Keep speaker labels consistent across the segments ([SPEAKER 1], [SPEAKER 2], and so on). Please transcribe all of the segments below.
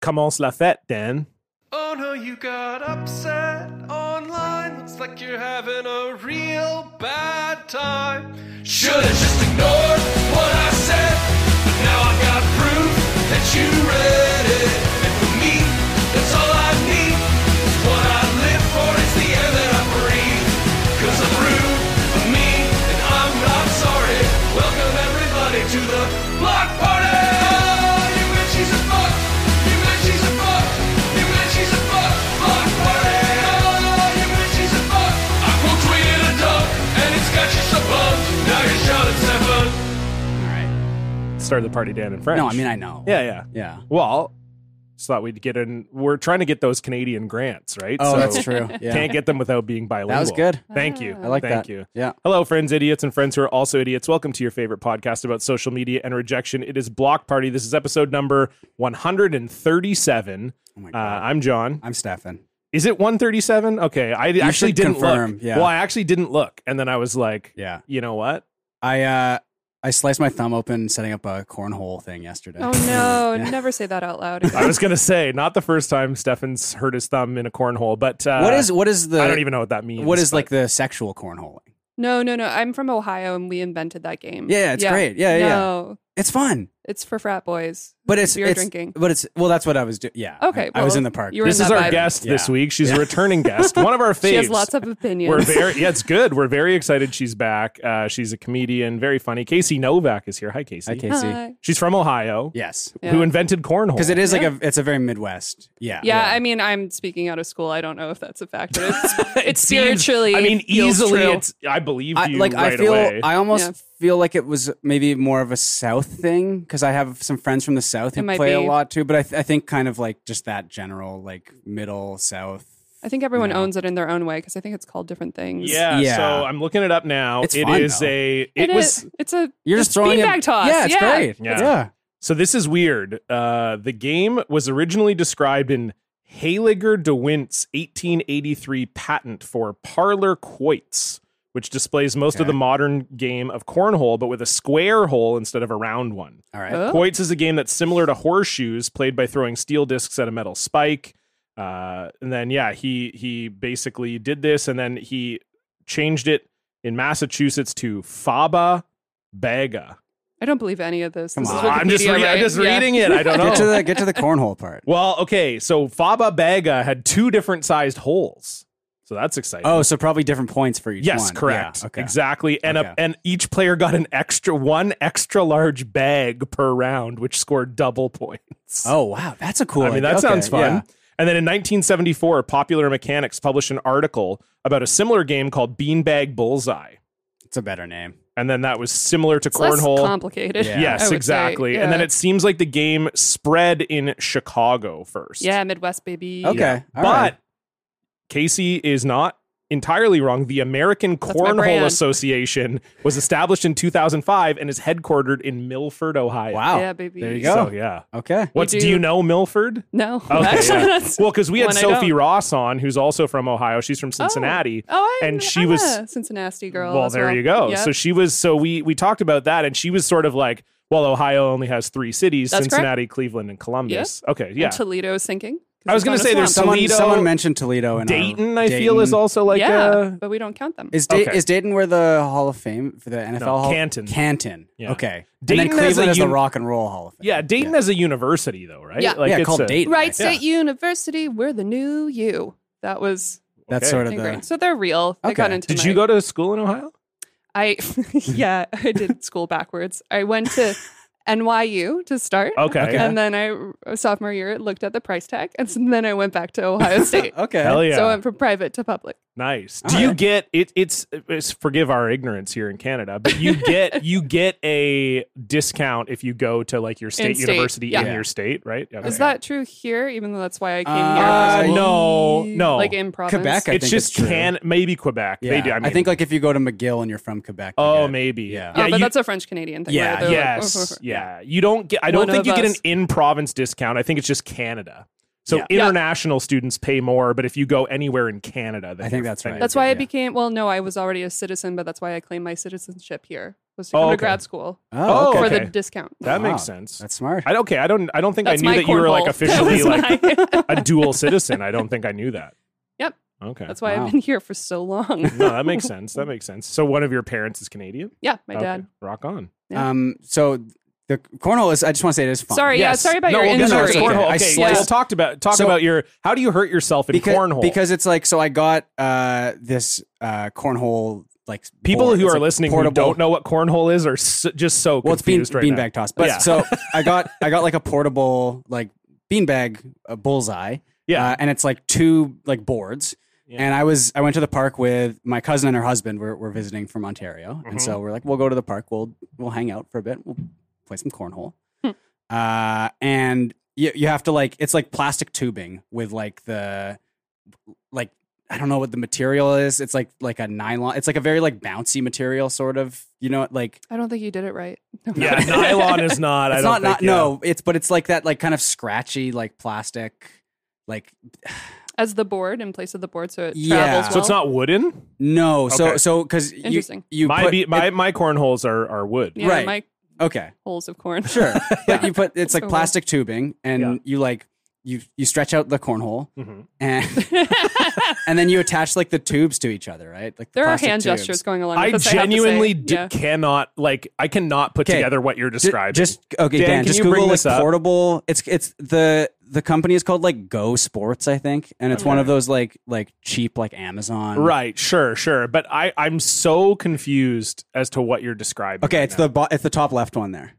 [SPEAKER 1] commence la fête, Dan.
[SPEAKER 2] Oh no, you got upset online. Looks like you're having a real bad time. Should've just ignored what I said, but now I got proof that you read it. And for me, that's all I need. It's what I live for, it's the air that I breathe. Cause I'm rude, but mean, and I'm not sorry. Welcome everybody to the block party! You bet she's a fuck, you bet she's a fuck, you bet she's a fuck, block party! You bet she's a fuck. I will tweet it a duck, and it's got you so bugged. Now you're shouting seven.
[SPEAKER 3] All right.
[SPEAKER 1] Start the party, Dan, in French.
[SPEAKER 3] No, I mean I know.
[SPEAKER 1] yeah, yeah.
[SPEAKER 3] Yeah.
[SPEAKER 1] Well, just thought we'd get in. We're trying to get those Canadian grants, right?
[SPEAKER 3] Oh,
[SPEAKER 1] So
[SPEAKER 3] that's true. Yeah.
[SPEAKER 1] Can't get them without being bilingual.
[SPEAKER 3] that was good.
[SPEAKER 1] Thank you.
[SPEAKER 3] I like
[SPEAKER 1] Thank
[SPEAKER 3] that.
[SPEAKER 1] you.
[SPEAKER 3] Yeah.
[SPEAKER 1] Hello, friends, idiots, and friends who are also idiots. Welcome to your favorite podcast about social media and rejection. It is Block Party. This is episode number 137.
[SPEAKER 3] Oh my
[SPEAKER 1] Uh,
[SPEAKER 3] god.
[SPEAKER 1] I'm John.
[SPEAKER 3] I'm Stefan.
[SPEAKER 1] Is it 137? Okay, I actually
[SPEAKER 3] should
[SPEAKER 1] didn't
[SPEAKER 3] confirm,
[SPEAKER 1] look.
[SPEAKER 3] yeah.
[SPEAKER 1] Well, I actually didn't look, and then I was like,
[SPEAKER 3] Yeah.
[SPEAKER 1] you know what?
[SPEAKER 3] I uh I sliced my thumb open setting up a cornhole thing yesterday.
[SPEAKER 4] Oh no!
[SPEAKER 3] Yeah.
[SPEAKER 4] Never say that out loud.
[SPEAKER 1] I was gonna say not the first time Stefan's hurt his thumb in a cornhole, but uh,
[SPEAKER 3] what is what is the
[SPEAKER 1] I don't even know what that means.
[SPEAKER 3] what is
[SPEAKER 1] but-
[SPEAKER 3] like the sexual cornholing?
[SPEAKER 4] No, no, no. I'm from Ohio, and we invented that game.
[SPEAKER 3] Yeah, it's great. Yeah, yeah, yeah.
[SPEAKER 4] No,
[SPEAKER 3] It's fun.
[SPEAKER 4] it's for frat boys.
[SPEAKER 3] But it's
[SPEAKER 4] Beer
[SPEAKER 3] it's,
[SPEAKER 4] drinking.
[SPEAKER 3] But it's well that's what I was doing. Yeah.
[SPEAKER 4] Okay,
[SPEAKER 3] I, I was
[SPEAKER 4] well,
[SPEAKER 3] in the park.
[SPEAKER 4] you were
[SPEAKER 1] this
[SPEAKER 4] in
[SPEAKER 1] is
[SPEAKER 4] that
[SPEAKER 1] our
[SPEAKER 4] vibe.
[SPEAKER 1] guest this
[SPEAKER 3] Yeah.
[SPEAKER 1] week. She's a returning guest, one of our faves.
[SPEAKER 4] She has lots of
[SPEAKER 1] We're
[SPEAKER 4] opinions.
[SPEAKER 1] very yeah, it's good. We're very excited she's back. Uh, she's a comedian, very funny. Casey Novak is here. Hi, Casey.
[SPEAKER 3] Hi, Casey.
[SPEAKER 4] Hi.
[SPEAKER 1] She's from Ohio.
[SPEAKER 3] Yes.
[SPEAKER 4] Yeah.
[SPEAKER 1] Who invented cornhole?
[SPEAKER 3] Because it is
[SPEAKER 4] Yeah.
[SPEAKER 3] like a it's a very Midwest. Yeah.
[SPEAKER 4] Yeah, I mean, I'm speaking out of school. I don't know if that's a fact, but it's, it's
[SPEAKER 1] seems-
[SPEAKER 4] spiritually.
[SPEAKER 1] I mean,
[SPEAKER 4] feels
[SPEAKER 1] easily.
[SPEAKER 4] true.
[SPEAKER 1] It's I believe
[SPEAKER 3] I,
[SPEAKER 1] you.
[SPEAKER 3] like I
[SPEAKER 1] right
[SPEAKER 3] feel
[SPEAKER 1] away.
[SPEAKER 3] I almost
[SPEAKER 4] Yeah.
[SPEAKER 3] feel like it was maybe more of a South thing because I have some friends from the South
[SPEAKER 4] It
[SPEAKER 3] who
[SPEAKER 4] might
[SPEAKER 3] play a
[SPEAKER 4] be.
[SPEAKER 3] lot too. But I, th- I think kind of like just that general like middle South.
[SPEAKER 4] I think everyone
[SPEAKER 3] No.
[SPEAKER 4] owns it in their own way because I think it's called different things.
[SPEAKER 1] yeah,
[SPEAKER 3] Yeah.
[SPEAKER 1] So I'm looking it up now.
[SPEAKER 3] It's
[SPEAKER 1] It
[SPEAKER 3] fun,
[SPEAKER 1] is
[SPEAKER 3] though.
[SPEAKER 1] a.
[SPEAKER 4] It,
[SPEAKER 1] It, was.
[SPEAKER 4] is- It's a.
[SPEAKER 3] You're just throwing
[SPEAKER 4] beanbag
[SPEAKER 3] it-
[SPEAKER 4] toss.
[SPEAKER 3] Yeah, it's
[SPEAKER 4] Yeah.
[SPEAKER 3] great.
[SPEAKER 1] Yeah.
[SPEAKER 3] Yeah.
[SPEAKER 1] So this is weird. Uh, the game was originally described in Haliger DeWint's 1883 patent for parlor quoits, which displays most of
[SPEAKER 3] Okay.
[SPEAKER 1] the modern game of cornhole, but with a square hole instead of a round one.
[SPEAKER 3] All right.
[SPEAKER 4] Oh.
[SPEAKER 1] Quoits is a game that's similar to horseshoes, played by throwing steel discs at a metal spike. Uh, and then yeah, he he basically did this, and then he changed it in Massachusetts to Faba Baga.
[SPEAKER 4] I don't believe any of this.
[SPEAKER 3] Come
[SPEAKER 4] this
[SPEAKER 3] on.
[SPEAKER 4] Is Wikipedia,
[SPEAKER 1] I'm just, re-
[SPEAKER 4] right?
[SPEAKER 1] I'm just
[SPEAKER 4] Yeah.
[SPEAKER 1] reading it. I don't know.
[SPEAKER 3] Get to the get to the cornhole part.
[SPEAKER 1] well, okay. So Faba Baga had two different sized holes. So that's exciting.
[SPEAKER 3] Oh, so probably different points for each.
[SPEAKER 1] yes,
[SPEAKER 3] one.
[SPEAKER 1] correct.
[SPEAKER 3] Yeah, okay.
[SPEAKER 1] Exactly. And
[SPEAKER 3] Okay.
[SPEAKER 1] a, and each player got an extra one extra large bag per round, which scored double points.
[SPEAKER 3] Oh wow, that's a cool.
[SPEAKER 1] I mean,
[SPEAKER 3] idea.
[SPEAKER 1] that
[SPEAKER 3] Okay,
[SPEAKER 1] sounds fun.
[SPEAKER 3] yeah.
[SPEAKER 1] And then in 1974, Popular Mechanics published an article about a similar game called Beanbag Bullseye.
[SPEAKER 3] It's a better name.
[SPEAKER 1] And then that was similar to
[SPEAKER 4] It's less
[SPEAKER 1] Cornhole.
[SPEAKER 4] complicated.
[SPEAKER 3] Yeah.
[SPEAKER 4] I would
[SPEAKER 1] Yes,
[SPEAKER 4] say.
[SPEAKER 1] exactly.
[SPEAKER 4] Yeah.
[SPEAKER 1] And then it seems like the game spread in Chicago first.
[SPEAKER 4] yeah, Midwest baby.
[SPEAKER 3] Okay. all
[SPEAKER 1] but
[SPEAKER 3] right.
[SPEAKER 1] Casey is not entirely wrong. The American
[SPEAKER 4] That's my
[SPEAKER 1] Cornhole
[SPEAKER 4] brand.
[SPEAKER 1] Association was established in 2005 and is headquartered in Milford, Ohio.
[SPEAKER 3] wow.
[SPEAKER 4] Yeah, baby.
[SPEAKER 3] There you go.
[SPEAKER 1] So, yeah.
[SPEAKER 3] Okay.
[SPEAKER 1] What's, do
[SPEAKER 4] do-
[SPEAKER 1] you know Milford?
[SPEAKER 4] No,
[SPEAKER 1] Okay,
[SPEAKER 4] actually,
[SPEAKER 1] yeah.
[SPEAKER 4] that's
[SPEAKER 1] Well, because we had
[SPEAKER 4] One I
[SPEAKER 1] Sophie
[SPEAKER 4] don't.
[SPEAKER 1] Ross on, who's also from Ohio. She's from
[SPEAKER 4] Oh.
[SPEAKER 1] Cincinnati.
[SPEAKER 4] Oh, I'm,
[SPEAKER 1] And she
[SPEAKER 4] I'm
[SPEAKER 1] was-
[SPEAKER 4] a Cincinnati girl.
[SPEAKER 1] well,
[SPEAKER 4] as
[SPEAKER 1] there you go.
[SPEAKER 4] Yep.
[SPEAKER 1] So she was. So we we talked about that, and she was sort of like, well, Ohio only has three cities:
[SPEAKER 4] That's correct.
[SPEAKER 1] Cincinnati, Cleveland, and Columbus. Okay, yeah.
[SPEAKER 4] And Toledo is sinking. 'cause
[SPEAKER 1] I was
[SPEAKER 4] it's
[SPEAKER 1] gonna
[SPEAKER 4] on a
[SPEAKER 1] say there's
[SPEAKER 4] swamp.
[SPEAKER 3] Someone
[SPEAKER 1] Toledo-
[SPEAKER 3] someone mentioned Toledo and
[SPEAKER 1] Dayton, I feel, is also like
[SPEAKER 4] yeah,
[SPEAKER 1] uh,
[SPEAKER 4] but we don't count them.
[SPEAKER 3] Is, da-
[SPEAKER 1] Okay.
[SPEAKER 3] is Dayton where the Hall of Fame for the NFL?
[SPEAKER 1] No,
[SPEAKER 3] Hall-
[SPEAKER 1] Canton.
[SPEAKER 3] Canton.
[SPEAKER 1] Yeah.
[SPEAKER 3] Okay.
[SPEAKER 1] Dayton
[SPEAKER 3] and
[SPEAKER 1] has
[SPEAKER 3] then Cleveland
[SPEAKER 1] a
[SPEAKER 3] is
[SPEAKER 1] un-
[SPEAKER 3] the Rock and Roll Hall of Fame.
[SPEAKER 1] yeah. Dayton has a university, though, right?
[SPEAKER 4] Yeah.
[SPEAKER 1] like
[SPEAKER 3] yeah,
[SPEAKER 1] it's
[SPEAKER 3] called
[SPEAKER 1] a-
[SPEAKER 3] Dayton. I
[SPEAKER 4] Wright
[SPEAKER 3] think.
[SPEAKER 4] State University. We're the new you. That was
[SPEAKER 3] That's
[SPEAKER 1] Okay.
[SPEAKER 3] sort of
[SPEAKER 4] I agree.
[SPEAKER 3] the.
[SPEAKER 4] so they're real. They got
[SPEAKER 3] Okay.
[SPEAKER 4] into.
[SPEAKER 1] Did
[SPEAKER 4] my-
[SPEAKER 1] you go to school in Ohio?
[SPEAKER 4] I yeah, I did school backwards. I went to NYU to start.
[SPEAKER 1] Okay.
[SPEAKER 3] Okay.
[SPEAKER 4] And then I sophomore year looked at the price tag, and so then I went back to Ohio State.
[SPEAKER 3] Okay.
[SPEAKER 1] Hell Oh, yeah.
[SPEAKER 4] So I went from private to public.
[SPEAKER 1] Nice.
[SPEAKER 3] All
[SPEAKER 1] Do you
[SPEAKER 3] right.
[SPEAKER 1] get it? It's, it's forgive our ignorance here in Canada, but you get you get a discount if you go to like your state
[SPEAKER 4] In-state,
[SPEAKER 1] university in
[SPEAKER 4] yeah.
[SPEAKER 1] your state, right? Okay.
[SPEAKER 4] Is that true here? Even though that's why I came
[SPEAKER 3] Uh,
[SPEAKER 4] here. for
[SPEAKER 1] Uh,
[SPEAKER 4] school?
[SPEAKER 1] no, no.
[SPEAKER 4] Like in province.
[SPEAKER 3] Quebec, I
[SPEAKER 1] it's
[SPEAKER 3] think
[SPEAKER 1] just
[SPEAKER 3] it's true.
[SPEAKER 1] can maybe Quebec.
[SPEAKER 3] Yeah.
[SPEAKER 1] They do. I,
[SPEAKER 3] I,
[SPEAKER 1] mean,
[SPEAKER 3] think like if you go to McGill and you're from Quebec. you
[SPEAKER 1] oh
[SPEAKER 3] get-
[SPEAKER 1] maybe
[SPEAKER 3] Yeah.
[SPEAKER 4] Oh, but
[SPEAKER 1] you-
[SPEAKER 4] that's a French Canadian thing.
[SPEAKER 3] Yeah,
[SPEAKER 4] right? They're like,
[SPEAKER 1] yes.
[SPEAKER 4] "Oh, oh, oh."
[SPEAKER 1] yeah. You don't get I don't
[SPEAKER 4] One
[SPEAKER 1] think
[SPEAKER 4] of
[SPEAKER 1] you get an
[SPEAKER 4] us.
[SPEAKER 1] in province discount. I think it's just Canada. So
[SPEAKER 3] Yeah.
[SPEAKER 4] Yeah.
[SPEAKER 1] international students pay more, but if you go anywhere in Canada, then
[SPEAKER 3] I think
[SPEAKER 1] you're-
[SPEAKER 3] that's
[SPEAKER 1] then
[SPEAKER 3] right.
[SPEAKER 1] you're
[SPEAKER 4] That's why I
[SPEAKER 3] Yeah.
[SPEAKER 4] became well, no, I was already a citizen, but that's why I claimed my citizenship here was to
[SPEAKER 1] Oh,
[SPEAKER 4] go to
[SPEAKER 1] okay.
[SPEAKER 4] grad school
[SPEAKER 1] Oh,
[SPEAKER 4] for
[SPEAKER 1] okay.
[SPEAKER 4] the discount.
[SPEAKER 1] That
[SPEAKER 3] Wow.
[SPEAKER 1] makes sense.
[SPEAKER 3] That's smart.
[SPEAKER 1] I don't- okay. I don't. I don't think I
[SPEAKER 4] That's
[SPEAKER 1] knew
[SPEAKER 4] my
[SPEAKER 1] that you were like
[SPEAKER 4] cornhole.
[SPEAKER 1] officially
[SPEAKER 4] That was
[SPEAKER 1] like
[SPEAKER 4] my-
[SPEAKER 1] a dual citizen. I don't think I knew that.
[SPEAKER 4] Yep.
[SPEAKER 1] Okay.
[SPEAKER 4] That's why
[SPEAKER 3] Wow.
[SPEAKER 4] I've been here for so
[SPEAKER 1] no,
[SPEAKER 4] long.
[SPEAKER 1] that makes sense. That makes sense. So one of your parents is Canadian.
[SPEAKER 4] Yeah, my
[SPEAKER 1] Okay,
[SPEAKER 4] dad.
[SPEAKER 1] Rock on.
[SPEAKER 4] Yeah.
[SPEAKER 3] Um, so the cornhole is. I just want to say it is fun.
[SPEAKER 4] Sorry,
[SPEAKER 1] Yes.
[SPEAKER 4] yeah, sorry about
[SPEAKER 1] no,
[SPEAKER 4] your
[SPEAKER 1] we'll get there. It's
[SPEAKER 4] injury.
[SPEAKER 3] okay.
[SPEAKER 1] Cornhole.
[SPEAKER 3] I
[SPEAKER 1] Okay,
[SPEAKER 3] sliced-
[SPEAKER 1] yeah, we'll talk about talk
[SPEAKER 3] So-
[SPEAKER 1] about your how do you hurt yourself in
[SPEAKER 3] because
[SPEAKER 1] cornhole?
[SPEAKER 3] because it's like so. I got uh this uh cornhole like
[SPEAKER 1] people
[SPEAKER 3] board.
[SPEAKER 1] who
[SPEAKER 3] It's,
[SPEAKER 1] are
[SPEAKER 3] like,
[SPEAKER 1] listening who
[SPEAKER 3] portable-
[SPEAKER 1] don't know what cornhole is are s just so
[SPEAKER 3] well, it's bean,
[SPEAKER 1] confused right
[SPEAKER 3] beanbag
[SPEAKER 1] now.
[SPEAKER 3] toss. But
[SPEAKER 1] Yeah.
[SPEAKER 3] so I got I got like a portable like beanbag uh, bullseye.
[SPEAKER 1] Yeah.
[SPEAKER 3] uh, and it's like two like boards.
[SPEAKER 1] Yeah.
[SPEAKER 3] And I was I went to the park with my cousin and her husband. We're, we're visiting from Ontario, and
[SPEAKER 1] Mm-hmm.
[SPEAKER 3] so we're like, we'll go to the park. We'll we'll hang out for a bit. We'll play some cornhole. uh, and you you have to like it's like plastic tubing with like the like I don't know what the material is. It's like like a nylon. It's like a very like bouncy material, sort of. You know, like
[SPEAKER 4] I don't think you did it right.
[SPEAKER 1] yeah, nylon is not. I
[SPEAKER 3] it's
[SPEAKER 1] don't
[SPEAKER 3] not
[SPEAKER 1] think,
[SPEAKER 3] not no. It's but it's like that like kind of scratchy like plastic. Like
[SPEAKER 4] As the board in place of the board, so it
[SPEAKER 3] Yeah.
[SPEAKER 4] travels.
[SPEAKER 1] yeah. So it's
[SPEAKER 4] well.
[SPEAKER 1] not wooden.
[SPEAKER 3] no,
[SPEAKER 1] Okay.
[SPEAKER 3] so so because you
[SPEAKER 4] Interesting.
[SPEAKER 3] you
[SPEAKER 1] my
[SPEAKER 3] put,
[SPEAKER 1] be, my my cornholes are are wood.
[SPEAKER 4] Yeah,
[SPEAKER 3] right.
[SPEAKER 4] My
[SPEAKER 3] okay
[SPEAKER 4] holes of corn.
[SPEAKER 3] sure but you put it's like
[SPEAKER 4] So-
[SPEAKER 3] plastic tubing and
[SPEAKER 1] Yeah.
[SPEAKER 3] you like you you stretch out the cornhole
[SPEAKER 1] Mhm.
[SPEAKER 3] and and then you attach like the tubes to each other right like the
[SPEAKER 4] there are
[SPEAKER 3] plastic
[SPEAKER 4] hand
[SPEAKER 3] tubes.
[SPEAKER 4] gestures going along.
[SPEAKER 1] I
[SPEAKER 4] with this, have to say.
[SPEAKER 1] genuinely d-
[SPEAKER 4] Yeah.
[SPEAKER 1] cannot like I cannot put
[SPEAKER 3] 'Kay.
[SPEAKER 1] together what you're
[SPEAKER 3] Ju-
[SPEAKER 1] describing.
[SPEAKER 3] just okay
[SPEAKER 1] Dan,
[SPEAKER 3] Dan,
[SPEAKER 1] can
[SPEAKER 3] just
[SPEAKER 1] you bring
[SPEAKER 3] Google like
[SPEAKER 1] this up?
[SPEAKER 3] portable it's it's the the company is called like Go Sports I think and it's one of those like like cheap like Amazon
[SPEAKER 1] right, sure, sure. But I I'm so confused as to what you're describing.
[SPEAKER 3] okay
[SPEAKER 1] right
[SPEAKER 3] it's
[SPEAKER 1] now.
[SPEAKER 3] the bo- it's the top left one there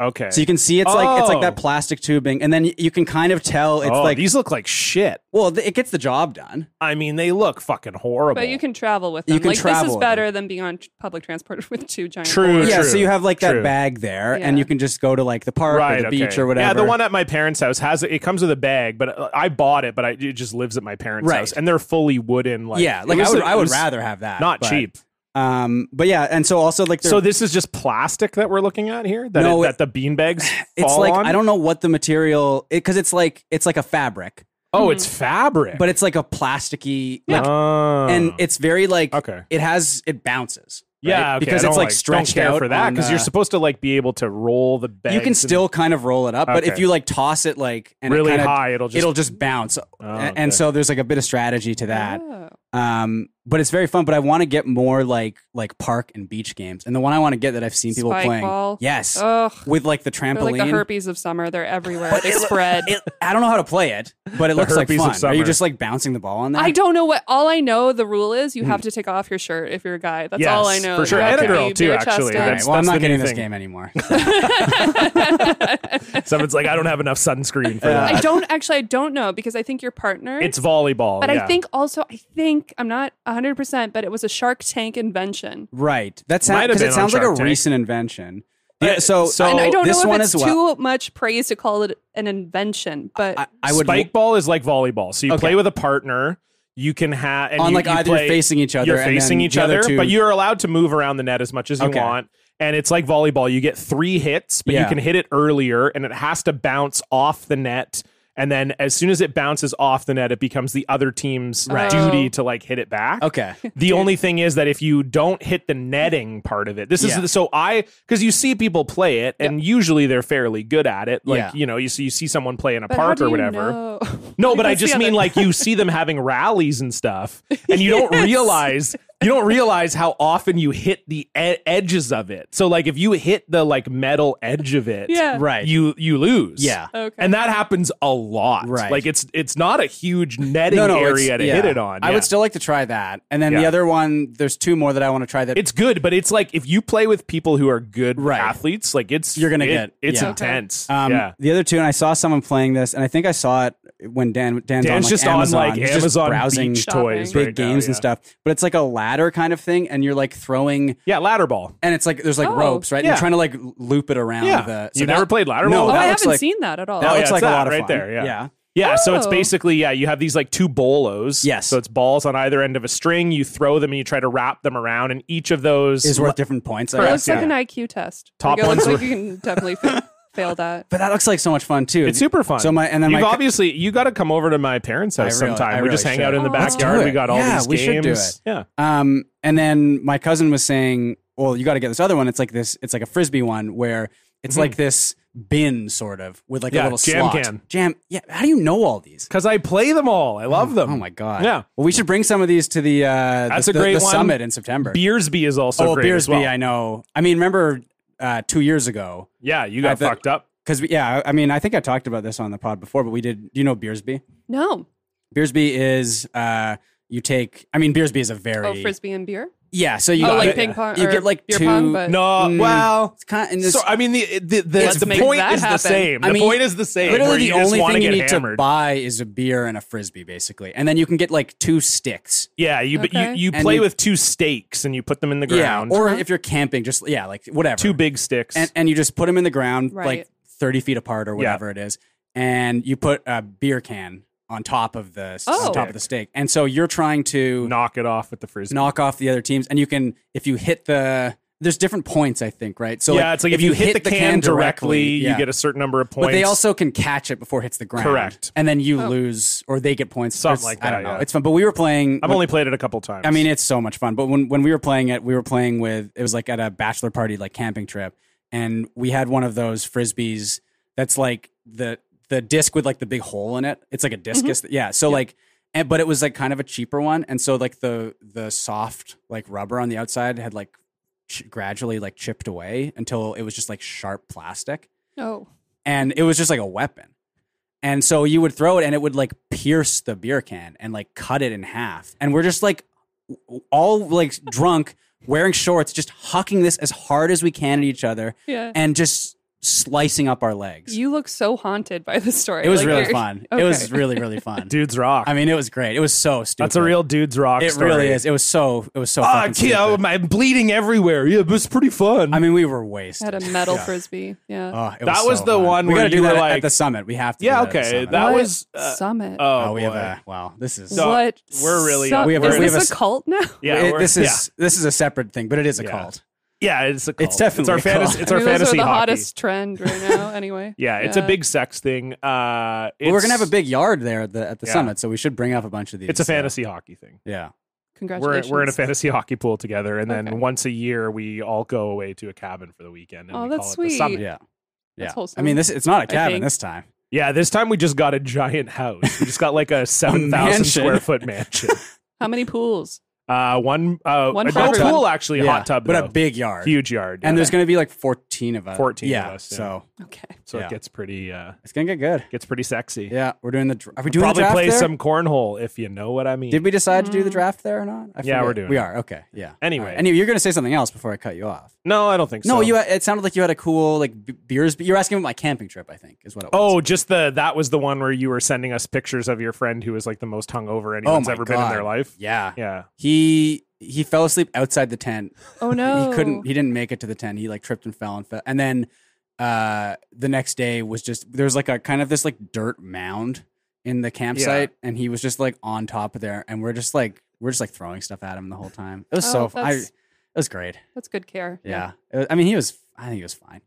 [SPEAKER 1] okay.
[SPEAKER 3] so you can see it's like it's
[SPEAKER 1] Oh.
[SPEAKER 3] like that plastic tubing and then y- you can kind of tell it's
[SPEAKER 1] oh,
[SPEAKER 3] like
[SPEAKER 1] these look like shit.
[SPEAKER 3] well th- it gets the job done
[SPEAKER 1] I mean, they look fucking horrible.
[SPEAKER 4] But you can travel with them.
[SPEAKER 3] You can
[SPEAKER 4] like this
[SPEAKER 3] travel
[SPEAKER 4] is
[SPEAKER 3] with
[SPEAKER 4] better than being on tr- public transport with two giant.
[SPEAKER 1] True,
[SPEAKER 4] boards.
[SPEAKER 3] yeah, so you have like that
[SPEAKER 1] True.
[SPEAKER 3] bag there,
[SPEAKER 4] Yeah.
[SPEAKER 3] and you can just go to like the park or the beach or whatever.
[SPEAKER 1] Yeah, the one at my parents' house has it comes with a bag, but uh, I bought it, but I, it just lives at my parents'
[SPEAKER 3] Right.
[SPEAKER 1] house, and they're fully wooden. Like,
[SPEAKER 3] yeah,
[SPEAKER 1] it
[SPEAKER 3] like I
[SPEAKER 1] was-
[SPEAKER 3] would,
[SPEAKER 1] it
[SPEAKER 3] I would
[SPEAKER 1] was
[SPEAKER 3] rather have that.
[SPEAKER 1] Not
[SPEAKER 3] but-
[SPEAKER 1] cheap.
[SPEAKER 3] Um, but yeah, and so also like,
[SPEAKER 1] So
[SPEAKER 3] so
[SPEAKER 1] this is just plastic that we're looking at here. That
[SPEAKER 3] No,
[SPEAKER 1] it-
[SPEAKER 3] it-
[SPEAKER 1] that the beanbags
[SPEAKER 3] it's
[SPEAKER 1] fall
[SPEAKER 3] like
[SPEAKER 1] on?
[SPEAKER 3] I don't know what the material because it's like it's like a fabric,
[SPEAKER 1] Oh, it's fabric,
[SPEAKER 3] Mm. but it's like a plasticky, like,
[SPEAKER 1] Oh.
[SPEAKER 3] and it's very like
[SPEAKER 1] Okay.
[SPEAKER 3] It has it bounces. right?
[SPEAKER 1] yeah, okay,
[SPEAKER 3] because
[SPEAKER 1] I don't
[SPEAKER 3] it's like
[SPEAKER 1] don't
[SPEAKER 3] stretched
[SPEAKER 1] care
[SPEAKER 3] out
[SPEAKER 1] for that
[SPEAKER 3] on,
[SPEAKER 1] you're
[SPEAKER 3] uh,
[SPEAKER 1] supposed to like be able to roll the bag.
[SPEAKER 3] You can still kind of roll it up, but if
[SPEAKER 1] Okay.
[SPEAKER 3] you like toss it like and it
[SPEAKER 1] really
[SPEAKER 3] kinda-
[SPEAKER 1] high. It'll just Oh,
[SPEAKER 3] it'll just bounce.
[SPEAKER 1] okay.
[SPEAKER 3] And so there's like a bit of strategy to that.
[SPEAKER 4] Oh.
[SPEAKER 3] Um, but it's very fun. But I want to get more like like park and beach games. And the one I want to get that I've seen people
[SPEAKER 4] Spike
[SPEAKER 3] playing,
[SPEAKER 4] ball.
[SPEAKER 3] yes,
[SPEAKER 4] Ugh.
[SPEAKER 3] with like the
[SPEAKER 4] They're like
[SPEAKER 3] trampoline.
[SPEAKER 4] the herpes of summer. They're everywhere. They
[SPEAKER 3] it lo-
[SPEAKER 4] spread.
[SPEAKER 3] It- I don't know how to play it, but it
[SPEAKER 1] The
[SPEAKER 3] looks like
[SPEAKER 1] herpes of
[SPEAKER 3] fun. Are
[SPEAKER 1] summer.
[SPEAKER 3] you just like bouncing the ball on there?
[SPEAKER 4] I don't know what. All I know, the rule is you have to take off your shirt if you're a guy. That's all I
[SPEAKER 1] Yes,
[SPEAKER 4] know.
[SPEAKER 1] for sure.
[SPEAKER 4] You
[SPEAKER 1] And
[SPEAKER 4] have
[SPEAKER 1] a
[SPEAKER 4] to
[SPEAKER 1] girl,
[SPEAKER 4] be
[SPEAKER 1] too,
[SPEAKER 4] bare-chested.
[SPEAKER 1] actually.
[SPEAKER 3] All right,
[SPEAKER 1] That's-
[SPEAKER 3] well, I'm
[SPEAKER 1] that's the
[SPEAKER 3] not getting
[SPEAKER 1] new thing.
[SPEAKER 3] this game anymore.
[SPEAKER 1] someone's like, I don't have enough sunscreen for that.
[SPEAKER 4] I don't actually. I don't know because I think your partner.
[SPEAKER 1] It's volleyball,
[SPEAKER 4] But
[SPEAKER 1] yeah.
[SPEAKER 4] I think also. I think I'm not 100. percent But it was a Shark Tank invention.
[SPEAKER 3] right. That sounds
[SPEAKER 1] Might have
[SPEAKER 3] because
[SPEAKER 1] been
[SPEAKER 3] it
[SPEAKER 1] on
[SPEAKER 3] sounds like
[SPEAKER 1] Shark
[SPEAKER 3] a
[SPEAKER 1] Tank.
[SPEAKER 3] recent invention.
[SPEAKER 1] Uh,
[SPEAKER 3] Yeah, so
[SPEAKER 1] so-
[SPEAKER 4] and I don't
[SPEAKER 3] this
[SPEAKER 4] know
[SPEAKER 3] one
[SPEAKER 4] if it's
[SPEAKER 3] as well.
[SPEAKER 4] too much praise to call it an invention, but
[SPEAKER 3] I, I would
[SPEAKER 1] spike ball is like volleyball. So you
[SPEAKER 3] Okay.
[SPEAKER 1] play with a partner. You can have
[SPEAKER 3] On, like, either you're facing each other
[SPEAKER 1] You're
[SPEAKER 3] and
[SPEAKER 1] facing
[SPEAKER 3] then
[SPEAKER 1] each
[SPEAKER 3] the other
[SPEAKER 1] other,
[SPEAKER 3] two-
[SPEAKER 1] but you're allowed to move around the net as much as you
[SPEAKER 3] Okay.
[SPEAKER 1] want. And it's like volleyball. You get three hits, but you
[SPEAKER 3] Yeah.
[SPEAKER 1] can hit it earlier, and it has to bounce off the net. And then as soon as it bounces off the net, it becomes the other team's
[SPEAKER 4] Right.
[SPEAKER 1] duty
[SPEAKER 4] Oh.
[SPEAKER 1] to like hit it back.
[SPEAKER 3] Okay.
[SPEAKER 1] The only thing is that if you don't hit the netting part of it, this
[SPEAKER 3] Yeah.
[SPEAKER 1] is so I because you see people play it, and usually they're fairly good at it. Like
[SPEAKER 3] Yeah.
[SPEAKER 1] you know, you see you see someone play in a
[SPEAKER 4] but how
[SPEAKER 1] park
[SPEAKER 4] do
[SPEAKER 1] or
[SPEAKER 4] you
[SPEAKER 1] whatever.
[SPEAKER 4] know?
[SPEAKER 1] No,
[SPEAKER 4] Like,
[SPEAKER 1] but I
[SPEAKER 4] that's the
[SPEAKER 1] just mean
[SPEAKER 4] other-
[SPEAKER 1] like you see them having rallies and stuff, and you don't realize you don't realize how often you hit the e- edges of it. So like if you hit the like metal edge of it,
[SPEAKER 4] Yeah.
[SPEAKER 3] Right.
[SPEAKER 1] you you lose.
[SPEAKER 3] Yeah.
[SPEAKER 4] Okay.
[SPEAKER 1] and that happens a lot.
[SPEAKER 3] Right.
[SPEAKER 1] like it's it's not a huge netting
[SPEAKER 3] no, no, it's-
[SPEAKER 1] area to
[SPEAKER 3] yeah.
[SPEAKER 1] hit it on.
[SPEAKER 3] I
[SPEAKER 1] Yeah.
[SPEAKER 3] would still like to try that. And then the
[SPEAKER 1] Yeah.
[SPEAKER 3] other one, there's two more that I want to try that
[SPEAKER 1] It's good, but it's like if you play with people who are good
[SPEAKER 3] Right.
[SPEAKER 1] athletes, like it's
[SPEAKER 3] You're gonna
[SPEAKER 1] it-
[SPEAKER 3] get-
[SPEAKER 1] it's
[SPEAKER 3] yeah.
[SPEAKER 1] intense.
[SPEAKER 3] Um,
[SPEAKER 1] yeah.
[SPEAKER 3] The other two, and I saw someone playing this, and I think I saw it when Dan Dan's, on,
[SPEAKER 1] Dan's
[SPEAKER 3] like,
[SPEAKER 1] just
[SPEAKER 3] Amazon.
[SPEAKER 1] on like
[SPEAKER 3] He's just
[SPEAKER 1] Amazon
[SPEAKER 3] browsing
[SPEAKER 1] beach
[SPEAKER 4] Shopping.
[SPEAKER 1] toys,
[SPEAKER 3] big
[SPEAKER 1] right now,
[SPEAKER 3] games
[SPEAKER 1] yeah.
[SPEAKER 3] and stuff. But it's like a ladder kind of thing, and you're like throwing,
[SPEAKER 1] Yeah, ladder ball.
[SPEAKER 3] and it's like there's like
[SPEAKER 4] Oh.
[SPEAKER 3] ropes, right? And
[SPEAKER 1] Yeah.
[SPEAKER 3] You're trying to like loop it around.
[SPEAKER 1] Yeah.
[SPEAKER 3] The,
[SPEAKER 1] You've never played ladder
[SPEAKER 3] No,
[SPEAKER 1] ball?
[SPEAKER 4] oh,
[SPEAKER 3] that
[SPEAKER 4] I
[SPEAKER 3] looks
[SPEAKER 4] haven't
[SPEAKER 3] like-
[SPEAKER 4] seen that at all.
[SPEAKER 3] That
[SPEAKER 1] Oh,
[SPEAKER 3] looks
[SPEAKER 1] yeah, it's
[SPEAKER 3] like
[SPEAKER 1] that
[SPEAKER 3] a lot of
[SPEAKER 1] right
[SPEAKER 3] fun.
[SPEAKER 1] there, yeah.
[SPEAKER 3] yeah.
[SPEAKER 1] Yeah, so it's
[SPEAKER 4] Oh.
[SPEAKER 1] basically yeah, you have these like two bolos.
[SPEAKER 3] Yes.
[SPEAKER 1] So it's balls on either end of a string. You throw them and you try to wrap them around, and each of those
[SPEAKER 3] Is worth different points. I
[SPEAKER 4] It
[SPEAKER 3] guess,
[SPEAKER 4] looks like
[SPEAKER 3] yeah.
[SPEAKER 4] an IQ test.
[SPEAKER 1] Top
[SPEAKER 4] like, it looks
[SPEAKER 1] ones
[SPEAKER 4] like you can definitely fa- fail that.
[SPEAKER 3] but that looks like so much fun too.
[SPEAKER 1] It's super fun.
[SPEAKER 3] So my and then
[SPEAKER 1] You've
[SPEAKER 3] my
[SPEAKER 1] obviously you got to come over to my parents' house
[SPEAKER 3] really-
[SPEAKER 1] sometime.
[SPEAKER 3] I
[SPEAKER 1] we just
[SPEAKER 3] really
[SPEAKER 1] hang out
[SPEAKER 3] should.
[SPEAKER 1] in the
[SPEAKER 4] Oh. Let's do
[SPEAKER 1] backyard. We
[SPEAKER 3] it.
[SPEAKER 1] got all
[SPEAKER 3] Yeah,
[SPEAKER 1] these
[SPEAKER 3] we
[SPEAKER 1] games.
[SPEAKER 3] should do it.
[SPEAKER 1] Yeah,
[SPEAKER 3] um and then my cousin was saying well, you got to get this other one. It's like this. It's like a frisbee one where it's
[SPEAKER 1] Mhm.
[SPEAKER 3] like this bin sort of with like
[SPEAKER 1] Yeah,
[SPEAKER 3] a little
[SPEAKER 1] jam
[SPEAKER 3] slot.
[SPEAKER 1] can.
[SPEAKER 3] Jam. Yeah. How do you know all these?
[SPEAKER 1] because I play them all. I love them.
[SPEAKER 3] Oh my god.
[SPEAKER 1] Yeah.
[SPEAKER 3] Well, we should bring some of these to the uh,
[SPEAKER 1] That's
[SPEAKER 3] the,
[SPEAKER 1] a great
[SPEAKER 3] the, the
[SPEAKER 1] one.
[SPEAKER 3] summit in September.
[SPEAKER 1] Beersby is also
[SPEAKER 3] oh,
[SPEAKER 1] great as
[SPEAKER 3] Beersby.
[SPEAKER 1] well.
[SPEAKER 3] I know. I mean, remember uh, two years ago.
[SPEAKER 1] yeah, you got
[SPEAKER 3] I bet-
[SPEAKER 1] fucked up.
[SPEAKER 3] Because yeah, I I mean, I think I talked about this on the pod before, but we did. Do you know Beersby?
[SPEAKER 4] No. Oh,
[SPEAKER 3] Beersby is uh, you take. I mean, Beersby is a very
[SPEAKER 4] Oh, frisbee and beer.
[SPEAKER 3] yeah. So you
[SPEAKER 4] Oh,
[SPEAKER 3] got
[SPEAKER 4] like
[SPEAKER 3] it.
[SPEAKER 4] ping pong
[SPEAKER 3] You
[SPEAKER 4] or
[SPEAKER 3] get like
[SPEAKER 4] beer
[SPEAKER 3] two.
[SPEAKER 4] pong, but-
[SPEAKER 1] No,
[SPEAKER 3] Mm.
[SPEAKER 1] well,
[SPEAKER 3] it's kind and this,
[SPEAKER 1] so I mean the the the,
[SPEAKER 4] Let's
[SPEAKER 1] the
[SPEAKER 4] make
[SPEAKER 1] point
[SPEAKER 4] that
[SPEAKER 1] is the
[SPEAKER 4] happen.
[SPEAKER 1] same. The
[SPEAKER 3] I mean,
[SPEAKER 1] point is the same. where
[SPEAKER 3] literally the
[SPEAKER 1] you just
[SPEAKER 3] only
[SPEAKER 1] wanna
[SPEAKER 3] thing you
[SPEAKER 1] get
[SPEAKER 3] need
[SPEAKER 1] hammered.
[SPEAKER 3] to buy is a beer and a frisbee, basically, and then you can get like two sticks.
[SPEAKER 1] Yeah, you but
[SPEAKER 4] Okay.
[SPEAKER 1] you you
[SPEAKER 3] And
[SPEAKER 1] play
[SPEAKER 3] you-
[SPEAKER 1] with two stakes and you put them in the ground.
[SPEAKER 3] Yeah, or
[SPEAKER 4] Huh?
[SPEAKER 3] if you're camping, just yeah, like whatever.
[SPEAKER 1] two big sticks.
[SPEAKER 3] and and you just put them in the ground
[SPEAKER 4] Right.
[SPEAKER 3] like 30 feet apart or whatever it is and you put a beer can on top of the
[SPEAKER 4] Oh.
[SPEAKER 3] on top of the stake and so you're trying to
[SPEAKER 1] knock it off with the frisbee.
[SPEAKER 3] knock off the other teams and you can if you hit the there's different points i think right so
[SPEAKER 1] yeah, it's like if, you, hit, the, can, directly,
[SPEAKER 3] yeah.
[SPEAKER 1] you get a certain number of points.
[SPEAKER 3] but they also can catch it before it hits the ground
[SPEAKER 1] Correct.
[SPEAKER 3] and then you
[SPEAKER 4] Oh.
[SPEAKER 3] lose or they get points
[SPEAKER 1] Something
[SPEAKER 3] It's-
[SPEAKER 1] like that,
[SPEAKER 3] i don't know
[SPEAKER 1] yeah.
[SPEAKER 3] it's fun but we were playing
[SPEAKER 1] I've
[SPEAKER 3] when-
[SPEAKER 1] only played it a couple times.
[SPEAKER 3] I mean, it's so much fun. But when, when we were playing it, we were playing with it was like at a bachelor party, like camping trip, and we had one of those frisbees that's like the the disc with like the big hole in it. It's like a discus. Yeah. So like, and, but it was like kind of a cheaper one, and so like the the soft like rubber on the outside had like ch- gradually like chipped away until it was just like sharp plastic
[SPEAKER 4] No.
[SPEAKER 3] and it was just like a weapon. And so you would throw it and it would like pierce the beer can and like cut it in half. And we're just like w- all like drunk, wearing shorts, just hucking this as hard as we can at each other
[SPEAKER 4] Yeah.
[SPEAKER 3] and just slicing up our legs.
[SPEAKER 4] You look so haunted by this story.
[SPEAKER 3] it was
[SPEAKER 4] Like,
[SPEAKER 3] really
[SPEAKER 4] you're-
[SPEAKER 3] fun.
[SPEAKER 4] Okay.
[SPEAKER 3] It was really, really fun.
[SPEAKER 1] dudes rock.
[SPEAKER 3] I mean, it was great. It was so stupid.
[SPEAKER 1] That's a real dudes rock.
[SPEAKER 3] It
[SPEAKER 1] story.
[SPEAKER 3] really is. It was so. It was so.
[SPEAKER 1] Ah,
[SPEAKER 3] fucking
[SPEAKER 1] kid,
[SPEAKER 3] stupid.
[SPEAKER 1] I'm bleeding everywhere. Yeah, it was pretty fun.
[SPEAKER 3] I mean, we were
[SPEAKER 4] I
[SPEAKER 3] wasted.
[SPEAKER 4] had a metal
[SPEAKER 3] Yeah.
[SPEAKER 4] frisbee. Yeah.
[SPEAKER 3] Oh, it
[SPEAKER 1] That
[SPEAKER 3] so
[SPEAKER 1] was the
[SPEAKER 3] fun.
[SPEAKER 1] one
[SPEAKER 3] we
[SPEAKER 1] where
[SPEAKER 3] gotta do
[SPEAKER 1] you
[SPEAKER 3] that
[SPEAKER 1] were
[SPEAKER 3] at-
[SPEAKER 1] like-
[SPEAKER 3] at the summit. We have to. do
[SPEAKER 1] yeah,
[SPEAKER 3] that at the
[SPEAKER 1] okay.
[SPEAKER 3] summit.
[SPEAKER 1] That
[SPEAKER 4] What
[SPEAKER 1] was uh,
[SPEAKER 4] summit.
[SPEAKER 1] oh,
[SPEAKER 3] Oh, we have
[SPEAKER 1] boy.
[SPEAKER 3] a wow. This is
[SPEAKER 1] So-
[SPEAKER 4] what?
[SPEAKER 1] we're really-
[SPEAKER 4] su-
[SPEAKER 3] We have-
[SPEAKER 4] is
[SPEAKER 3] we have
[SPEAKER 4] this
[SPEAKER 3] a-
[SPEAKER 4] a cult now?
[SPEAKER 1] yeah.
[SPEAKER 3] It-
[SPEAKER 1] we're-
[SPEAKER 3] this
[SPEAKER 1] yeah.
[SPEAKER 3] is this is a separate thing, but it is a
[SPEAKER 1] Yeah.
[SPEAKER 3] cult.
[SPEAKER 1] yeah, it's a cult.
[SPEAKER 3] It's definitely
[SPEAKER 1] our
[SPEAKER 3] a cult.
[SPEAKER 1] fantasy. It's our
[SPEAKER 4] I mean, those
[SPEAKER 1] fantasy
[SPEAKER 4] are the
[SPEAKER 1] hockey.
[SPEAKER 4] hottest trend right now. Anyway.
[SPEAKER 1] Yeah, it's a big sex thing. Uh,
[SPEAKER 3] But we're
[SPEAKER 1] it's-
[SPEAKER 3] gonna have a big yard there at the at the
[SPEAKER 1] Yeah.
[SPEAKER 3] summit, so we should bring up a bunch of these.
[SPEAKER 1] It's a
[SPEAKER 3] so-
[SPEAKER 1] fantasy hockey thing.
[SPEAKER 3] yeah.
[SPEAKER 1] We're
[SPEAKER 4] Congratulations.
[SPEAKER 1] we're in a fantasy hockey pool together, and then
[SPEAKER 4] Okay.
[SPEAKER 1] once a year we all go away to a cabin for the weekend. And
[SPEAKER 4] Oh,
[SPEAKER 1] we
[SPEAKER 4] that's
[SPEAKER 1] call it the summit.
[SPEAKER 4] sweet.
[SPEAKER 3] Yeah. Yeah. I
[SPEAKER 4] wholesome.
[SPEAKER 3] mean, this it's not a
[SPEAKER 4] I
[SPEAKER 3] cabin
[SPEAKER 4] think.
[SPEAKER 3] this time.
[SPEAKER 1] Yeah, this time we just got a giant house. We just got like a seven thousand
[SPEAKER 3] mansion.
[SPEAKER 1] square foot mansion.
[SPEAKER 4] How many pools?
[SPEAKER 1] Uh, one uh,
[SPEAKER 4] One
[SPEAKER 1] no
[SPEAKER 4] hot tub.
[SPEAKER 1] pool actually,
[SPEAKER 3] Yeah,
[SPEAKER 1] hot tub,
[SPEAKER 3] but
[SPEAKER 1] though.
[SPEAKER 3] a big yard.
[SPEAKER 1] huge yard,
[SPEAKER 3] And
[SPEAKER 1] yeah.
[SPEAKER 3] there's gonna be like 14 of us.
[SPEAKER 1] 14 of
[SPEAKER 3] yeah,
[SPEAKER 1] us, yeah.
[SPEAKER 3] So
[SPEAKER 4] Okay.
[SPEAKER 1] so
[SPEAKER 3] yeah.
[SPEAKER 1] it gets pretty uh,
[SPEAKER 3] it's gonna get good.
[SPEAKER 1] gets pretty sexy.
[SPEAKER 3] Yeah, we're doing the. dr- Are we doing
[SPEAKER 1] Probably
[SPEAKER 3] the draft
[SPEAKER 1] play
[SPEAKER 3] there?
[SPEAKER 1] some cornhole if you know what I mean.
[SPEAKER 3] Did we decide to do the
[SPEAKER 4] Mm.
[SPEAKER 3] draft there or not? I
[SPEAKER 1] Yeah,
[SPEAKER 3] forget.
[SPEAKER 1] we're doing
[SPEAKER 3] We
[SPEAKER 1] it.
[SPEAKER 3] are okay. Yeah.
[SPEAKER 1] Anyway.
[SPEAKER 3] All anyway, you're gonna say something else before I cut you off.
[SPEAKER 1] no, I don't think so.
[SPEAKER 3] No, you. It sounded like you had a cool like b- beers. You're asking about my camping trip. I think is what it was.
[SPEAKER 1] Oh, just the that was the one where you were sending us pictures of your friend who was like the most hungover
[SPEAKER 3] oh
[SPEAKER 1] anyone's
[SPEAKER 3] my
[SPEAKER 1] ever
[SPEAKER 3] God.
[SPEAKER 1] been in their life.
[SPEAKER 3] Yeah.
[SPEAKER 1] Yeah,
[SPEAKER 3] He he fell asleep outside the tent.
[SPEAKER 4] Oh no.
[SPEAKER 3] He couldn't. He didn't make it to the tent. He like tripped and fell and fell. And then uh, the next day was just there was like a kind of this like dirt mound in the campsite, and he was just like on top of there, and we're just like we're just like throwing stuff at him the whole time. It was
[SPEAKER 4] Oh,
[SPEAKER 3] so. fu- I,
[SPEAKER 4] that's-
[SPEAKER 3] it was great.
[SPEAKER 4] That's good care.
[SPEAKER 3] Yeah. It was- I mean, he was. I think he was fine.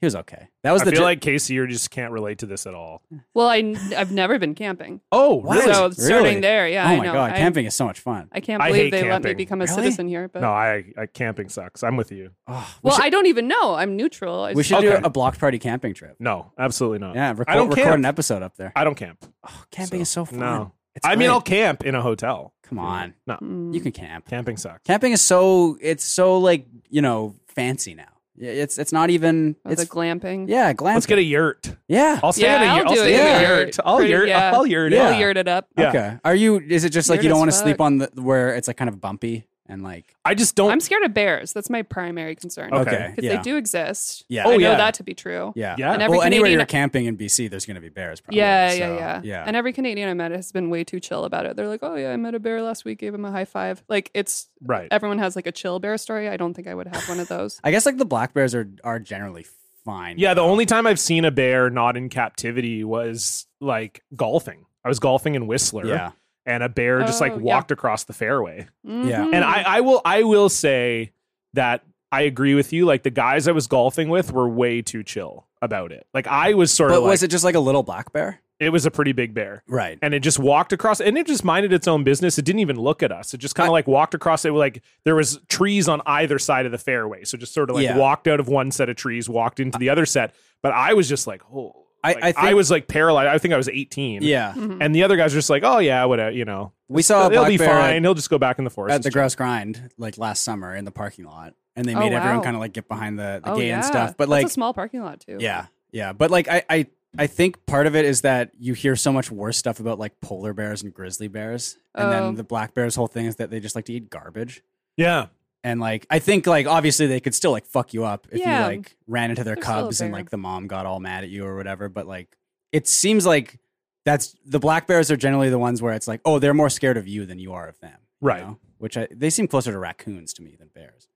[SPEAKER 3] He was okay. That was
[SPEAKER 1] I
[SPEAKER 3] the
[SPEAKER 1] feel
[SPEAKER 3] dr-
[SPEAKER 1] like Casey, you just can't relate to this at all.
[SPEAKER 4] Well, I have never been camping.
[SPEAKER 1] Oh,
[SPEAKER 3] What? really?
[SPEAKER 4] So starting
[SPEAKER 3] Really?
[SPEAKER 4] there, yeah.
[SPEAKER 3] oh
[SPEAKER 4] I
[SPEAKER 3] my
[SPEAKER 4] know.
[SPEAKER 3] god,
[SPEAKER 4] I,
[SPEAKER 3] camping is so much fun.
[SPEAKER 4] I can't
[SPEAKER 1] I hate
[SPEAKER 4] believe they let me
[SPEAKER 1] camping.
[SPEAKER 4] become a
[SPEAKER 3] Really?
[SPEAKER 4] citizen here. But
[SPEAKER 1] No, I, I camping sucks. I'm with you.
[SPEAKER 3] Oh, we
[SPEAKER 4] well,
[SPEAKER 3] should,
[SPEAKER 4] I don't even know. I'm neutral. I
[SPEAKER 3] we
[SPEAKER 4] just-
[SPEAKER 3] should
[SPEAKER 1] Okay.
[SPEAKER 3] do a blocked party camping trip.
[SPEAKER 1] No, absolutely not.
[SPEAKER 3] Yeah, record,
[SPEAKER 1] I don't
[SPEAKER 3] record
[SPEAKER 1] camp.
[SPEAKER 3] an episode up there.
[SPEAKER 1] I don't camp.
[SPEAKER 3] Oh, camping is so fun.
[SPEAKER 1] No.
[SPEAKER 3] It's
[SPEAKER 1] I mean,
[SPEAKER 3] great.
[SPEAKER 1] I'll camp in a hotel.
[SPEAKER 3] come on.
[SPEAKER 1] No,
[SPEAKER 4] Mm.
[SPEAKER 3] You can camp.
[SPEAKER 1] camping sucks.
[SPEAKER 3] Camping is so it's so like you know fancy now. Yeah, It's it's not even
[SPEAKER 4] Oh,
[SPEAKER 3] it's
[SPEAKER 4] the glamping.
[SPEAKER 3] yeah glamping.
[SPEAKER 1] Let's get a Oh, yurt.
[SPEAKER 3] yeah.
[SPEAKER 1] I'll stay
[SPEAKER 4] Yeah,
[SPEAKER 1] in a
[SPEAKER 4] I'll
[SPEAKER 1] yurt. I'll
[SPEAKER 4] do
[SPEAKER 1] stay in
[SPEAKER 4] it.
[SPEAKER 1] a
[SPEAKER 4] Yeah.
[SPEAKER 1] yurt. I'll
[SPEAKER 4] Pretty-
[SPEAKER 1] yurt.
[SPEAKER 4] yeah.
[SPEAKER 1] I'll yurt.
[SPEAKER 3] Yeah.
[SPEAKER 1] it.
[SPEAKER 4] I'll yurt it up.
[SPEAKER 1] Yeah.
[SPEAKER 3] Okay. Are you? Is it just like
[SPEAKER 4] Weird
[SPEAKER 3] you don't
[SPEAKER 4] as
[SPEAKER 3] want to
[SPEAKER 4] fuck.
[SPEAKER 3] sleep on the where it's like kind of bumpy and like
[SPEAKER 1] I just don't.
[SPEAKER 4] I'm scared of bears. That's my primary concern.
[SPEAKER 1] Okay.
[SPEAKER 3] okay,
[SPEAKER 4] Because
[SPEAKER 3] yeah.
[SPEAKER 4] they do exist.
[SPEAKER 3] Yeah.
[SPEAKER 1] Oh,
[SPEAKER 4] I know
[SPEAKER 1] yeah.
[SPEAKER 4] that to be true.
[SPEAKER 3] yeah
[SPEAKER 1] Yeah. And
[SPEAKER 4] every
[SPEAKER 3] well, anywhere
[SPEAKER 4] Canadian-
[SPEAKER 3] you're camping in BC, there's going to be bears. Probably,
[SPEAKER 4] Yeah, yeah,
[SPEAKER 3] so,
[SPEAKER 4] yeah,
[SPEAKER 3] yeah.
[SPEAKER 4] And every Canadian I met has been way too chill about it. They're like, "Oh yeah, I met a bear last week, gave him a high five. Like it's
[SPEAKER 1] right.
[SPEAKER 4] everyone has like a chill bear story. I don't think I would have one of those.
[SPEAKER 3] I guess like the black bears are are generally fine.
[SPEAKER 1] Yeah, the only time I've seen a bear not in captivity was like golfing. I was golfing in Whistler,
[SPEAKER 3] yeah.
[SPEAKER 1] and a bear just like
[SPEAKER 4] Oh, yeah.
[SPEAKER 1] walked across the fairway.
[SPEAKER 3] Yeah.
[SPEAKER 4] Mhm.
[SPEAKER 1] And I, I will, I will say that I agree with you. Like the guys I was golfing with were way too chill about it. Like I was sort
[SPEAKER 3] But
[SPEAKER 1] of like,
[SPEAKER 3] was it just like a little black bear?
[SPEAKER 1] It was a pretty big bear.
[SPEAKER 3] Right.
[SPEAKER 1] And it just walked across and it just minded its own business. It didn't even look at us. It just kind of like walked across it like there was trees on either side of the fairway. So just sort of like
[SPEAKER 3] Yeah.
[SPEAKER 1] walked out of one set of trees, walked into the other set. But I was just like, oh
[SPEAKER 3] I-
[SPEAKER 1] like,
[SPEAKER 3] I think-
[SPEAKER 1] was like paralyzed. I think I was 18.
[SPEAKER 3] Yeah.
[SPEAKER 4] Mm-hmm.
[SPEAKER 1] And the other guys were just like, oh yeah, whatever, you know.
[SPEAKER 3] We saw a
[SPEAKER 1] He'll
[SPEAKER 3] black
[SPEAKER 1] be
[SPEAKER 3] bear
[SPEAKER 1] fine.
[SPEAKER 3] at,
[SPEAKER 1] He'll just go back in the forest.
[SPEAKER 3] at
[SPEAKER 1] It's
[SPEAKER 3] the Grouse Grind like last summer in the parking lot, and they
[SPEAKER 4] Oh,
[SPEAKER 3] made everyone
[SPEAKER 4] wow.
[SPEAKER 3] kind of like get behind the, the
[SPEAKER 4] oh
[SPEAKER 3] gate
[SPEAKER 4] yeah,
[SPEAKER 3] and stuff. But
[SPEAKER 4] That's
[SPEAKER 3] like,
[SPEAKER 4] a small parking lot too.
[SPEAKER 3] yeah, yeah. But like, I, I I think part of it is that you hear so much worse stuff about like polar bears and grizzly bears, and
[SPEAKER 4] Oh.
[SPEAKER 3] then the black bears' whole thing is that they just like to eat garbage.
[SPEAKER 1] Yeah.
[SPEAKER 3] And like, I think like obviously they could still like fuck you up if
[SPEAKER 4] Yeah.
[SPEAKER 3] you like ran into their
[SPEAKER 4] They're still a
[SPEAKER 3] cubs and
[SPEAKER 4] bear.
[SPEAKER 3] like the mom got all mad at you or whatever. But like, it seems like that's the black bears are generally the ones where it's like, oh, they're more scared of you than you are of them. you
[SPEAKER 1] Right.
[SPEAKER 3] know? Which I, they seem closer to raccoons to me than bears.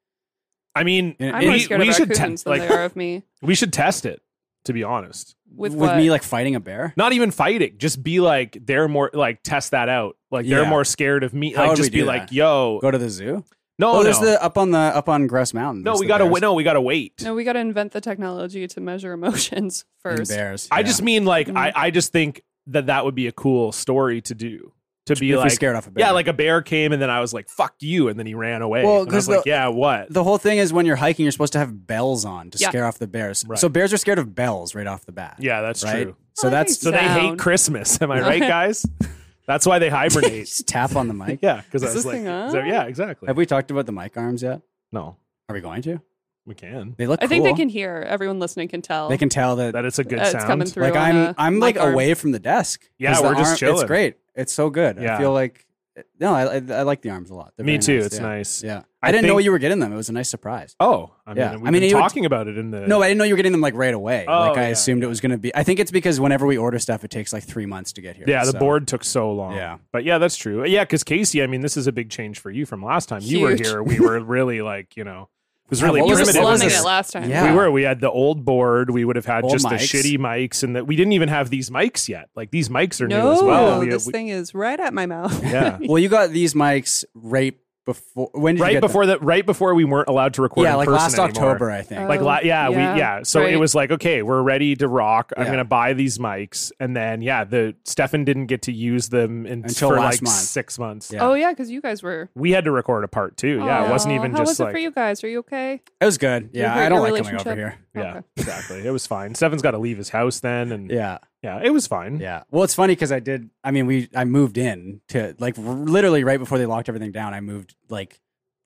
[SPEAKER 1] I mean,
[SPEAKER 3] And-
[SPEAKER 4] I'm
[SPEAKER 3] and
[SPEAKER 4] more
[SPEAKER 1] we,
[SPEAKER 4] scared
[SPEAKER 1] we
[SPEAKER 4] of
[SPEAKER 1] should
[SPEAKER 4] raccoons
[SPEAKER 1] test
[SPEAKER 4] than
[SPEAKER 1] like
[SPEAKER 4] they are of me.
[SPEAKER 1] we should test it, to be honest.
[SPEAKER 4] With,
[SPEAKER 3] With
[SPEAKER 4] what?
[SPEAKER 3] me like fighting a bear.
[SPEAKER 1] not even fighting just be like they're more like test that out like they're
[SPEAKER 3] Yeah.
[SPEAKER 1] more scared of me
[SPEAKER 3] How
[SPEAKER 1] like
[SPEAKER 3] would
[SPEAKER 1] just
[SPEAKER 3] we
[SPEAKER 1] be
[SPEAKER 3] do
[SPEAKER 1] like
[SPEAKER 3] that?
[SPEAKER 1] yo
[SPEAKER 3] Go to the zoo.
[SPEAKER 1] no
[SPEAKER 3] Oh,
[SPEAKER 1] no
[SPEAKER 3] there's the up on the up on Grouse Mountain.
[SPEAKER 1] no
[SPEAKER 3] there's
[SPEAKER 1] we
[SPEAKER 3] the
[SPEAKER 1] gotta
[SPEAKER 3] bears
[SPEAKER 1] wait no we gotta wait
[SPEAKER 4] no, we got to invent the technology to measure emotions
[SPEAKER 3] and
[SPEAKER 4] first.
[SPEAKER 3] Bears.
[SPEAKER 1] i
[SPEAKER 3] yeah.
[SPEAKER 1] just mean like
[SPEAKER 4] Mhm.
[SPEAKER 1] i i just think that that would be a cool story to do to be
[SPEAKER 3] if we
[SPEAKER 1] like
[SPEAKER 3] scared off a bear.
[SPEAKER 1] yeah like a bear came and then i was like fuck you and then he ran away
[SPEAKER 3] Well,
[SPEAKER 1] and i was
[SPEAKER 3] 'cause
[SPEAKER 1] like
[SPEAKER 3] the-
[SPEAKER 1] yeah what
[SPEAKER 3] the whole thing is when you're hiking, you're supposed to have bells on to
[SPEAKER 4] Yeah.
[SPEAKER 3] scare off the bears.
[SPEAKER 1] Right.
[SPEAKER 3] So bears are scared of bells right off the bat.
[SPEAKER 1] yeah that's
[SPEAKER 3] right?
[SPEAKER 1] true
[SPEAKER 3] So
[SPEAKER 4] Oh,
[SPEAKER 3] that's
[SPEAKER 1] so they hate
[SPEAKER 4] Sound.
[SPEAKER 1] christmas am i right guys that's why they hibernate
[SPEAKER 3] just tap on the mic.
[SPEAKER 1] yeah because i
[SPEAKER 4] Is
[SPEAKER 1] was
[SPEAKER 4] this
[SPEAKER 1] like
[SPEAKER 4] thing on?
[SPEAKER 1] so- yeah exactly
[SPEAKER 3] Have we talked about the mic arms yet?
[SPEAKER 1] no
[SPEAKER 3] Are we going to?
[SPEAKER 1] we can
[SPEAKER 3] They look.
[SPEAKER 4] I think
[SPEAKER 3] cool.
[SPEAKER 4] they can hear. Everyone listening can tell.
[SPEAKER 3] They can tell that.
[SPEAKER 1] that it's a good
[SPEAKER 4] Uh, it's
[SPEAKER 1] sound
[SPEAKER 4] coming through.
[SPEAKER 3] like
[SPEAKER 4] on
[SPEAKER 3] I'm,
[SPEAKER 4] a
[SPEAKER 3] I'm like
[SPEAKER 4] mic arm.
[SPEAKER 3] away from the desk.
[SPEAKER 1] Yeah,
[SPEAKER 3] 'Cause the
[SPEAKER 1] we're just
[SPEAKER 3] arm-
[SPEAKER 1] chilling.
[SPEAKER 3] It's great. It's so good.
[SPEAKER 1] Yeah.
[SPEAKER 3] I feel like no, I, I, I like the arms a lot. They're
[SPEAKER 1] me
[SPEAKER 3] very
[SPEAKER 1] too
[SPEAKER 3] nice,
[SPEAKER 1] it's
[SPEAKER 3] yeah.
[SPEAKER 1] nice
[SPEAKER 3] Yeah,
[SPEAKER 1] I
[SPEAKER 3] I, didn't know
[SPEAKER 1] think-
[SPEAKER 3] you were getting them. It was a nice surprise.
[SPEAKER 1] Oh, I mean,
[SPEAKER 3] Yeah.
[SPEAKER 1] we've
[SPEAKER 3] I mean,
[SPEAKER 1] been
[SPEAKER 3] it would-
[SPEAKER 1] talking about it in the
[SPEAKER 3] No, I didn't know you were getting them like right away.
[SPEAKER 1] Oh,
[SPEAKER 3] like I
[SPEAKER 1] yeah.
[SPEAKER 3] assumed it was going to be. I think it's because whenever we order stuff, it takes like three months to get here.
[SPEAKER 1] yeah, the
[SPEAKER 3] so-
[SPEAKER 1] board took so long.
[SPEAKER 3] Yeah.
[SPEAKER 1] but yeah, that's true. Yeah, because Casey, I mean, this is a big change for you from last time you were
[SPEAKER 4] Huge.
[SPEAKER 1] here. We were really like, you know, it was
[SPEAKER 3] Yeah,
[SPEAKER 1] really
[SPEAKER 3] what
[SPEAKER 4] We
[SPEAKER 3] was
[SPEAKER 4] were
[SPEAKER 3] the
[SPEAKER 1] primitive.
[SPEAKER 3] plumbing
[SPEAKER 4] slumming
[SPEAKER 3] was
[SPEAKER 4] it last time.
[SPEAKER 3] Yeah.
[SPEAKER 1] We were. We had the old board. We would have had
[SPEAKER 3] Old
[SPEAKER 1] just the
[SPEAKER 3] mics.
[SPEAKER 1] shitty mics, and that we didn't even have these mics yet. Like these mics are
[SPEAKER 4] No,
[SPEAKER 1] new as well. We-
[SPEAKER 4] this
[SPEAKER 1] we-
[SPEAKER 4] thing is right at my mouth.
[SPEAKER 1] yeah,
[SPEAKER 3] Well, you got these mics right before. When did you
[SPEAKER 1] right
[SPEAKER 3] get them?
[SPEAKER 1] before that. Right before we weren't allowed to record.
[SPEAKER 3] Yeah,
[SPEAKER 1] in
[SPEAKER 3] like
[SPEAKER 1] person
[SPEAKER 3] last
[SPEAKER 1] anymore.
[SPEAKER 3] October, I think.
[SPEAKER 4] Uh,
[SPEAKER 1] like la- yeah,
[SPEAKER 4] yeah,
[SPEAKER 1] we yeah so it
[SPEAKER 4] right.
[SPEAKER 1] was like okay we're ready to rock i'm
[SPEAKER 3] Yeah.
[SPEAKER 1] gonna buy these mics and then yeah the stefan didn't get to use them in,
[SPEAKER 3] Until
[SPEAKER 1] for
[SPEAKER 3] last
[SPEAKER 1] like
[SPEAKER 3] month.
[SPEAKER 1] six months
[SPEAKER 3] Yeah.
[SPEAKER 4] Oh yeah, because you guys were.
[SPEAKER 1] we had to record a part two yeah it wasn't
[SPEAKER 4] Aw,
[SPEAKER 1] even
[SPEAKER 4] Oh, How
[SPEAKER 1] just
[SPEAKER 4] was it
[SPEAKER 1] like
[SPEAKER 4] for you guys? Are you okay?
[SPEAKER 3] it was good. Yeah,
[SPEAKER 4] hurt
[SPEAKER 3] I don't
[SPEAKER 4] your
[SPEAKER 3] like coming over here.
[SPEAKER 4] relationship?
[SPEAKER 1] yeah
[SPEAKER 4] Okay.
[SPEAKER 1] exactly it was fine stefan's got to leave his house then and yeah,
[SPEAKER 3] Yeah,
[SPEAKER 1] it was fine
[SPEAKER 3] yeah. Well, it's funny because I did. I mean, we I moved in to like r- literally right before they locked everything down. I moved like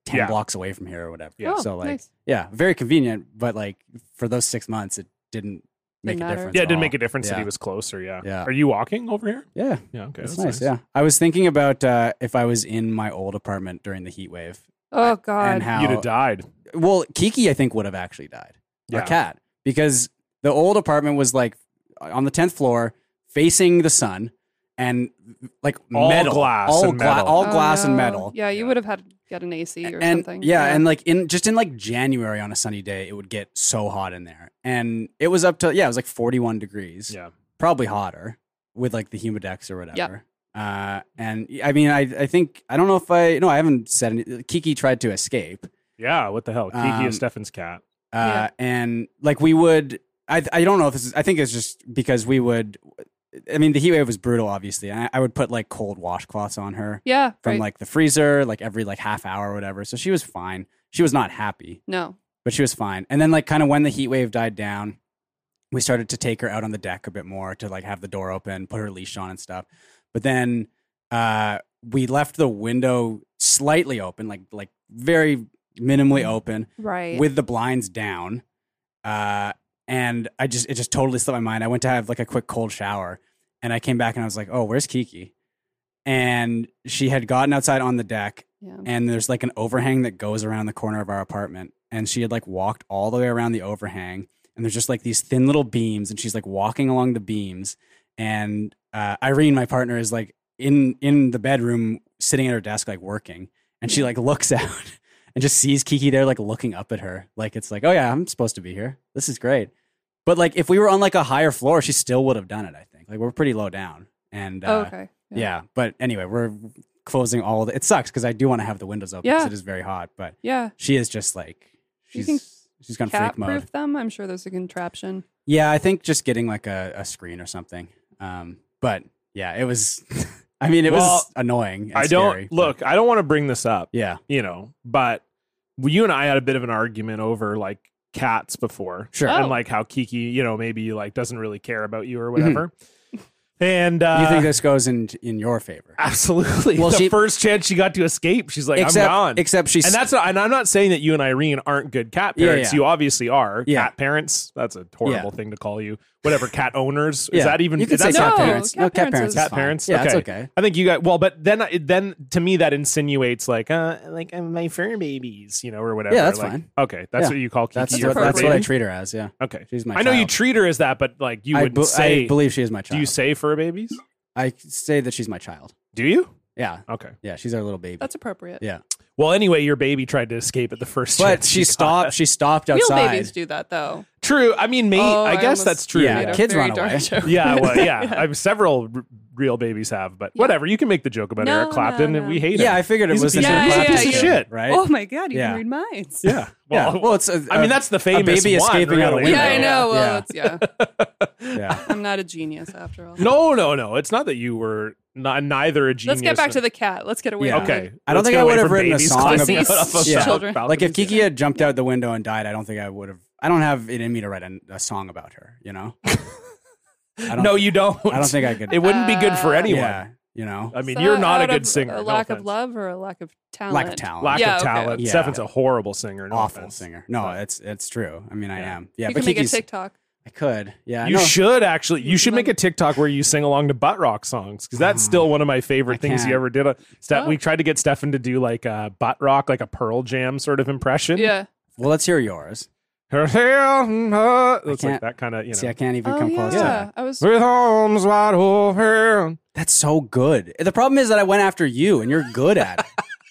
[SPEAKER 3] ten
[SPEAKER 1] Yeah.
[SPEAKER 3] blocks away from here or whatever.
[SPEAKER 1] Yeah.
[SPEAKER 4] Oh,
[SPEAKER 3] so like,
[SPEAKER 4] nice.
[SPEAKER 3] yeah, very convenient. But like for those six months, it didn't make a
[SPEAKER 4] matter.
[SPEAKER 3] difference.
[SPEAKER 1] yeah it
[SPEAKER 3] at
[SPEAKER 1] didn't
[SPEAKER 3] all.
[SPEAKER 1] make a difference that
[SPEAKER 3] Yeah.
[SPEAKER 1] he was closer yeah
[SPEAKER 3] Yeah.
[SPEAKER 1] are you walking over here
[SPEAKER 3] Yeah,
[SPEAKER 1] yeah okay
[SPEAKER 3] that's, nice. Yeah, I was thinking about uh, if I was in my old apartment during the heat wave
[SPEAKER 4] Oh god.
[SPEAKER 3] and how
[SPEAKER 1] you'd have died
[SPEAKER 3] well, Kiki, I think, would have actually died.
[SPEAKER 1] Yeah.
[SPEAKER 3] Our cat. Because the old apartment was like on the 10th floor facing the sun and like
[SPEAKER 1] All
[SPEAKER 3] metal.
[SPEAKER 1] glass
[SPEAKER 3] all,
[SPEAKER 1] and metal.
[SPEAKER 3] all
[SPEAKER 4] Oh,
[SPEAKER 3] glass and
[SPEAKER 4] no.
[SPEAKER 3] metal.
[SPEAKER 4] Yeah, you
[SPEAKER 1] Yeah.
[SPEAKER 4] would have had to get an AC or
[SPEAKER 3] and
[SPEAKER 4] something.
[SPEAKER 3] yeah, and like in just in like January on a sunny day, it would get so hot in there. And it was up to, yeah, it was like 41 degrees,
[SPEAKER 1] yeah
[SPEAKER 3] probably hotter with like the Humidex or whatever. Uh, and I mean, I, I think, I don't know if I, no, I haven't said any, Kiki tried to escape.
[SPEAKER 1] yeah what the hell kiki
[SPEAKER 3] Um,
[SPEAKER 1] is stefan's cat
[SPEAKER 3] Uh and like we would I I don't know if this is I think it's just because we would I mean the heat wave was brutal obviously and I, I would put like cold washcloths on her
[SPEAKER 4] yeah,
[SPEAKER 3] from
[SPEAKER 4] right.
[SPEAKER 3] like the freezer like every like half hour or whatever so she was fine she was not happy
[SPEAKER 4] no.
[SPEAKER 3] but she was fine and then like kind of when the heat wave died down we started to take her out on the deck a bit more to like have the door open put her leash on and stuff but then uh we left the window slightly open like like very minimally open
[SPEAKER 4] Right.
[SPEAKER 3] with the blinds down. Uh, and I just, it just totally slipped my mind. I went to have like a quick cold shower and I came back and I was like, oh, where's Kiki? And she had gotten outside on the deck
[SPEAKER 4] yeah.
[SPEAKER 3] and there's like an overhang that goes around the corner of our apartment. And she had like walked all the way around the overhang and there's just like these thin little beams and she's like walking along the beams. And uh, Irene, my partner, is like in in the bedroom sitting at her desk like working and she like looks out and just sees Kiki there like looking up at her like it's like oh yeah I'm supposed to be here this is great but like if we were on like a higher floor she still would have done it I think like we're pretty low down and uh,
[SPEAKER 4] oh, okay.
[SPEAKER 3] yeah. but anyway we're closing all the it sucks because I do want to have the windows open 'cause
[SPEAKER 4] Yeah.
[SPEAKER 3] it is very hot but
[SPEAKER 4] Yeah.
[SPEAKER 3] she is just like
[SPEAKER 4] You
[SPEAKER 3] she's
[SPEAKER 4] can
[SPEAKER 3] she's gone
[SPEAKER 4] Cat
[SPEAKER 3] freak mode
[SPEAKER 4] proof them. I'm sure there's a contraption.
[SPEAKER 3] yeah I think just getting like a, a screen or something um But yeah, it was. I mean, it
[SPEAKER 1] Well,
[SPEAKER 3] was annoying. and
[SPEAKER 1] I don't
[SPEAKER 3] scary, but-
[SPEAKER 1] look. I don't want to bring this up,
[SPEAKER 3] Yeah,
[SPEAKER 1] you know, but you and I had a bit of an argument over like cats before,
[SPEAKER 3] sure.
[SPEAKER 4] Oh.
[SPEAKER 1] and like how Kiki, you know, maybe like doesn't really care about you or whatever. And uh,
[SPEAKER 3] Mm-hmm. you think this goes in in your favor?
[SPEAKER 1] absolutely?
[SPEAKER 3] Well,
[SPEAKER 1] the
[SPEAKER 3] she-
[SPEAKER 1] first chance she got to escape, she's like,
[SPEAKER 3] except,
[SPEAKER 1] "I'm gone."
[SPEAKER 3] except she's
[SPEAKER 1] and that's not, and I'm not saying that you and Irene aren't good cat
[SPEAKER 3] Yeah,
[SPEAKER 1] parents.
[SPEAKER 3] yeah.
[SPEAKER 1] You obviously are
[SPEAKER 3] Yeah.
[SPEAKER 1] cat parents. That's a horrible thing to call you. Whatever cat owners
[SPEAKER 3] yeah.
[SPEAKER 1] is that even?
[SPEAKER 3] you could
[SPEAKER 1] is
[SPEAKER 3] say
[SPEAKER 1] that
[SPEAKER 4] not
[SPEAKER 3] cat
[SPEAKER 4] No,
[SPEAKER 3] parents.
[SPEAKER 4] cat
[SPEAKER 3] no, cat
[SPEAKER 4] parents
[SPEAKER 3] parents.
[SPEAKER 4] is
[SPEAKER 3] is
[SPEAKER 1] cat
[SPEAKER 3] fine.
[SPEAKER 1] parents?
[SPEAKER 3] Yeah, it's
[SPEAKER 1] Okay.
[SPEAKER 3] okay.
[SPEAKER 1] I think you got well, but then then to me that insinuates like uh like uh, my fur babies, you know, or whatever.
[SPEAKER 3] Yeah, that's
[SPEAKER 1] like,
[SPEAKER 3] fine.
[SPEAKER 1] Okay, that's
[SPEAKER 3] Yeah.
[SPEAKER 1] what you call Kiki.
[SPEAKER 3] That's
[SPEAKER 1] your
[SPEAKER 3] what,
[SPEAKER 1] fur
[SPEAKER 3] that's what I
[SPEAKER 1] baby?
[SPEAKER 3] treat her as. Yeah,
[SPEAKER 1] Okay,
[SPEAKER 3] she's my.
[SPEAKER 1] I know you
[SPEAKER 3] child.
[SPEAKER 1] treat her as that, but like you
[SPEAKER 3] I,
[SPEAKER 1] would
[SPEAKER 3] be-
[SPEAKER 1] say,
[SPEAKER 3] I believe she is my child.
[SPEAKER 1] do you say fur babies?
[SPEAKER 3] I say that she's my child.
[SPEAKER 1] Do you?
[SPEAKER 3] Yeah,
[SPEAKER 1] Okay.
[SPEAKER 3] yeah, she's our little baby.
[SPEAKER 4] That's appropriate.
[SPEAKER 3] yeah,
[SPEAKER 1] Well, anyway, your baby tried to escape at the first.
[SPEAKER 3] but
[SPEAKER 1] chance
[SPEAKER 3] she
[SPEAKER 1] got.
[SPEAKER 3] stopped. She stopped
[SPEAKER 4] Real
[SPEAKER 3] outside.
[SPEAKER 4] babies do that though.
[SPEAKER 1] True. I mean, me.
[SPEAKER 4] Oh,
[SPEAKER 1] I
[SPEAKER 4] I
[SPEAKER 1] guess
[SPEAKER 4] almost
[SPEAKER 1] that's true.
[SPEAKER 3] Yeah,
[SPEAKER 4] Made a
[SPEAKER 3] kids
[SPEAKER 4] very
[SPEAKER 3] run
[SPEAKER 4] dark
[SPEAKER 3] away.
[SPEAKER 4] joke.
[SPEAKER 1] Yeah, well, yeah. I've several r- real babies have, but
[SPEAKER 4] Yeah.
[SPEAKER 1] whatever. You can make the joke about
[SPEAKER 4] No,
[SPEAKER 1] Eric Clapton,
[SPEAKER 4] no,
[SPEAKER 1] and
[SPEAKER 4] no.
[SPEAKER 1] we hate
[SPEAKER 3] Yeah, I
[SPEAKER 1] him.
[SPEAKER 3] figured it
[SPEAKER 1] He's a
[SPEAKER 3] was
[SPEAKER 1] piece
[SPEAKER 3] an
[SPEAKER 4] of- Yeah, yeah,
[SPEAKER 3] impossible
[SPEAKER 4] yeah,
[SPEAKER 3] kid,
[SPEAKER 1] yeah.
[SPEAKER 3] right?
[SPEAKER 4] Oh my god, you
[SPEAKER 3] Yeah.
[SPEAKER 4] can read minds.
[SPEAKER 1] yeah. Well,
[SPEAKER 3] yeah. Well, it's. uh, a-
[SPEAKER 1] I mean, that's the
[SPEAKER 3] a
[SPEAKER 1] famous
[SPEAKER 3] baby
[SPEAKER 1] one,
[SPEAKER 3] escaping out a
[SPEAKER 1] really.
[SPEAKER 4] Yeah,
[SPEAKER 3] window.
[SPEAKER 4] I know.
[SPEAKER 3] Yeah.
[SPEAKER 4] Well, it's, yeah.
[SPEAKER 3] yeah.
[SPEAKER 4] I'm not a genius after all.
[SPEAKER 1] No, no, no. It's not that you were not, neither a genius.
[SPEAKER 4] Let's get back to the cat. Let's get away.
[SPEAKER 3] Yeah.
[SPEAKER 4] from
[SPEAKER 1] Okay.
[SPEAKER 4] it.
[SPEAKER 3] I don't
[SPEAKER 1] Let's
[SPEAKER 3] think
[SPEAKER 1] get
[SPEAKER 3] I
[SPEAKER 1] away
[SPEAKER 3] would've
[SPEAKER 1] from
[SPEAKER 3] written a
[SPEAKER 1] babies
[SPEAKER 3] song
[SPEAKER 1] climbing
[SPEAKER 4] about-
[SPEAKER 1] out of a
[SPEAKER 4] Yeah.
[SPEAKER 1] balcony.
[SPEAKER 4] Children.
[SPEAKER 3] like if Kiki had jumped out the window and died, I don't think I would have. I don't have it in me to write a, a song about her. You know. I don't,
[SPEAKER 1] no, you don't.
[SPEAKER 3] I don't think I could.
[SPEAKER 1] it wouldn't be good for
[SPEAKER 4] Uh,
[SPEAKER 1] anyone.
[SPEAKER 3] Yeah, you know,
[SPEAKER 1] I mean,
[SPEAKER 4] So
[SPEAKER 1] you're not a
[SPEAKER 4] out
[SPEAKER 1] good
[SPEAKER 4] of
[SPEAKER 1] singer.
[SPEAKER 4] A
[SPEAKER 1] no
[SPEAKER 4] lack of
[SPEAKER 1] offense.
[SPEAKER 4] love or a lack of talent.
[SPEAKER 3] lack of talent.
[SPEAKER 1] Lack
[SPEAKER 4] Yeah,
[SPEAKER 1] of
[SPEAKER 4] okay.
[SPEAKER 1] talent.
[SPEAKER 3] Yeah.
[SPEAKER 1] Stefan's a horrible singer. No
[SPEAKER 3] awful
[SPEAKER 1] offense.
[SPEAKER 3] singer. No, it's it's true. I mean, I
[SPEAKER 1] Yeah.
[SPEAKER 3] am. Yeah,
[SPEAKER 4] you
[SPEAKER 3] but
[SPEAKER 4] can make a
[SPEAKER 3] Kiki's.
[SPEAKER 4] TikTok.
[SPEAKER 3] I could. Yeah,
[SPEAKER 1] You
[SPEAKER 3] no,
[SPEAKER 1] should actually. You should
[SPEAKER 4] Love-
[SPEAKER 1] make a TikTok where you sing along to butt rock songs because that's
[SPEAKER 3] Oh,
[SPEAKER 1] still one of my favorite
[SPEAKER 3] I
[SPEAKER 1] things you
[SPEAKER 3] can't.
[SPEAKER 1] ever did. Uh, Ste-
[SPEAKER 4] Oh.
[SPEAKER 1] We tried to get Stefan to do like a butt rock, like a Pearl Jam sort of impression.
[SPEAKER 4] Yeah.
[SPEAKER 3] Well, let's hear yours.
[SPEAKER 1] It's uh, like
[SPEAKER 3] can't-
[SPEAKER 1] that kind of you know.
[SPEAKER 3] See, I can't even
[SPEAKER 4] Oh
[SPEAKER 3] come
[SPEAKER 4] yeah.
[SPEAKER 3] close to that.
[SPEAKER 4] I was.
[SPEAKER 1] With arms wide open.
[SPEAKER 3] That's so good. The problem is that I went after you, and you're good at it.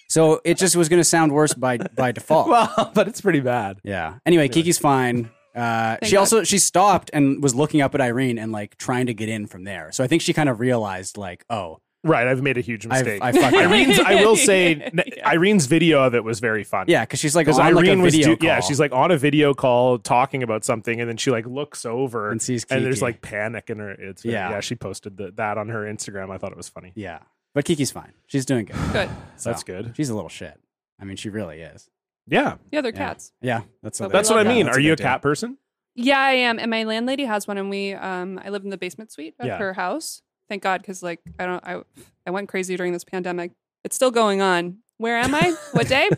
[SPEAKER 3] so it just was going to sound worse by by default.
[SPEAKER 1] Well, but it's pretty bad.
[SPEAKER 3] yeah. Anyway, Kiki's fine. Uh, she
[SPEAKER 4] God.
[SPEAKER 3] also she stopped and was looking up at Irene and like trying to get in from there. So I think she kind of realized like, oh,
[SPEAKER 1] Right, I've made a huge
[SPEAKER 3] I've,
[SPEAKER 1] mistake.
[SPEAKER 3] I fucked up.
[SPEAKER 1] Irene's, I will say, n-
[SPEAKER 4] Yeah.
[SPEAKER 1] Irene's video of it was very fun.
[SPEAKER 3] Yeah, because she's like on
[SPEAKER 1] because
[SPEAKER 3] like,
[SPEAKER 1] Irene
[SPEAKER 3] a
[SPEAKER 1] was,
[SPEAKER 3] video
[SPEAKER 1] do- yeah,
[SPEAKER 3] call
[SPEAKER 1] she's like on a video call talking about something, and then she like looks over
[SPEAKER 3] and sees Kiki.
[SPEAKER 1] and there's like panic in her. It's very- yeah.
[SPEAKER 3] Yeah.
[SPEAKER 1] she posted the, that on her Instagram. I thought it was funny.
[SPEAKER 3] yeah, but Kiki's fine. She's doing good.
[SPEAKER 4] Good.
[SPEAKER 3] So,
[SPEAKER 1] That's good.
[SPEAKER 3] She's a little shit. I mean, she really is.
[SPEAKER 1] Yeah,
[SPEAKER 4] Yeah, they're
[SPEAKER 3] Yeah.
[SPEAKER 4] cats.
[SPEAKER 3] Yeah, that's what
[SPEAKER 4] But
[SPEAKER 1] that's
[SPEAKER 4] we
[SPEAKER 1] what I
[SPEAKER 4] love
[SPEAKER 3] yeah,
[SPEAKER 1] mean.
[SPEAKER 3] that's
[SPEAKER 1] Are you a
[SPEAKER 3] good
[SPEAKER 1] cat person?
[SPEAKER 4] Yeah, I am. And my landlady has one, and we, um, I live in the basement suite of
[SPEAKER 1] Yeah.
[SPEAKER 4] her house. Thank God, because like I don't, I, I went crazy during this pandemic. It's still going on. Where am I? what day?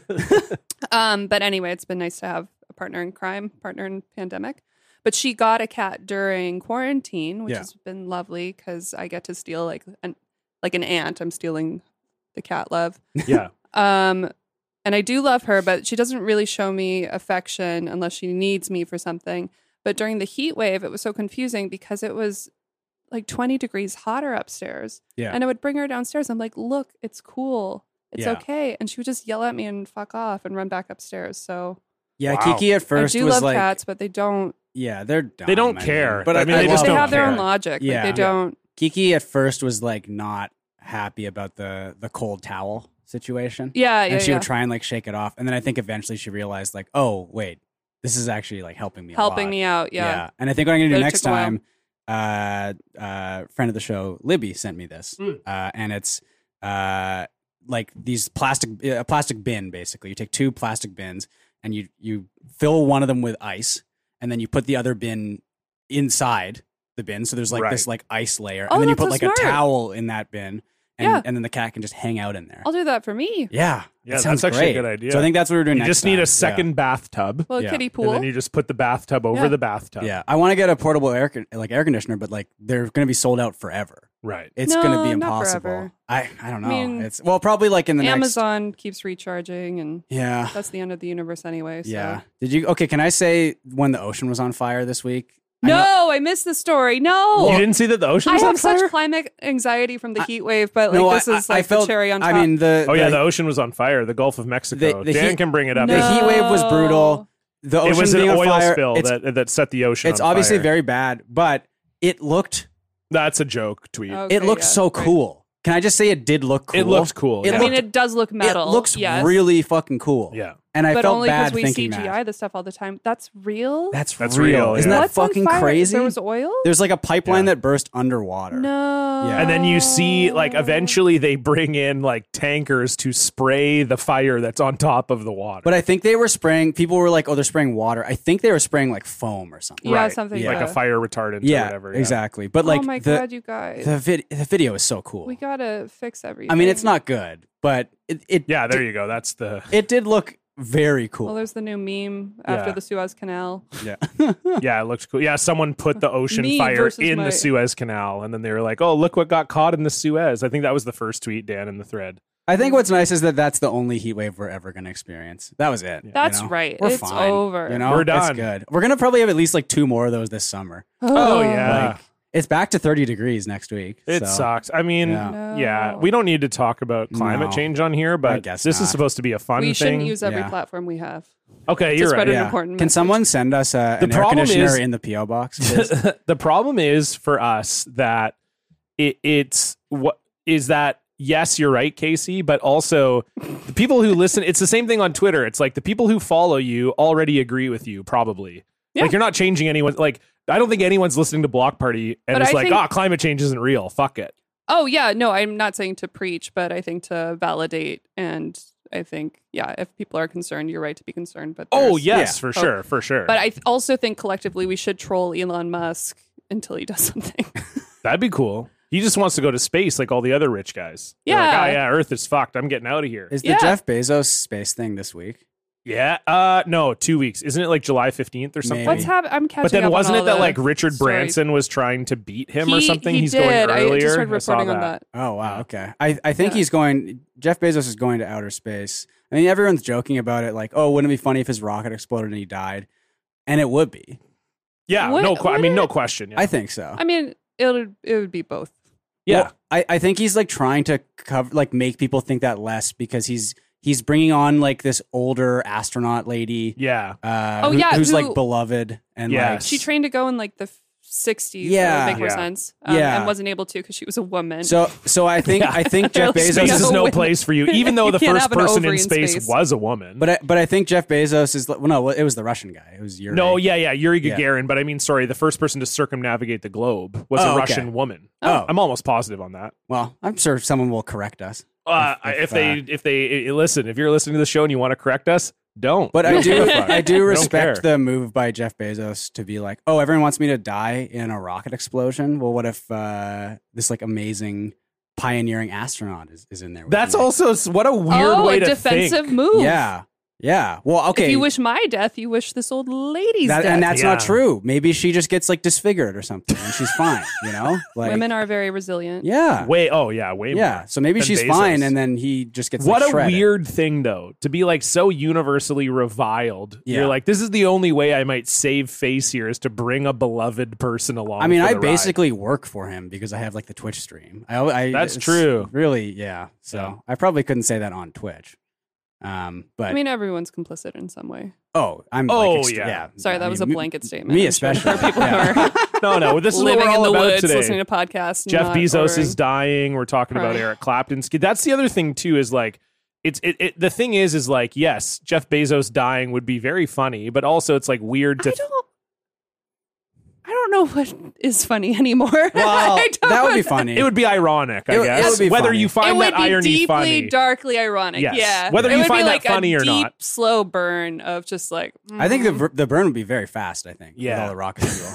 [SPEAKER 4] um, but anyway, it's been nice to have a partner in crime, partner in pandemic. But she got a cat during quarantine, which
[SPEAKER 3] Yeah.
[SPEAKER 4] has been lovely because I get to steal like an, like an ant. I'm stealing the cat love.
[SPEAKER 1] yeah,
[SPEAKER 4] Um, and I do love her, but she doesn't really show me affection unless she needs me for something. But during the heat wave, it was so confusing because it was like 20 degrees hotter upstairs.
[SPEAKER 3] Yeah.
[SPEAKER 4] And I would bring her downstairs. I'm like, look, it's cool. It's
[SPEAKER 3] Yeah.
[SPEAKER 4] okay. And she would just yell at me and fuck off and run back upstairs. So
[SPEAKER 3] Yeah,
[SPEAKER 1] Wow.
[SPEAKER 3] Kiki at first
[SPEAKER 4] I do
[SPEAKER 3] was
[SPEAKER 4] love
[SPEAKER 3] like,
[SPEAKER 4] cats, but they don't,
[SPEAKER 3] yeah, they're dumb,
[SPEAKER 1] They don't
[SPEAKER 3] I mean.
[SPEAKER 1] care.
[SPEAKER 3] But
[SPEAKER 1] I
[SPEAKER 3] I
[SPEAKER 1] mean,
[SPEAKER 3] I
[SPEAKER 1] they
[SPEAKER 4] they,
[SPEAKER 1] just
[SPEAKER 3] love
[SPEAKER 1] don't
[SPEAKER 4] have their
[SPEAKER 1] care.
[SPEAKER 4] own logic.
[SPEAKER 3] Yeah.
[SPEAKER 4] Like they
[SPEAKER 3] Yeah.
[SPEAKER 4] don't,
[SPEAKER 3] Kiki at first was like not happy about the the cold towel situation,
[SPEAKER 4] yeah, yeah,
[SPEAKER 3] and she
[SPEAKER 4] yeah.
[SPEAKER 3] would try and like shake it off, and then I think eventually she realized like, oh wait, this is actually like helping me, a
[SPEAKER 4] helping
[SPEAKER 3] lot.
[SPEAKER 4] me out. Yeah.
[SPEAKER 3] And I think what I'm gonna do
[SPEAKER 4] But it
[SPEAKER 3] next
[SPEAKER 4] took a while.
[SPEAKER 3] time, uh, uh, friend of the show Libby sent me this,
[SPEAKER 1] Mm.
[SPEAKER 3] uh, and it's uh, like these plastic uh, a plastic bin basically. You take two plastic bins and you you fill one of them with ice, and then you put the other bin inside the bin. So there's like
[SPEAKER 1] Right.
[SPEAKER 3] this like ice layer,
[SPEAKER 4] Oh,
[SPEAKER 3] and then you
[SPEAKER 4] that's
[SPEAKER 3] put
[SPEAKER 4] so
[SPEAKER 3] like
[SPEAKER 4] smart.
[SPEAKER 3] a towel in that bin, and
[SPEAKER 4] Yeah.
[SPEAKER 3] and then the cat can just hang out in there.
[SPEAKER 4] I'll do that for me.
[SPEAKER 3] yeah,
[SPEAKER 1] Oh. Yeah,
[SPEAKER 3] that sounds
[SPEAKER 1] that's actually a
[SPEAKER 3] great.
[SPEAKER 1] good idea.
[SPEAKER 3] So I think that's what we're doing.
[SPEAKER 1] you
[SPEAKER 3] next
[SPEAKER 1] just need
[SPEAKER 3] time.
[SPEAKER 1] a second bathtub,
[SPEAKER 4] Well, a
[SPEAKER 3] Yeah.
[SPEAKER 4] kiddie
[SPEAKER 1] and
[SPEAKER 4] pool.
[SPEAKER 1] then you just put the bathtub over
[SPEAKER 4] Yeah.
[SPEAKER 1] the
[SPEAKER 3] Yeah,
[SPEAKER 1] bathtub.
[SPEAKER 3] yeah. I want to get a portable air con- like air conditioner, but like they're going to be sold out forever.
[SPEAKER 1] right.
[SPEAKER 3] It's
[SPEAKER 4] No,
[SPEAKER 3] going to be
[SPEAKER 4] not
[SPEAKER 3] impossible.
[SPEAKER 4] forever.
[SPEAKER 3] I, I don't know.
[SPEAKER 4] mean,
[SPEAKER 3] it's well, probably like in the
[SPEAKER 4] Amazon keeps recharging and
[SPEAKER 3] next. Yeah,
[SPEAKER 4] that's the end of the universe anyway. So.
[SPEAKER 3] yeah. Did you? Okay, can I say when the ocean was on fire this week? I know-
[SPEAKER 4] No, I missed the story. No.
[SPEAKER 1] you didn't see that the ocean
[SPEAKER 4] I
[SPEAKER 1] was on
[SPEAKER 4] have
[SPEAKER 1] fire.
[SPEAKER 4] such climate anxiety from the
[SPEAKER 3] I-
[SPEAKER 4] heat wave, but like
[SPEAKER 3] no,
[SPEAKER 4] this
[SPEAKER 3] I,
[SPEAKER 4] is
[SPEAKER 3] I- I
[SPEAKER 4] like
[SPEAKER 3] felt,
[SPEAKER 4] the cherry on top.
[SPEAKER 3] I mean, the
[SPEAKER 1] oh yeah, the
[SPEAKER 3] the,
[SPEAKER 1] ocean was on fire. The Gulf of Mexico.
[SPEAKER 3] the
[SPEAKER 1] Dan
[SPEAKER 3] heat-
[SPEAKER 1] can bring it up.
[SPEAKER 3] the heat wave was brutal. the ocean
[SPEAKER 1] It was an
[SPEAKER 3] being on
[SPEAKER 1] oil
[SPEAKER 3] fire,
[SPEAKER 1] spill
[SPEAKER 3] It's,
[SPEAKER 1] that that set the ocean.
[SPEAKER 3] it's
[SPEAKER 1] on
[SPEAKER 3] obviously
[SPEAKER 1] fire.
[SPEAKER 3] very bad, but it looked
[SPEAKER 1] That's a joke tweet.
[SPEAKER 4] Okay,
[SPEAKER 3] it looked
[SPEAKER 4] yeah,
[SPEAKER 3] so
[SPEAKER 4] right.
[SPEAKER 3] cool. Can I just say it did look cool?
[SPEAKER 1] It looks cool.
[SPEAKER 3] It
[SPEAKER 1] yeah.
[SPEAKER 4] I mean,
[SPEAKER 3] looked-
[SPEAKER 4] it does look
[SPEAKER 3] It
[SPEAKER 4] metal.
[SPEAKER 3] looks
[SPEAKER 4] yes.
[SPEAKER 3] really fucking cool.
[SPEAKER 1] yeah.
[SPEAKER 3] and I
[SPEAKER 4] but
[SPEAKER 3] felt
[SPEAKER 4] only
[SPEAKER 3] bad
[SPEAKER 4] we
[SPEAKER 3] thinking
[SPEAKER 4] CGI
[SPEAKER 3] that.
[SPEAKER 4] the stuff all the time. That's real.
[SPEAKER 3] That's,
[SPEAKER 1] That's
[SPEAKER 3] real.
[SPEAKER 1] real,
[SPEAKER 3] Isn't
[SPEAKER 1] yeah.
[SPEAKER 3] that
[SPEAKER 4] What's on
[SPEAKER 3] fucking
[SPEAKER 4] fire?
[SPEAKER 3] crazy?
[SPEAKER 4] There was oil.
[SPEAKER 3] There's like a pipeline
[SPEAKER 1] Yeah.
[SPEAKER 3] that burst underwater.
[SPEAKER 4] no.
[SPEAKER 3] Yeah.
[SPEAKER 1] And then you see, like, eventually they bring in like tankers to spray the fire that's on top of the water.
[SPEAKER 3] But I think they were spraying. People were like, "Oh, they're spraying water." I think they were spraying like foam or something.
[SPEAKER 4] Yeah,
[SPEAKER 1] Right.
[SPEAKER 4] something
[SPEAKER 1] like
[SPEAKER 4] yeah.
[SPEAKER 1] a fire retardant
[SPEAKER 3] Yeah,
[SPEAKER 1] or whatever. yeah.
[SPEAKER 3] exactly. But like
[SPEAKER 4] oh my
[SPEAKER 3] the
[SPEAKER 4] god, you guys.
[SPEAKER 3] the vid- the video is so cool.
[SPEAKER 4] we gotta fix everything.
[SPEAKER 3] I mean, it's not good, but it it
[SPEAKER 1] Yeah, there you go. That's the
[SPEAKER 3] it did look very
[SPEAKER 4] Well,
[SPEAKER 3] cool.
[SPEAKER 4] there's the new meme after
[SPEAKER 1] Yeah.
[SPEAKER 4] the Suez Canal.
[SPEAKER 3] yeah.
[SPEAKER 1] yeah, it looked cool. Yeah, someone put the ocean
[SPEAKER 4] Me
[SPEAKER 1] fire
[SPEAKER 4] versus
[SPEAKER 1] in
[SPEAKER 4] my-
[SPEAKER 1] the Suez Canal, and then they were like, "Oh, look what got caught in the Suez." I think that was the first tweet Dan in the thread.
[SPEAKER 3] I think what's nice is that that's the only heat wave we're ever going to experience. That was it. you
[SPEAKER 4] That's
[SPEAKER 3] know?
[SPEAKER 4] right.
[SPEAKER 3] We're
[SPEAKER 4] it's
[SPEAKER 3] fine,
[SPEAKER 4] over.
[SPEAKER 3] You know,
[SPEAKER 1] We're
[SPEAKER 3] It's
[SPEAKER 1] done.
[SPEAKER 3] good. We're gonna probably have at least like two more of those this summer.
[SPEAKER 1] Oh, yeah,
[SPEAKER 3] Like, it's back to 30 degrees next week.
[SPEAKER 1] it
[SPEAKER 3] so.
[SPEAKER 1] sucks. I mean,
[SPEAKER 3] Yeah.
[SPEAKER 1] yeah.
[SPEAKER 4] No.
[SPEAKER 1] we don't need to talk about climate
[SPEAKER 3] No.
[SPEAKER 1] change on here, but
[SPEAKER 3] guess
[SPEAKER 1] this is
[SPEAKER 3] not.
[SPEAKER 1] supposed to be a fun
[SPEAKER 4] we shouldn't
[SPEAKER 1] thing.
[SPEAKER 4] use every
[SPEAKER 3] Yeah.
[SPEAKER 4] platform we have.
[SPEAKER 1] okay,
[SPEAKER 4] to
[SPEAKER 1] you're
[SPEAKER 4] spread
[SPEAKER 1] right.
[SPEAKER 4] an
[SPEAKER 3] Yeah.
[SPEAKER 4] important
[SPEAKER 3] Can
[SPEAKER 4] message.
[SPEAKER 3] someone send us uh,
[SPEAKER 1] The
[SPEAKER 3] an air
[SPEAKER 1] problem
[SPEAKER 3] conditioner
[SPEAKER 1] is-
[SPEAKER 3] in the PO box? please?
[SPEAKER 1] the problem is for us that it, it's what is that yes you're right casey but also the people who listen it's the same thing on twitter it's like the people who follow you already agree with you probably
[SPEAKER 4] Yeah.
[SPEAKER 1] like you're not changing anyone like i don't think anyone's listening to block party and
[SPEAKER 4] But
[SPEAKER 1] it's
[SPEAKER 4] I
[SPEAKER 1] like
[SPEAKER 4] think-
[SPEAKER 1] ah climate change isn't real fuck it
[SPEAKER 4] Oh yeah, no, I'm not saying to preach, but I think to validate and I think yeah, if people are concerned, you're right to be concerned, but
[SPEAKER 1] oh
[SPEAKER 4] there's-
[SPEAKER 1] yes
[SPEAKER 3] yeah.
[SPEAKER 1] for sure for sure
[SPEAKER 4] But I th- also think collectively we should troll Elon Musk until he does something.
[SPEAKER 1] that'd be cool he just wants to go to space like all the other rich guys They're
[SPEAKER 4] Yeah.
[SPEAKER 1] like, oh, yeah earth is fucked i'm getting out of here
[SPEAKER 3] Is the
[SPEAKER 4] Yeah.
[SPEAKER 3] Jeff Bezos space thing this week?
[SPEAKER 1] yeah uh no two weeks isn't it like july 15th or something
[SPEAKER 3] Maybe.
[SPEAKER 4] What's happening? I'm catching
[SPEAKER 1] But then
[SPEAKER 4] up on
[SPEAKER 1] wasn't
[SPEAKER 4] all
[SPEAKER 1] it that
[SPEAKER 4] the
[SPEAKER 1] like Richard
[SPEAKER 4] stories.
[SPEAKER 1] Branson was trying to beat him or
[SPEAKER 4] He-
[SPEAKER 1] something?
[SPEAKER 4] He
[SPEAKER 1] He's
[SPEAKER 4] did.
[SPEAKER 1] going earlier.
[SPEAKER 4] I just heard
[SPEAKER 1] I saw
[SPEAKER 4] reporting on that.
[SPEAKER 3] Oh wow, okay. I, I think
[SPEAKER 4] Yeah.
[SPEAKER 3] he's going. Jeff Bezos is going to outer space. I mean, everyone's joking about it, like, oh, wouldn't it be funny if his rocket exploded and he died? And it would be.
[SPEAKER 1] Yeah,
[SPEAKER 4] Would-
[SPEAKER 1] no. que- I
[SPEAKER 4] would
[SPEAKER 1] mean, no
[SPEAKER 4] it?
[SPEAKER 1] question. Yeah,
[SPEAKER 3] I think so.
[SPEAKER 4] I mean, it would it would be both.
[SPEAKER 1] yeah.
[SPEAKER 3] Well, I, I think he's like trying to cover, like, make people think that less because he's he's bringing on like this older astronaut lady.
[SPEAKER 1] yeah.
[SPEAKER 3] Uh,
[SPEAKER 4] Oh,
[SPEAKER 3] who-
[SPEAKER 4] yeah,
[SPEAKER 3] who's like
[SPEAKER 4] who-
[SPEAKER 3] beloved and
[SPEAKER 1] Yes.
[SPEAKER 4] She trained to go in like the 60s.
[SPEAKER 3] Yeah.
[SPEAKER 4] Yeah. Make more
[SPEAKER 1] Yeah.
[SPEAKER 4] sense. Um,
[SPEAKER 3] Yeah.
[SPEAKER 4] And wasn't able to because she was a woman.
[SPEAKER 3] like so so I think I think Jeff
[SPEAKER 4] Really
[SPEAKER 3] Bezos
[SPEAKER 4] speaking
[SPEAKER 1] This
[SPEAKER 3] is
[SPEAKER 1] is
[SPEAKER 4] of
[SPEAKER 1] no
[SPEAKER 4] women.
[SPEAKER 1] place for you, even though
[SPEAKER 4] You
[SPEAKER 1] the
[SPEAKER 4] can't
[SPEAKER 1] first
[SPEAKER 4] have an
[SPEAKER 1] person in
[SPEAKER 4] ovary in
[SPEAKER 1] space,
[SPEAKER 4] space.
[SPEAKER 1] was a woman.
[SPEAKER 3] but I, but I think Jeff Bezos is like, well, no it was the Russian guy it was Yuri
[SPEAKER 1] no, yeah, yeah, Yuri
[SPEAKER 3] Yeah.
[SPEAKER 1] Gagarin. But I mean, sorry, the first person to circumnavigate the globe was
[SPEAKER 3] Oh,
[SPEAKER 1] a
[SPEAKER 3] okay.
[SPEAKER 1] Russian woman.
[SPEAKER 3] Oh.
[SPEAKER 1] I'm almost positive on that.
[SPEAKER 3] well I'm sure someone will correct us
[SPEAKER 1] Uh,
[SPEAKER 3] If-
[SPEAKER 1] if,
[SPEAKER 3] if,
[SPEAKER 1] they, if they, i- listen, if you're listening to the show and you want to correct us, don't.
[SPEAKER 3] But I do,
[SPEAKER 1] Fuck.
[SPEAKER 3] I do
[SPEAKER 1] don't
[SPEAKER 3] respect
[SPEAKER 1] care.
[SPEAKER 3] the move by Jeff Bezos to be like, oh, everyone wants me to die in a rocket explosion. Well, what if uh, this like amazing pioneering astronaut is, is in there? with
[SPEAKER 1] That's
[SPEAKER 3] me?
[SPEAKER 1] also s- what a weird
[SPEAKER 4] oh,
[SPEAKER 1] way
[SPEAKER 4] a
[SPEAKER 1] to
[SPEAKER 4] defensive
[SPEAKER 1] think.
[SPEAKER 4] move.
[SPEAKER 3] Yeah, yeah. Well, okay.
[SPEAKER 4] If you wish my death, you wish this old lady's
[SPEAKER 3] that,
[SPEAKER 4] death.
[SPEAKER 3] and that's not
[SPEAKER 1] Yeah.
[SPEAKER 3] true. Maybe she just gets like disfigured or something, and she's fine. You know, like
[SPEAKER 4] Women are very resilient.
[SPEAKER 3] yeah,
[SPEAKER 1] Way, oh yeah, way more.
[SPEAKER 3] yeah. So maybe
[SPEAKER 1] than
[SPEAKER 3] she's
[SPEAKER 1] Bezos.
[SPEAKER 3] fine, and then he just gets
[SPEAKER 1] what
[SPEAKER 3] like,
[SPEAKER 1] a
[SPEAKER 3] shredded.
[SPEAKER 1] weird thing though to be like so universally reviled
[SPEAKER 3] Yeah.
[SPEAKER 1] you're like this is the only way i might save face here is to bring a beloved person along
[SPEAKER 3] I mean,
[SPEAKER 1] for
[SPEAKER 3] I
[SPEAKER 1] the ride.
[SPEAKER 3] basically work for him because I have like the Twitch stream. I, I
[SPEAKER 1] That's
[SPEAKER 3] it's
[SPEAKER 1] true.
[SPEAKER 3] Really, yeah. So
[SPEAKER 1] Yeah.
[SPEAKER 3] I probably couldn't say that on Twitch. Um, but
[SPEAKER 4] I mean, everyone's complicit in some way.
[SPEAKER 3] oh, I'm like,
[SPEAKER 1] Oh,
[SPEAKER 3] ext-
[SPEAKER 1] yeah.
[SPEAKER 4] Sorry,
[SPEAKER 3] I
[SPEAKER 4] that
[SPEAKER 3] mean,
[SPEAKER 4] was a
[SPEAKER 3] me-
[SPEAKER 4] blanket statement.
[SPEAKER 3] Me
[SPEAKER 4] I'm sure
[SPEAKER 3] especially.
[SPEAKER 4] For people
[SPEAKER 3] yeah.
[SPEAKER 4] who are
[SPEAKER 1] no no this is what
[SPEAKER 4] living
[SPEAKER 1] we're all
[SPEAKER 4] in the
[SPEAKER 1] about
[SPEAKER 4] woods,
[SPEAKER 1] today
[SPEAKER 4] listening to podcasts.
[SPEAKER 1] jeff
[SPEAKER 4] not
[SPEAKER 1] bezos
[SPEAKER 4] ordering.
[SPEAKER 1] is dying we're talking about
[SPEAKER 4] Right.
[SPEAKER 1] eric clapton's kid that's the other thing too is like it's it, it the thing is is like yes jeff bezos dying would be very funny but also it's like weird
[SPEAKER 4] I
[SPEAKER 1] to
[SPEAKER 4] don't. I don't know what is funny anymore.
[SPEAKER 3] Well,
[SPEAKER 4] I don't-
[SPEAKER 3] that would be funny.
[SPEAKER 1] it would be ironic
[SPEAKER 3] It
[SPEAKER 1] i
[SPEAKER 3] would- it
[SPEAKER 1] guess
[SPEAKER 3] would be
[SPEAKER 1] whether
[SPEAKER 3] funny.
[SPEAKER 1] you
[SPEAKER 4] it
[SPEAKER 1] find
[SPEAKER 4] would
[SPEAKER 1] that
[SPEAKER 4] be
[SPEAKER 1] irony
[SPEAKER 4] deeply,
[SPEAKER 1] funny
[SPEAKER 4] darkly ironic.
[SPEAKER 1] Yes.
[SPEAKER 4] Yeah.
[SPEAKER 1] Whether
[SPEAKER 4] It
[SPEAKER 1] you
[SPEAKER 4] would be
[SPEAKER 1] find that
[SPEAKER 4] like a
[SPEAKER 1] funny or not.
[SPEAKER 4] deep, Slow burn of just like.
[SPEAKER 3] I think the
[SPEAKER 4] mm.
[SPEAKER 3] ver- the burn would be very fast. I think. With
[SPEAKER 1] Yeah.
[SPEAKER 3] all the rocket fuel.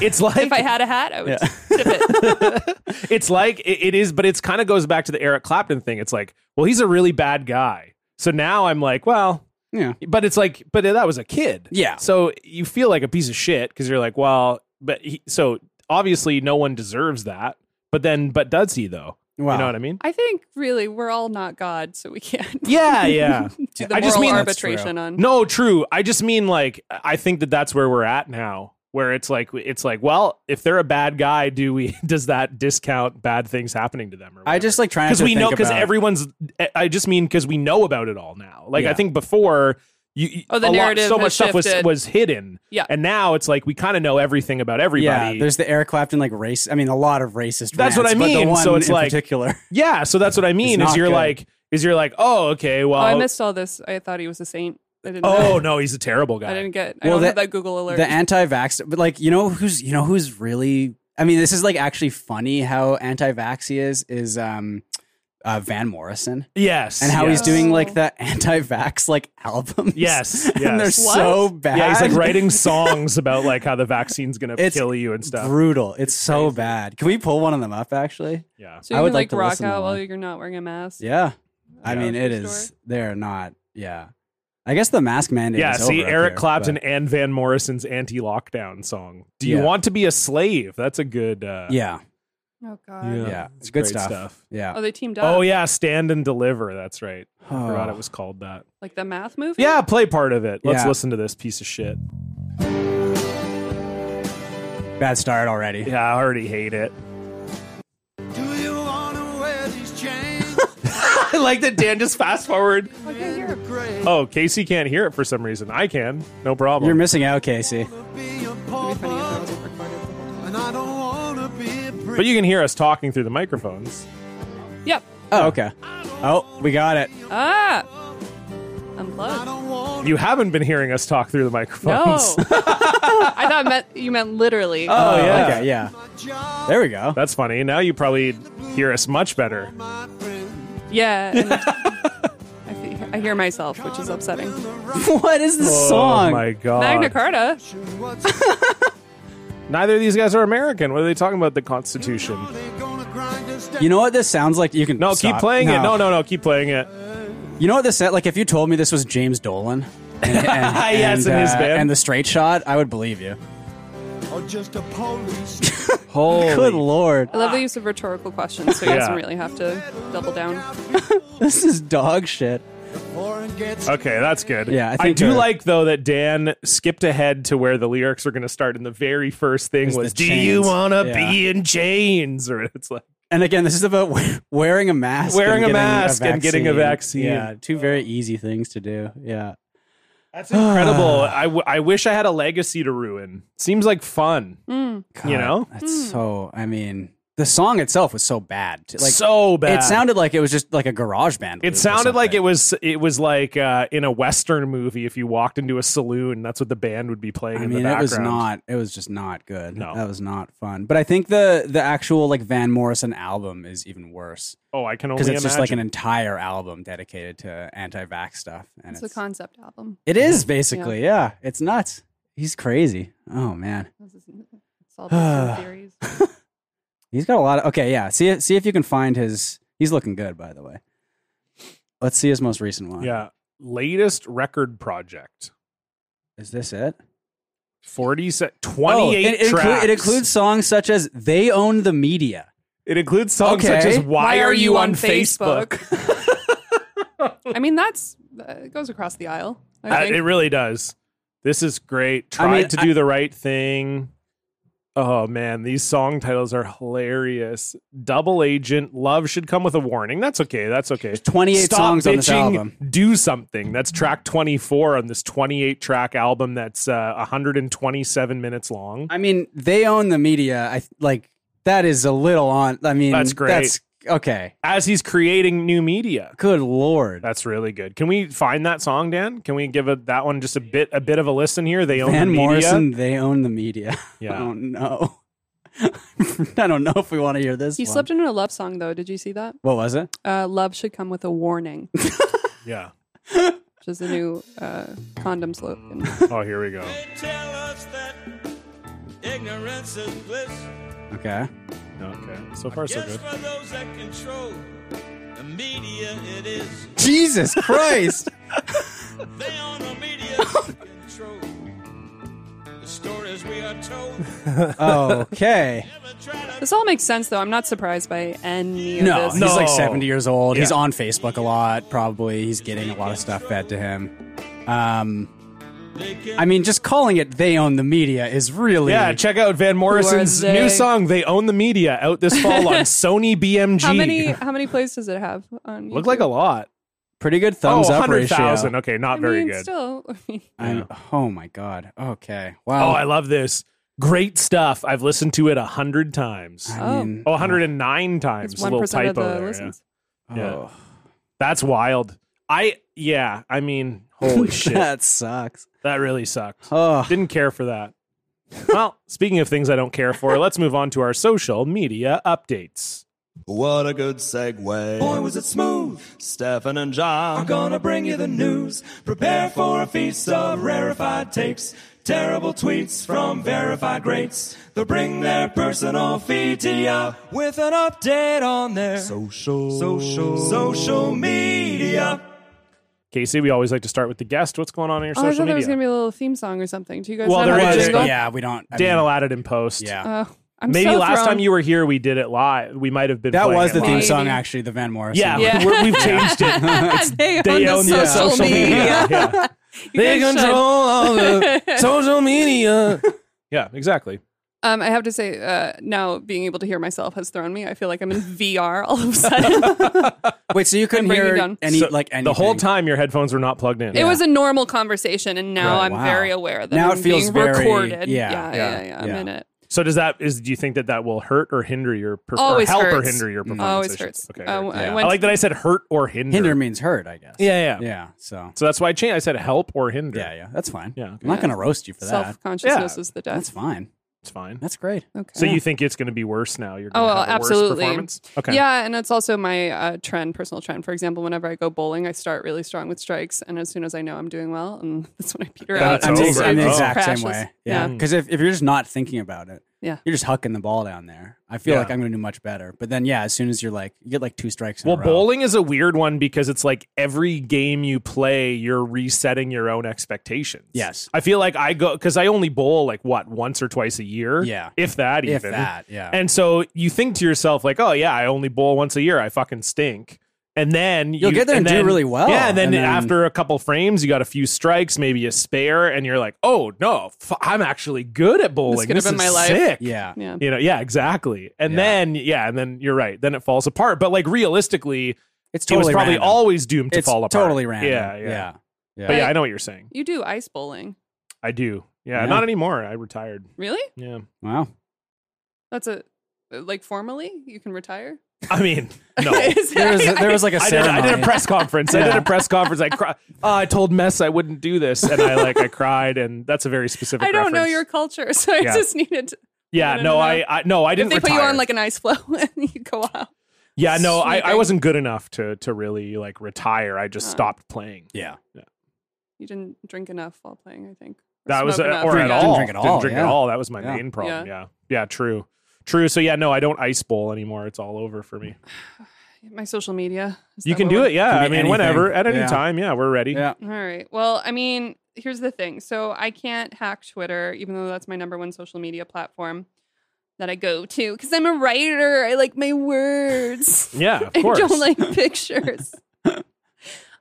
[SPEAKER 1] it's like
[SPEAKER 4] if I had a hat, I would
[SPEAKER 3] Yeah.
[SPEAKER 4] tip it.
[SPEAKER 1] it's like it, it is, but it's kind of goes back to the Eric Clapton thing. It's like, well, he's a really bad guy. So now I'm like, well,
[SPEAKER 3] yeah.
[SPEAKER 1] but it's like, but that was a kid.
[SPEAKER 3] Yeah.
[SPEAKER 1] So you feel like a piece of shit because you're like, well, but he, so obviously no one deserves that. But then, but does he though?
[SPEAKER 3] Wow.
[SPEAKER 1] You know what I mean?
[SPEAKER 4] I think really we're all not God, so we can't
[SPEAKER 1] Yeah, yeah.
[SPEAKER 4] do the
[SPEAKER 1] I
[SPEAKER 4] moral
[SPEAKER 1] just mean-
[SPEAKER 3] That's true.
[SPEAKER 4] arbitration on.
[SPEAKER 1] No, true. I just mean like I think that that's where we're at now, where it's like it's like, well, if they're a bad guy, do we does that discount bad things happening to them? Or
[SPEAKER 3] I just like trying
[SPEAKER 1] because
[SPEAKER 3] to
[SPEAKER 1] we know
[SPEAKER 3] think
[SPEAKER 1] because
[SPEAKER 3] about-
[SPEAKER 1] everyone's I- i just mean because we know about it all now like
[SPEAKER 3] Yeah.
[SPEAKER 1] i think before you you-
[SPEAKER 4] Oh,
[SPEAKER 1] a
[SPEAKER 4] the
[SPEAKER 1] lot-
[SPEAKER 4] narrative
[SPEAKER 1] so
[SPEAKER 4] has
[SPEAKER 1] much stuff was
[SPEAKER 4] shifted.
[SPEAKER 1] was hidden
[SPEAKER 4] Yeah.
[SPEAKER 1] and now it's like we kind of know everything about everybody
[SPEAKER 3] Yeah, there's the Eric Clapton like race. I mean, a lot of racist.
[SPEAKER 1] That's what
[SPEAKER 3] rants,
[SPEAKER 1] I
[SPEAKER 3] but the
[SPEAKER 1] mean.
[SPEAKER 3] one
[SPEAKER 1] So it's
[SPEAKER 3] in
[SPEAKER 1] like-
[SPEAKER 3] particular.
[SPEAKER 1] Yeah, so that's what i mean
[SPEAKER 3] It's
[SPEAKER 1] is
[SPEAKER 3] not
[SPEAKER 1] you're
[SPEAKER 3] good.
[SPEAKER 1] like Because you're like, oh, okay, well,
[SPEAKER 4] oh, I missed all this. I thought he was a saint. I didn't.
[SPEAKER 1] oh
[SPEAKER 4] know.
[SPEAKER 1] no, he's a terrible
[SPEAKER 4] I
[SPEAKER 1] guy.
[SPEAKER 4] didn't get. I
[SPEAKER 3] Well,
[SPEAKER 4] don't
[SPEAKER 3] that-
[SPEAKER 4] have that Google alert.
[SPEAKER 3] The anti-vax, but like you know who's you know who's really. I mean, this is like actually funny how anti-vax he is. Is um, uh, Van Morrison
[SPEAKER 1] Yes,
[SPEAKER 3] and how he's
[SPEAKER 1] yes.
[SPEAKER 3] doing like
[SPEAKER 4] Oh.
[SPEAKER 3] the anti-vax like albums.
[SPEAKER 1] Yes,
[SPEAKER 3] and they're
[SPEAKER 1] yes.
[SPEAKER 3] so bad.
[SPEAKER 1] Yeah, he's like writing songs about like how the vaccine's gonna
[SPEAKER 3] It's
[SPEAKER 1] kill you and stuff.
[SPEAKER 3] brutal. It's so bad. Can we pull one of them up actually?
[SPEAKER 1] yeah,
[SPEAKER 4] so you
[SPEAKER 3] I would
[SPEAKER 4] can
[SPEAKER 3] like
[SPEAKER 4] like,
[SPEAKER 3] to
[SPEAKER 4] rock
[SPEAKER 3] listen to
[SPEAKER 4] out while
[SPEAKER 3] one.
[SPEAKER 4] you're not wearing a mask.
[SPEAKER 3] Yeah. I
[SPEAKER 1] Yeah.
[SPEAKER 3] mean, it
[SPEAKER 4] True
[SPEAKER 3] is.
[SPEAKER 4] story.
[SPEAKER 3] They're not. Yeah. I guess the mask mandate.
[SPEAKER 1] yeah.
[SPEAKER 3] is
[SPEAKER 1] See,
[SPEAKER 3] over up
[SPEAKER 1] Eric
[SPEAKER 3] here,
[SPEAKER 1] Clapton
[SPEAKER 3] but-
[SPEAKER 1] and Van Morrison's anti-lockdown song. Do you
[SPEAKER 3] Yeah.
[SPEAKER 1] want to be a slave? That's a good. Uh,
[SPEAKER 3] Yeah.
[SPEAKER 4] Oh god.
[SPEAKER 1] Yeah.
[SPEAKER 3] Yeah.
[SPEAKER 1] It's
[SPEAKER 3] It's good
[SPEAKER 1] great
[SPEAKER 3] stuff.
[SPEAKER 1] stuff.
[SPEAKER 3] Yeah.
[SPEAKER 4] Oh, they teamed up.
[SPEAKER 1] Oh yeah, stand and deliver. That's right. I forgot
[SPEAKER 3] Oh.
[SPEAKER 1] it was called that.
[SPEAKER 4] Like the math movie.
[SPEAKER 1] Yeah, play part of it. Let's
[SPEAKER 3] Yeah.
[SPEAKER 1] listen to this piece of shit.
[SPEAKER 3] Bad start already.
[SPEAKER 1] Yeah, I already hate it.
[SPEAKER 2] Do you want to wear these chains?
[SPEAKER 1] I like that Dan just fast forward.
[SPEAKER 4] Okay, here.
[SPEAKER 2] Great.
[SPEAKER 1] Oh, Casey can't hear it for some reason. I can. No problem.
[SPEAKER 3] You're missing out, Casey.
[SPEAKER 2] Be a
[SPEAKER 4] It'd be funny if that
[SPEAKER 2] pauper,
[SPEAKER 4] wasn't recorded the whole time.
[SPEAKER 2] and I don't want to be a prick.
[SPEAKER 1] but you can hear us talking through the microphones.
[SPEAKER 4] Yep.
[SPEAKER 3] Oh, okay. Oh, we got it.
[SPEAKER 4] Ah.
[SPEAKER 2] I
[SPEAKER 4] Unplugged.
[SPEAKER 2] don't want
[SPEAKER 1] You haven't been hearing us talk through the microphones.
[SPEAKER 4] No. I thought meant, you meant literally.
[SPEAKER 1] Oh, yeah.
[SPEAKER 3] Okay, yeah.
[SPEAKER 2] my job,
[SPEAKER 3] There we go.
[SPEAKER 1] That's funny. Now you probably hear us much better.
[SPEAKER 2] my friend.
[SPEAKER 4] Yeah. and I, fe- I hear myself, which is upsetting.
[SPEAKER 3] what is this
[SPEAKER 1] Oh
[SPEAKER 3] song?
[SPEAKER 1] my god.
[SPEAKER 4] Magna Carta.
[SPEAKER 2] What's
[SPEAKER 1] Neither of these guys are American. What are they talking about? The Constitution.
[SPEAKER 2] really gonna grind us down?
[SPEAKER 3] You know what this sounds like? You can
[SPEAKER 1] No,
[SPEAKER 3] stop.
[SPEAKER 1] keep playing it. No, no, no, keep playing it.
[SPEAKER 3] You know what this sound like? If you told me this was James Dolan, and, and,
[SPEAKER 1] Yes, and his band.
[SPEAKER 3] and the Straight Shot, I would believe you.
[SPEAKER 2] or just a police
[SPEAKER 1] Holy
[SPEAKER 3] Good lord,
[SPEAKER 4] I love the use of rhetorical questions, so he
[SPEAKER 1] Ah. Yeah.
[SPEAKER 4] doesn't really have to double down.
[SPEAKER 3] this is dog shit.
[SPEAKER 2] foreign gets
[SPEAKER 1] Okay, that's good.
[SPEAKER 3] Yeah, I
[SPEAKER 1] I,
[SPEAKER 3] think
[SPEAKER 1] do
[SPEAKER 3] the-
[SPEAKER 1] like though that Dan skipped ahead to where the lyrics are going to start, and the very first thing
[SPEAKER 3] Was the
[SPEAKER 1] was, "Do you
[SPEAKER 3] chains."
[SPEAKER 1] want to
[SPEAKER 3] Yeah.
[SPEAKER 1] be in chains?" Or it's like,
[SPEAKER 3] And again, this is about we- wearing a mask,
[SPEAKER 1] Wearing a
[SPEAKER 3] and getting
[SPEAKER 1] mask and getting a vaccine.
[SPEAKER 3] Yeah, two very easy things to do. Yeah,
[SPEAKER 1] that's incredible. I, w- I wish I had a legacy to ruin. Seems like fun,
[SPEAKER 4] Mm.
[SPEAKER 1] you
[SPEAKER 3] God,
[SPEAKER 1] know?
[SPEAKER 3] that's so. I mean, the song itself was so bad. too. Like
[SPEAKER 1] so bad.
[SPEAKER 3] it sounded like it was just like a garage band.
[SPEAKER 1] It sounded like it was it was like uh, in a western movie. If you walked into a saloon, that's what the band would be playing.
[SPEAKER 3] I
[SPEAKER 1] in
[SPEAKER 3] mean,
[SPEAKER 1] the
[SPEAKER 3] it
[SPEAKER 1] background.
[SPEAKER 3] was not. It was just not good.
[SPEAKER 1] No.
[SPEAKER 3] that was not fun. But I think the the actual like Van Morrison album is even worse
[SPEAKER 1] Oh, I can only
[SPEAKER 3] because it's
[SPEAKER 1] imagine.
[SPEAKER 3] just like an entire album dedicated to anti-vax stuff. And
[SPEAKER 4] It's
[SPEAKER 3] it's,
[SPEAKER 4] a concept album.
[SPEAKER 3] it is basically yeah. It's nuts. He's crazy. Oh man.
[SPEAKER 4] This is- It's all based on theories.
[SPEAKER 3] He's got a lot of okay, yeah. See, see if you can find his. He's looking good, by the way. Let's see his most recent one.
[SPEAKER 1] yeah, latest record project.
[SPEAKER 3] is this it?
[SPEAKER 1] 40 se-
[SPEAKER 3] Oh,
[SPEAKER 1] 28
[SPEAKER 3] it, it, inclu-
[SPEAKER 1] tracks.
[SPEAKER 3] it includes songs such as "They Own the Media."
[SPEAKER 1] It includes songs
[SPEAKER 3] Okay.
[SPEAKER 1] such as "Why, Are You on Facebook."
[SPEAKER 4] I mean, that's uh, it goes across the aisle.
[SPEAKER 1] Uh,
[SPEAKER 4] I
[SPEAKER 1] it
[SPEAKER 4] think.
[SPEAKER 1] really does. This is great.
[SPEAKER 3] I
[SPEAKER 1] Tried
[SPEAKER 3] mean,
[SPEAKER 1] to
[SPEAKER 3] I-
[SPEAKER 1] do the right thing. Oh man, these song titles are hilarious. Double Agent, Love Should Come with a Warning. That's okay. That's okay.
[SPEAKER 3] 28
[SPEAKER 1] Stop
[SPEAKER 3] songs on this
[SPEAKER 1] bitching,
[SPEAKER 3] album.
[SPEAKER 1] Do something. That's track 24 on this 28 track album that's uh, 127 minutes long.
[SPEAKER 3] I mean, "They Own the Media." I th- like that is a little on. I mean,
[SPEAKER 1] That's great.
[SPEAKER 3] That's okay.
[SPEAKER 1] As he's creating new media.
[SPEAKER 3] Good lord,
[SPEAKER 1] That's really good. Can we find that song, Dan? Can we give a, that one just a bit a bit of a listen here? They own
[SPEAKER 3] Van
[SPEAKER 1] the media.
[SPEAKER 3] Morrison. They own the media. I
[SPEAKER 1] Yeah.
[SPEAKER 3] don't know. I don't know if we want to hear this.
[SPEAKER 4] He
[SPEAKER 3] one.
[SPEAKER 4] slipped into a love song though. Did you see that?
[SPEAKER 3] What was it?
[SPEAKER 4] Uh, love should come with a warning, which
[SPEAKER 1] Yeah.
[SPEAKER 4] is the new uh, condom slogan.
[SPEAKER 1] Oh, here we go.
[SPEAKER 5] They tell us that ignorance is bliss.
[SPEAKER 3] Okay.
[SPEAKER 1] Okay. So far so
[SPEAKER 5] Yes,
[SPEAKER 1] good.
[SPEAKER 5] for those that control the media, it is.
[SPEAKER 3] Jesus Christ.
[SPEAKER 5] They own the media control. The stories we are told.
[SPEAKER 3] okay.
[SPEAKER 5] Never try to
[SPEAKER 4] This all makes sense though. I'm not surprised by any of
[SPEAKER 3] No,
[SPEAKER 4] this.
[SPEAKER 3] he's
[SPEAKER 1] No.
[SPEAKER 3] like 70 years old. He's
[SPEAKER 1] Yeah.
[SPEAKER 3] on Facebook a lot, probably. He's getting a lot of stuff fed to him. Um,
[SPEAKER 5] make it.
[SPEAKER 3] I mean, just calling it "They Own the Media" is really
[SPEAKER 1] Yeah, check out Van Morrison's
[SPEAKER 4] they?
[SPEAKER 1] new song "They Own the Media" out this fall on Sony BMG.
[SPEAKER 4] How many how many plays does it have on?
[SPEAKER 1] Look like a
[SPEAKER 4] YouTube?
[SPEAKER 1] lot.
[SPEAKER 3] pretty good
[SPEAKER 1] Oh,
[SPEAKER 3] thumbs up ratio.
[SPEAKER 1] 100,000. Okay, not
[SPEAKER 4] I
[SPEAKER 1] very
[SPEAKER 4] mean,
[SPEAKER 1] good.
[SPEAKER 4] Still, I mean,
[SPEAKER 3] I'm- oh my god. Okay.
[SPEAKER 1] oh,
[SPEAKER 3] Wow.
[SPEAKER 1] I love this. Great stuff. I've listened to it a hundred times.
[SPEAKER 3] I mean,
[SPEAKER 1] Oh, 109 times.
[SPEAKER 4] Uh, it's
[SPEAKER 1] A
[SPEAKER 4] one
[SPEAKER 1] little
[SPEAKER 4] percent
[SPEAKER 1] typo
[SPEAKER 4] of the
[SPEAKER 1] there, yeah.
[SPEAKER 4] listens.
[SPEAKER 3] oh.
[SPEAKER 1] yeah. That's wild. I yeah, I mean, holy shit.
[SPEAKER 3] that sucks.
[SPEAKER 1] That really sucked.
[SPEAKER 3] Oh,
[SPEAKER 1] Didn't care for that. Well, speaking of things I don't care for, let's move on to our social media updates.
[SPEAKER 6] What a good segue. Boy, was it smooth. Stefan and John are gonna bring you the news. Prepare for a feast of rarefied takes. Terrible tweets from verified greats. They'll bring their personal E feed to ya with an update on their social, social, social media.
[SPEAKER 1] Casey, we always like to start with the guest. What's going on in your
[SPEAKER 4] Oh, I
[SPEAKER 1] social
[SPEAKER 4] thought it was
[SPEAKER 1] media?
[SPEAKER 4] gonna be a little theme song or something. Do you guys
[SPEAKER 1] Well,
[SPEAKER 4] not
[SPEAKER 1] there
[SPEAKER 4] have a
[SPEAKER 1] is-
[SPEAKER 4] jingle?
[SPEAKER 3] yeah, we don't. I
[SPEAKER 1] Dan
[SPEAKER 3] mean,
[SPEAKER 1] will add it in post.
[SPEAKER 3] yeah,
[SPEAKER 4] Oh, I'm
[SPEAKER 1] Maybe
[SPEAKER 4] so
[SPEAKER 1] last
[SPEAKER 4] thrown.
[SPEAKER 1] time you were here, we did it live. We might have been.
[SPEAKER 3] that
[SPEAKER 1] playing
[SPEAKER 3] was
[SPEAKER 1] it
[SPEAKER 3] the
[SPEAKER 1] live.
[SPEAKER 3] theme song.
[SPEAKER 4] Maybe.
[SPEAKER 3] Actually, the Van Morrison.
[SPEAKER 1] Yeah,
[SPEAKER 4] Yeah.
[SPEAKER 1] we're- we've changed it. It's-
[SPEAKER 4] they,
[SPEAKER 1] they own the social, media. Yeah.
[SPEAKER 4] You guys should.
[SPEAKER 1] all the social media. Yeah, exactly.
[SPEAKER 4] Um, I have to say, uh, now being able to hear myself has thrown me. I feel like I'm in VR all of a sudden.
[SPEAKER 3] Wait, so you couldn't
[SPEAKER 4] bring you
[SPEAKER 3] hear
[SPEAKER 4] down.
[SPEAKER 3] any
[SPEAKER 1] So
[SPEAKER 3] like anything.
[SPEAKER 1] The whole time your headphones were not plugged in.
[SPEAKER 4] It was a normal conversation, and now
[SPEAKER 3] Right,
[SPEAKER 4] I'm
[SPEAKER 3] wow.
[SPEAKER 4] very aware that
[SPEAKER 3] Now
[SPEAKER 4] I'm
[SPEAKER 3] it feels
[SPEAKER 4] being
[SPEAKER 3] very-
[SPEAKER 4] recorded.
[SPEAKER 3] yeah,
[SPEAKER 4] yeah,
[SPEAKER 1] yeah,
[SPEAKER 4] yeah, yeah, I'm
[SPEAKER 3] yeah.
[SPEAKER 4] in it.
[SPEAKER 1] So does that is do you think that that will hurt or hinder your perf-
[SPEAKER 4] Always
[SPEAKER 1] or help or
[SPEAKER 4] hurts. Mm,
[SPEAKER 1] hinder your performance?
[SPEAKER 4] Always
[SPEAKER 1] I should-
[SPEAKER 4] hurts.
[SPEAKER 1] Okay.
[SPEAKER 4] Uh,
[SPEAKER 1] great.
[SPEAKER 4] I,
[SPEAKER 3] Yeah.
[SPEAKER 4] went
[SPEAKER 1] I like that I said hurt or hinder.
[SPEAKER 3] hinder means hurt, I guess.
[SPEAKER 1] Yeah, yeah, yeah.
[SPEAKER 3] yeah. So
[SPEAKER 1] So that's why I changed. I said help or hinder.
[SPEAKER 3] yeah, yeah, that's fine.
[SPEAKER 1] Yeah, okay.
[SPEAKER 3] I'm not gonna roast you for that.
[SPEAKER 4] self consciousness
[SPEAKER 1] Yeah.
[SPEAKER 4] is the
[SPEAKER 3] That's
[SPEAKER 4] death.
[SPEAKER 3] fine.
[SPEAKER 1] It's fine.
[SPEAKER 3] That's great.
[SPEAKER 4] Okay.
[SPEAKER 1] So you think it's going to be worse now? You're
[SPEAKER 4] Oh,
[SPEAKER 1] going to have a worse
[SPEAKER 4] absolutely.
[SPEAKER 1] performance. Okay.
[SPEAKER 4] Yeah, and it's also my uh, trend, personal trend. For example, whenever I go bowling, I start really strong with strikes, and as soon as I know I'm doing well, and that's when I peter
[SPEAKER 1] Yeah,
[SPEAKER 4] out.
[SPEAKER 1] that's
[SPEAKER 3] I'm,
[SPEAKER 1] over.
[SPEAKER 3] the, I'm the
[SPEAKER 1] Oh.
[SPEAKER 3] exact
[SPEAKER 4] Crashes.
[SPEAKER 3] same way. Yeah,
[SPEAKER 1] Yeah.
[SPEAKER 3] because if, if you're just not thinking about it,
[SPEAKER 4] Yeah.
[SPEAKER 3] you're just hucking the ball down there. I feel
[SPEAKER 1] Yeah.
[SPEAKER 3] like I'm gonna do much better. But then yeah, as soon as you're like you get like two strikes. In
[SPEAKER 1] Well,
[SPEAKER 3] a row.
[SPEAKER 1] bowling is a weird one because it's like every game you play, you're resetting your own expectations.
[SPEAKER 3] Yes.
[SPEAKER 1] I feel like I go because I only bowl like what once or twice a year.
[SPEAKER 3] Yeah.
[SPEAKER 1] If that even.
[SPEAKER 3] if that, yeah.
[SPEAKER 1] And so you think to yourself, like, oh yeah, I only bowl once a year. I fucking stink. And then
[SPEAKER 3] You'll
[SPEAKER 1] you-
[SPEAKER 3] get there and do
[SPEAKER 1] then-
[SPEAKER 3] really well.
[SPEAKER 1] Yeah, and then,
[SPEAKER 3] And then-
[SPEAKER 1] after a couple frames, you got a few strikes, maybe a spare, and you're like, "Oh no, f- I'm actually good at bowling.
[SPEAKER 4] could have
[SPEAKER 1] This,
[SPEAKER 4] been
[SPEAKER 1] is
[SPEAKER 4] my life."
[SPEAKER 1] sick."
[SPEAKER 3] yeah.
[SPEAKER 4] Yeah.
[SPEAKER 1] you know, yeah, exactly. And
[SPEAKER 3] Yeah.
[SPEAKER 1] then yeah, and then you're right. Then it falls apart. But like realistically,
[SPEAKER 3] It's
[SPEAKER 1] it
[SPEAKER 3] totally
[SPEAKER 1] was probably
[SPEAKER 3] random.
[SPEAKER 1] always doomed to
[SPEAKER 3] it's
[SPEAKER 1] fall apart.
[SPEAKER 3] Totally random.
[SPEAKER 1] Yeah, yeah.
[SPEAKER 3] yeah.
[SPEAKER 1] But yeah,
[SPEAKER 4] But-
[SPEAKER 1] I know what you're saying.
[SPEAKER 4] You do ice bowling,
[SPEAKER 1] I do. Yeah,
[SPEAKER 3] Yeah.
[SPEAKER 1] not anymore. I retired.
[SPEAKER 4] really?
[SPEAKER 1] Yeah.
[SPEAKER 3] Wow.
[SPEAKER 4] That's a uh, like formally, you can retire.
[SPEAKER 1] I mean, no.
[SPEAKER 4] Is
[SPEAKER 3] There was
[SPEAKER 4] that-
[SPEAKER 3] there was like a
[SPEAKER 1] I did, I
[SPEAKER 3] ceremony.
[SPEAKER 1] did a press conference. I did
[SPEAKER 3] Yeah.
[SPEAKER 1] a press conference. I cri- oh, I told Mess I wouldn't do this, and I like I cried, and that's a very specific.
[SPEAKER 4] I don't know
[SPEAKER 1] reference.
[SPEAKER 4] your culture, so I
[SPEAKER 1] Yeah.
[SPEAKER 4] just needed. To,
[SPEAKER 1] Yeah,
[SPEAKER 4] I
[SPEAKER 1] no,
[SPEAKER 4] don't know.
[SPEAKER 1] I, I no, I
[SPEAKER 4] if
[SPEAKER 1] didn't.
[SPEAKER 4] they put you
[SPEAKER 1] retire.
[SPEAKER 4] on like an ice floe and you go out,
[SPEAKER 1] yeah, no, I, I
[SPEAKER 4] sweeping.
[SPEAKER 1] wasn't good enough to to really like retire. I just
[SPEAKER 4] Oh.
[SPEAKER 1] stopped playing.
[SPEAKER 3] yeah.
[SPEAKER 4] you didn't drink enough while playing. I think Or
[SPEAKER 1] That was
[SPEAKER 4] smoke
[SPEAKER 1] uh,
[SPEAKER 4] enough.
[SPEAKER 1] or at
[SPEAKER 3] Didn't
[SPEAKER 1] all.
[SPEAKER 3] drink at all,
[SPEAKER 1] drink
[SPEAKER 3] yeah.
[SPEAKER 1] at all. That was my
[SPEAKER 3] Yeah.
[SPEAKER 1] main problem. Yeah. yeah, true, true. So yeah, no, I don't ice bowl anymore. It's all over for me.
[SPEAKER 4] my social media. Is
[SPEAKER 1] You
[SPEAKER 4] that
[SPEAKER 1] can
[SPEAKER 4] what
[SPEAKER 1] do
[SPEAKER 4] we're-
[SPEAKER 1] it. Yeah,
[SPEAKER 3] Can
[SPEAKER 1] I
[SPEAKER 3] be
[SPEAKER 1] mean,
[SPEAKER 3] anything.
[SPEAKER 1] whenever, at any
[SPEAKER 3] Yeah.
[SPEAKER 1] time. Yeah, we're ready.
[SPEAKER 3] Yeah.
[SPEAKER 4] All right. Well, I mean, here's the thing. So I can't hack Twitter, even though that's my number one social media platform that I go to because I'm a writer. I like my words.
[SPEAKER 1] Yeah, of
[SPEAKER 4] I
[SPEAKER 1] course.
[SPEAKER 4] don't like pictures.